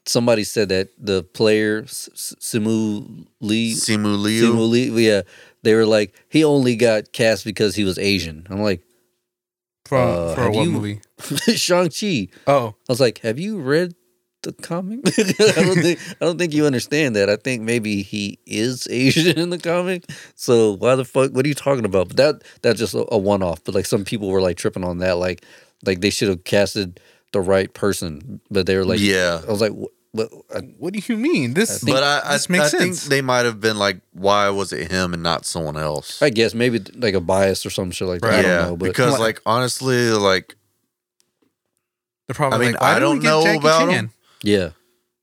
somebody said that the player S- S- simu lee
Simu Liu.
simu lee yeah they were like he only got cast because he was asian i'm like
For,
Uh,
for
have
what
you-
movie?
shang-chi
Oh,
i was like have you read the comic i don't think i don't think you understand that i think maybe he is asian in the comic so why the fuck what are you talking about but that that's just a, a one-off but like some people were like tripping on that like like they should have casted the right person but they were like
yeah,
i was like what, what I-
what do you mean? This
think
but I, I,
this makes
I think
sense.
they might have been like, why was it him and not someone else?
I guess maybe like a bias or some shit like that. I
Right.
don't
yeah,
know, but
because
Well-
like honestly, like
they're probably
I mean,
like, Why
I
didn't we
don't
get
know
Jackie
about 'em.
Chan?
yeah,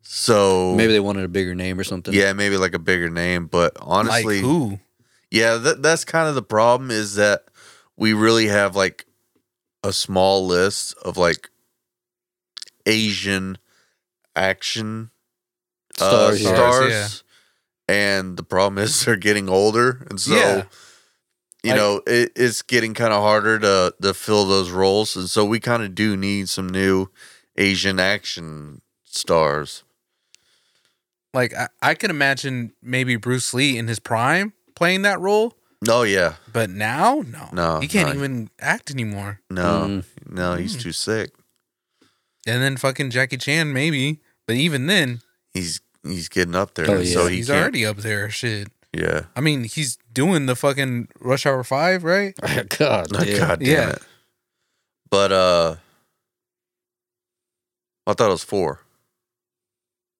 So
maybe they wanted a bigger name or something.
Oh. yeah, maybe like a bigger name, but honestly,
like who?
yeah, that that's kind of the problem is that we really have like a small list of like Asian action
Stars,
uh,
yeah.
stars,
yeah.
and the problem is they're getting older, and so
Yeah.
you
Like-
know it, it's getting kind of harder to to fill those roles, and so we kind of do need some new Asian action stars.
Like I, I could imagine maybe Bruce Lee in his prime playing that role,
Oh yeah,
but now no,
No,
he can't
no.
even act anymore.
no,
Mm.
no, he's too sick.
And then fucking Jackie Chan maybe, but even then,
he's he's getting up there,
Oh,
and
yeah.
so he
he's
can't-
already up there. Shit,
yeah.
I mean, he's doing the fucking Rush Hour Five, right?
God,
Oh,
yeah.
God damn
Yeah.
it! But uh, I thought it was four,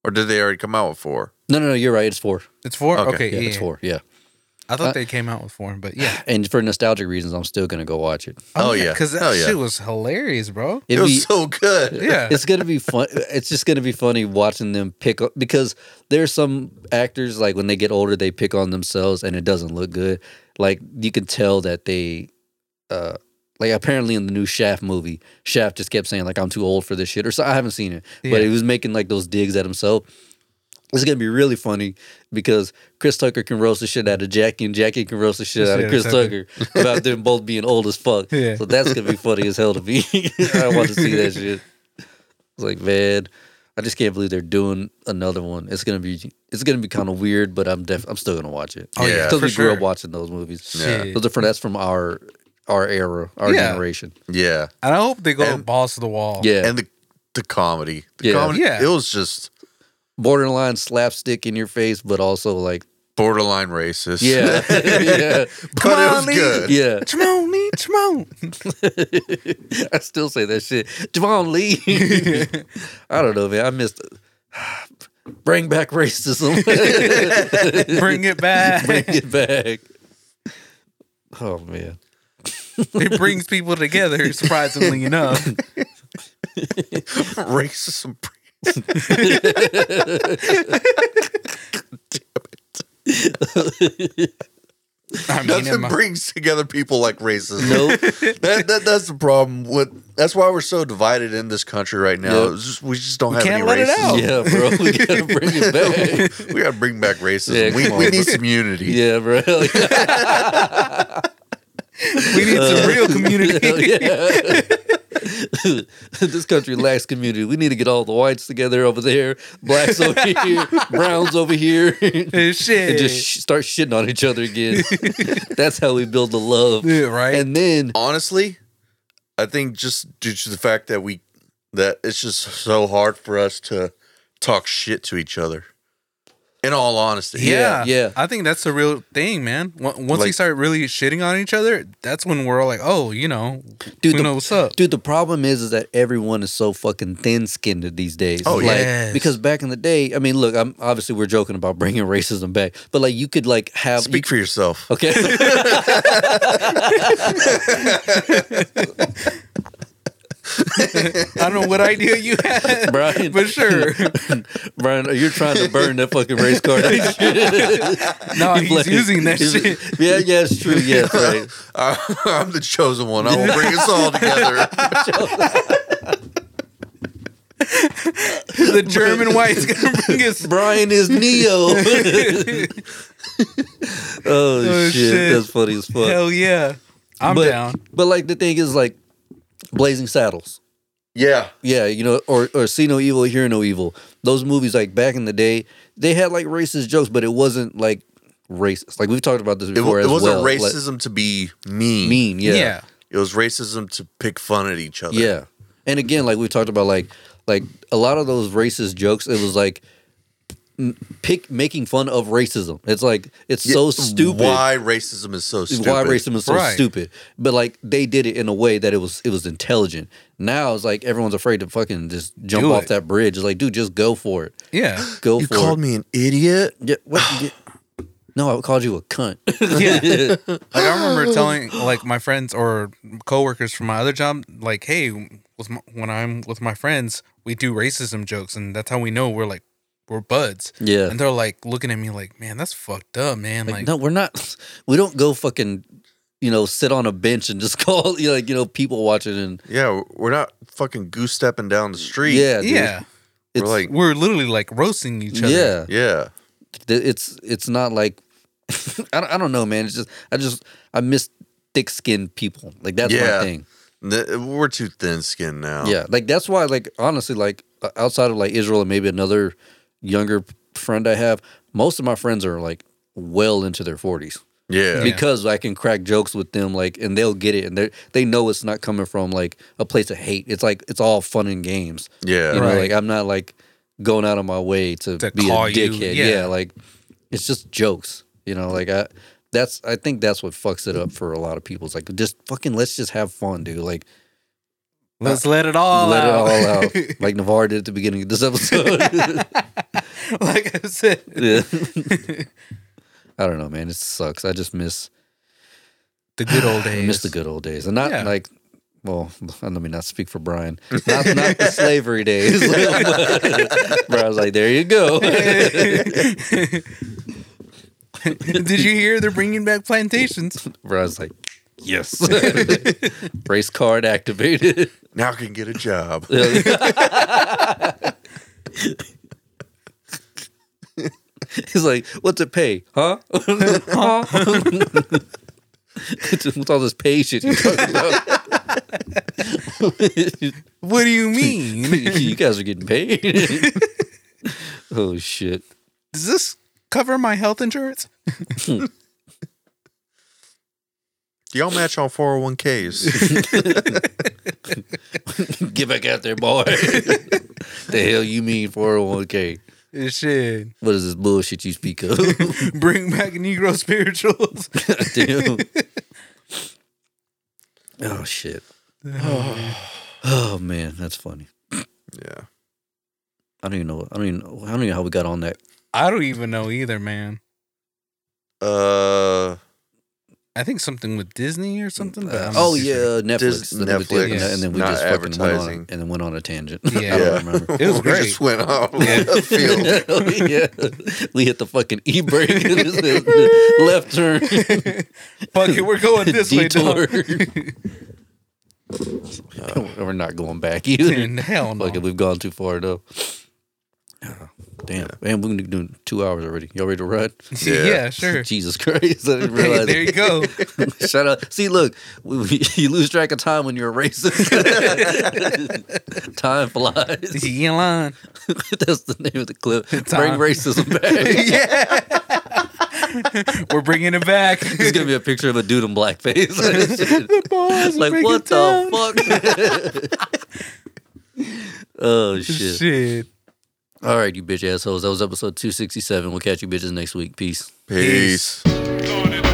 or did they already come out with four?
No, no, no, you're right. It's four.
It's four.
Okay,
Okay,
Yeah,
yeah,
it's four. Yeah,
I thought
Uh,
they came out with four, but yeah.
and for nostalgic reasons, I'm still gonna go watch it.
Oh, yeah.
because that
Oh, yeah.
shit was hilarious, bro.
It,
It'd
was
be-
so good.
Yeah,
it's gonna be fun. It's just gonna be funny watching them pick up because there's some actors like when they get older they pick on themselves and it doesn't look good. Like you can tell that they, uh, like apparently in the new Shaft movie, Shaft just kept saying like I'm too old for this shit or so. I haven't seen it, but
Yeah.
he was making like those digs at himself. It's gonna be really funny because Chris Tucker can roast the shit out of Jackie and Jackie can roast the shit out of Chris
Chris
Tucker
Tucker.
about them both being old as fuck.
Yeah.
So that's gonna be funny as hell to me. I want to see that shit. It's like, man, I just can't believe they're doing another one. It's gonna be it's gonna be kind of weird, but I'm def- I'm still gonna watch it.
Oh, yeah,
because
for
we grew up
sure.
watching those movies.
Yeah.
Shit.
Those are from that's from our our era, our
Yeah.
generation.
Yeah,
And I hope they go
And-
balls to the wall.
Yeah,
and the the comedy, the
Yeah.
comedy,
Yeah.
it was just
borderline slapstick in your face, but also like
borderline racist.
yeah, yeah,
but it was
Molly.
good.
yeah.
Jamal need Jamon.
I still say that shit. Javon Lee. I don't know, man. I missed. Bring back racism.
Bring it back.
Bring it back. Oh man.
it brings people together, surprisingly enough.
Racism.
I mean,
Nothing
am I-
brings together people like racism.
Nope.
that, that that's the problem. With that's why we're so divided in this country right now.
Yep.
It's just- we just don't have
can't
any
let it
racism.
out.
Yeah, bro. We gotta bring it back.
we gotta bring back racism.
Yeah,
we,
come
we
on.
need some unity.
Yeah, bro.
we need
uh,
some
Hell
real community.
yeah. this country lacks community. We need to get all the whites together over there, blacks over here, browns over here, and
Shit.
just sh- start shitting on each other again. That's how we build the love.
Yeah, right?
And then,
Honestly, I think just due to the fact that we that it's just so hard for us to talk shit to each other. In all honesty,
yeah,
yeah.
I think that's the real thing, man. On- Once we
Like-
start really shitting on each other, that's when we're all like, "Oh, you know,
dude,
we
the
know what's up."
Dude, the problem is, is that everyone is so fucking thin-skinned these days.
Oh,
like,
yes.
Because back in the day, I mean, look, I'm obviously we're joking about bringing racism back, but like you could like have you
Speak for yourself.
Okay.
I don't know what idea you had,
Brian.
but sure.
Brian, you're trying to burn that fucking race car.
No, he's using that shit.
Yeah, yeah, it's true. Yeah, that's right.
I'm the chosen one. I will bring us all together.
The German white's gonna bring us.
Brian is Neo. oh, shit.
Oh, shit.
that's funny as fuck.
Hell yeah, I'm
but,
down.
But like the thing is, like Blazing Saddles.
yeah,
Yeah, you know, or or see no evil, hear no evil. Those movies, like back in the day, they had like racist jokes, but it wasn't like racist. Like we've talked about this
it,
before.
wa- it
as
wasn't
well. Like,
racism to be mean.
mean,
Yeah.
yeah.
It was racism to pick fun at each other.
Yeah. And again, like we talked about, like like a lot of those racist jokes, it was like m- pick making fun of racism. It's like it's so stupid.
Why racism is so stupid.
Why racism is so
Right.
stupid? But like they did it in a way that it was it was intelligent. Now it's like everyone's afraid to fucking just jump
Do
off
it.
that bridge. It's like, dude, just go for it.
Yeah,
Go
You
for
called
it.
me an idiot.
Yeah, what? yeah. No, I called you a cunt.
yeah. like I remember telling like my friends or coworkers from my other job, like, "Hey, with my, when I'm with my friends, we do racism jokes, and that's how we know we're like we're buds."
Yeah.
and they're like looking at me like, "Man, that's fucked up, man." Like,
Like, no, we're not. We don't go fucking, you know, sit on a bench and just call you know, like you know people watching and
Yeah, we're not fucking goose stepping down the street.
yeah, dude.
yeah,
It's
we're like
we're literally like roasting each other.
yeah,
yeah.
Th- it's it's not like I, don't, I don't know, man. It's just I just I miss thick skinned people. Like that's
Yeah.
my thing.
Th- We're too thin skinned now.
Yeah, like that's why. Like honestly, like o- outside of like Israel and maybe another younger friend I have, most of my friends are like well into their forties.
yeah,
because I can crack jokes with them, like, and they'll get it, and they they know it's not coming from like a place of hate. It's like it's all fun and games,
yeah.
you know.
Right.
Like I'm not like going out of my way to,
To
be a
call you,
dickhead.
yeah.
Yeah. like it's just jokes, you know. Like I, that's I think that's what fucks it up for a lot of people. It's like just fucking let's just have fun, dude. Like
let's let it all
let
out.
it all out, like Navar did at the beginning of this episode.
like I said,
yeah. I don't know, man. It sucks. I just miss.
the good old
I
days.
miss the good old days, and not
Yeah.
like, well, let me not speak for Brian. Not, not the slavery days. Brian's like, there you go.
Did you hear they're bringing back plantations?
Brian's like, yes. Race card activated.
Now I can get a job.
He's like, what's it pay? Huh? Huh? What's all this pay shit you talking about?
What do you mean?
you guys are getting paid. oh shit.
Does this cover my health insurance?
Do y'all match on 401ks?
Get back out there, boy. the hell you mean 401k?
Eh, Shit.
What is this bullshit you speak of?
Bring back Negro spirituals.
Damn. Oh shit. Oh man, that's funny.
Yeah.
I don't even know. I don't even. Know, I don't even know how we got on that.
I don't even know either, man.
Uh,
I think something with Disney or something. But
Uh,
I'm not
oh
too
yeah,
sure.
Netflix.
Dis-
The new deal, and,
Netflix,
and then we
not
just fucking went on,
advertising.
and then went on a tangent.
Yeah.
I don't remember.
It was
we
great.
just went off
Yeah.
the field.
yeah, we hit the fucking e brake and it's the left turn.
Fuck it, we're going this way, dog.
We're not going back
Dude,
either.
hell no.
Fuck it, we've gone too far though. Ah, Damn, man, we're gonna do two hours already. Y'all ready to run?
yeah.
Yeah.
sure.
Jesus Christ, I didn't
Hey,
realize.
there you go.
Shut up. See, look, we, we, you lose track of time when you're a racist. time flies.
You ain't lying.
That's the name of the clip.
Time.
Bring racism back.
We're bringing it back.
There's gonna be a picture of a dude in blackface.
Boys,
like
bring
what
it down.
the fuck? oh shit.
Shit.
All right, you bitch assholes. That was episode 267. We'll catch you bitches next week. Peace.
Peace.
Going in the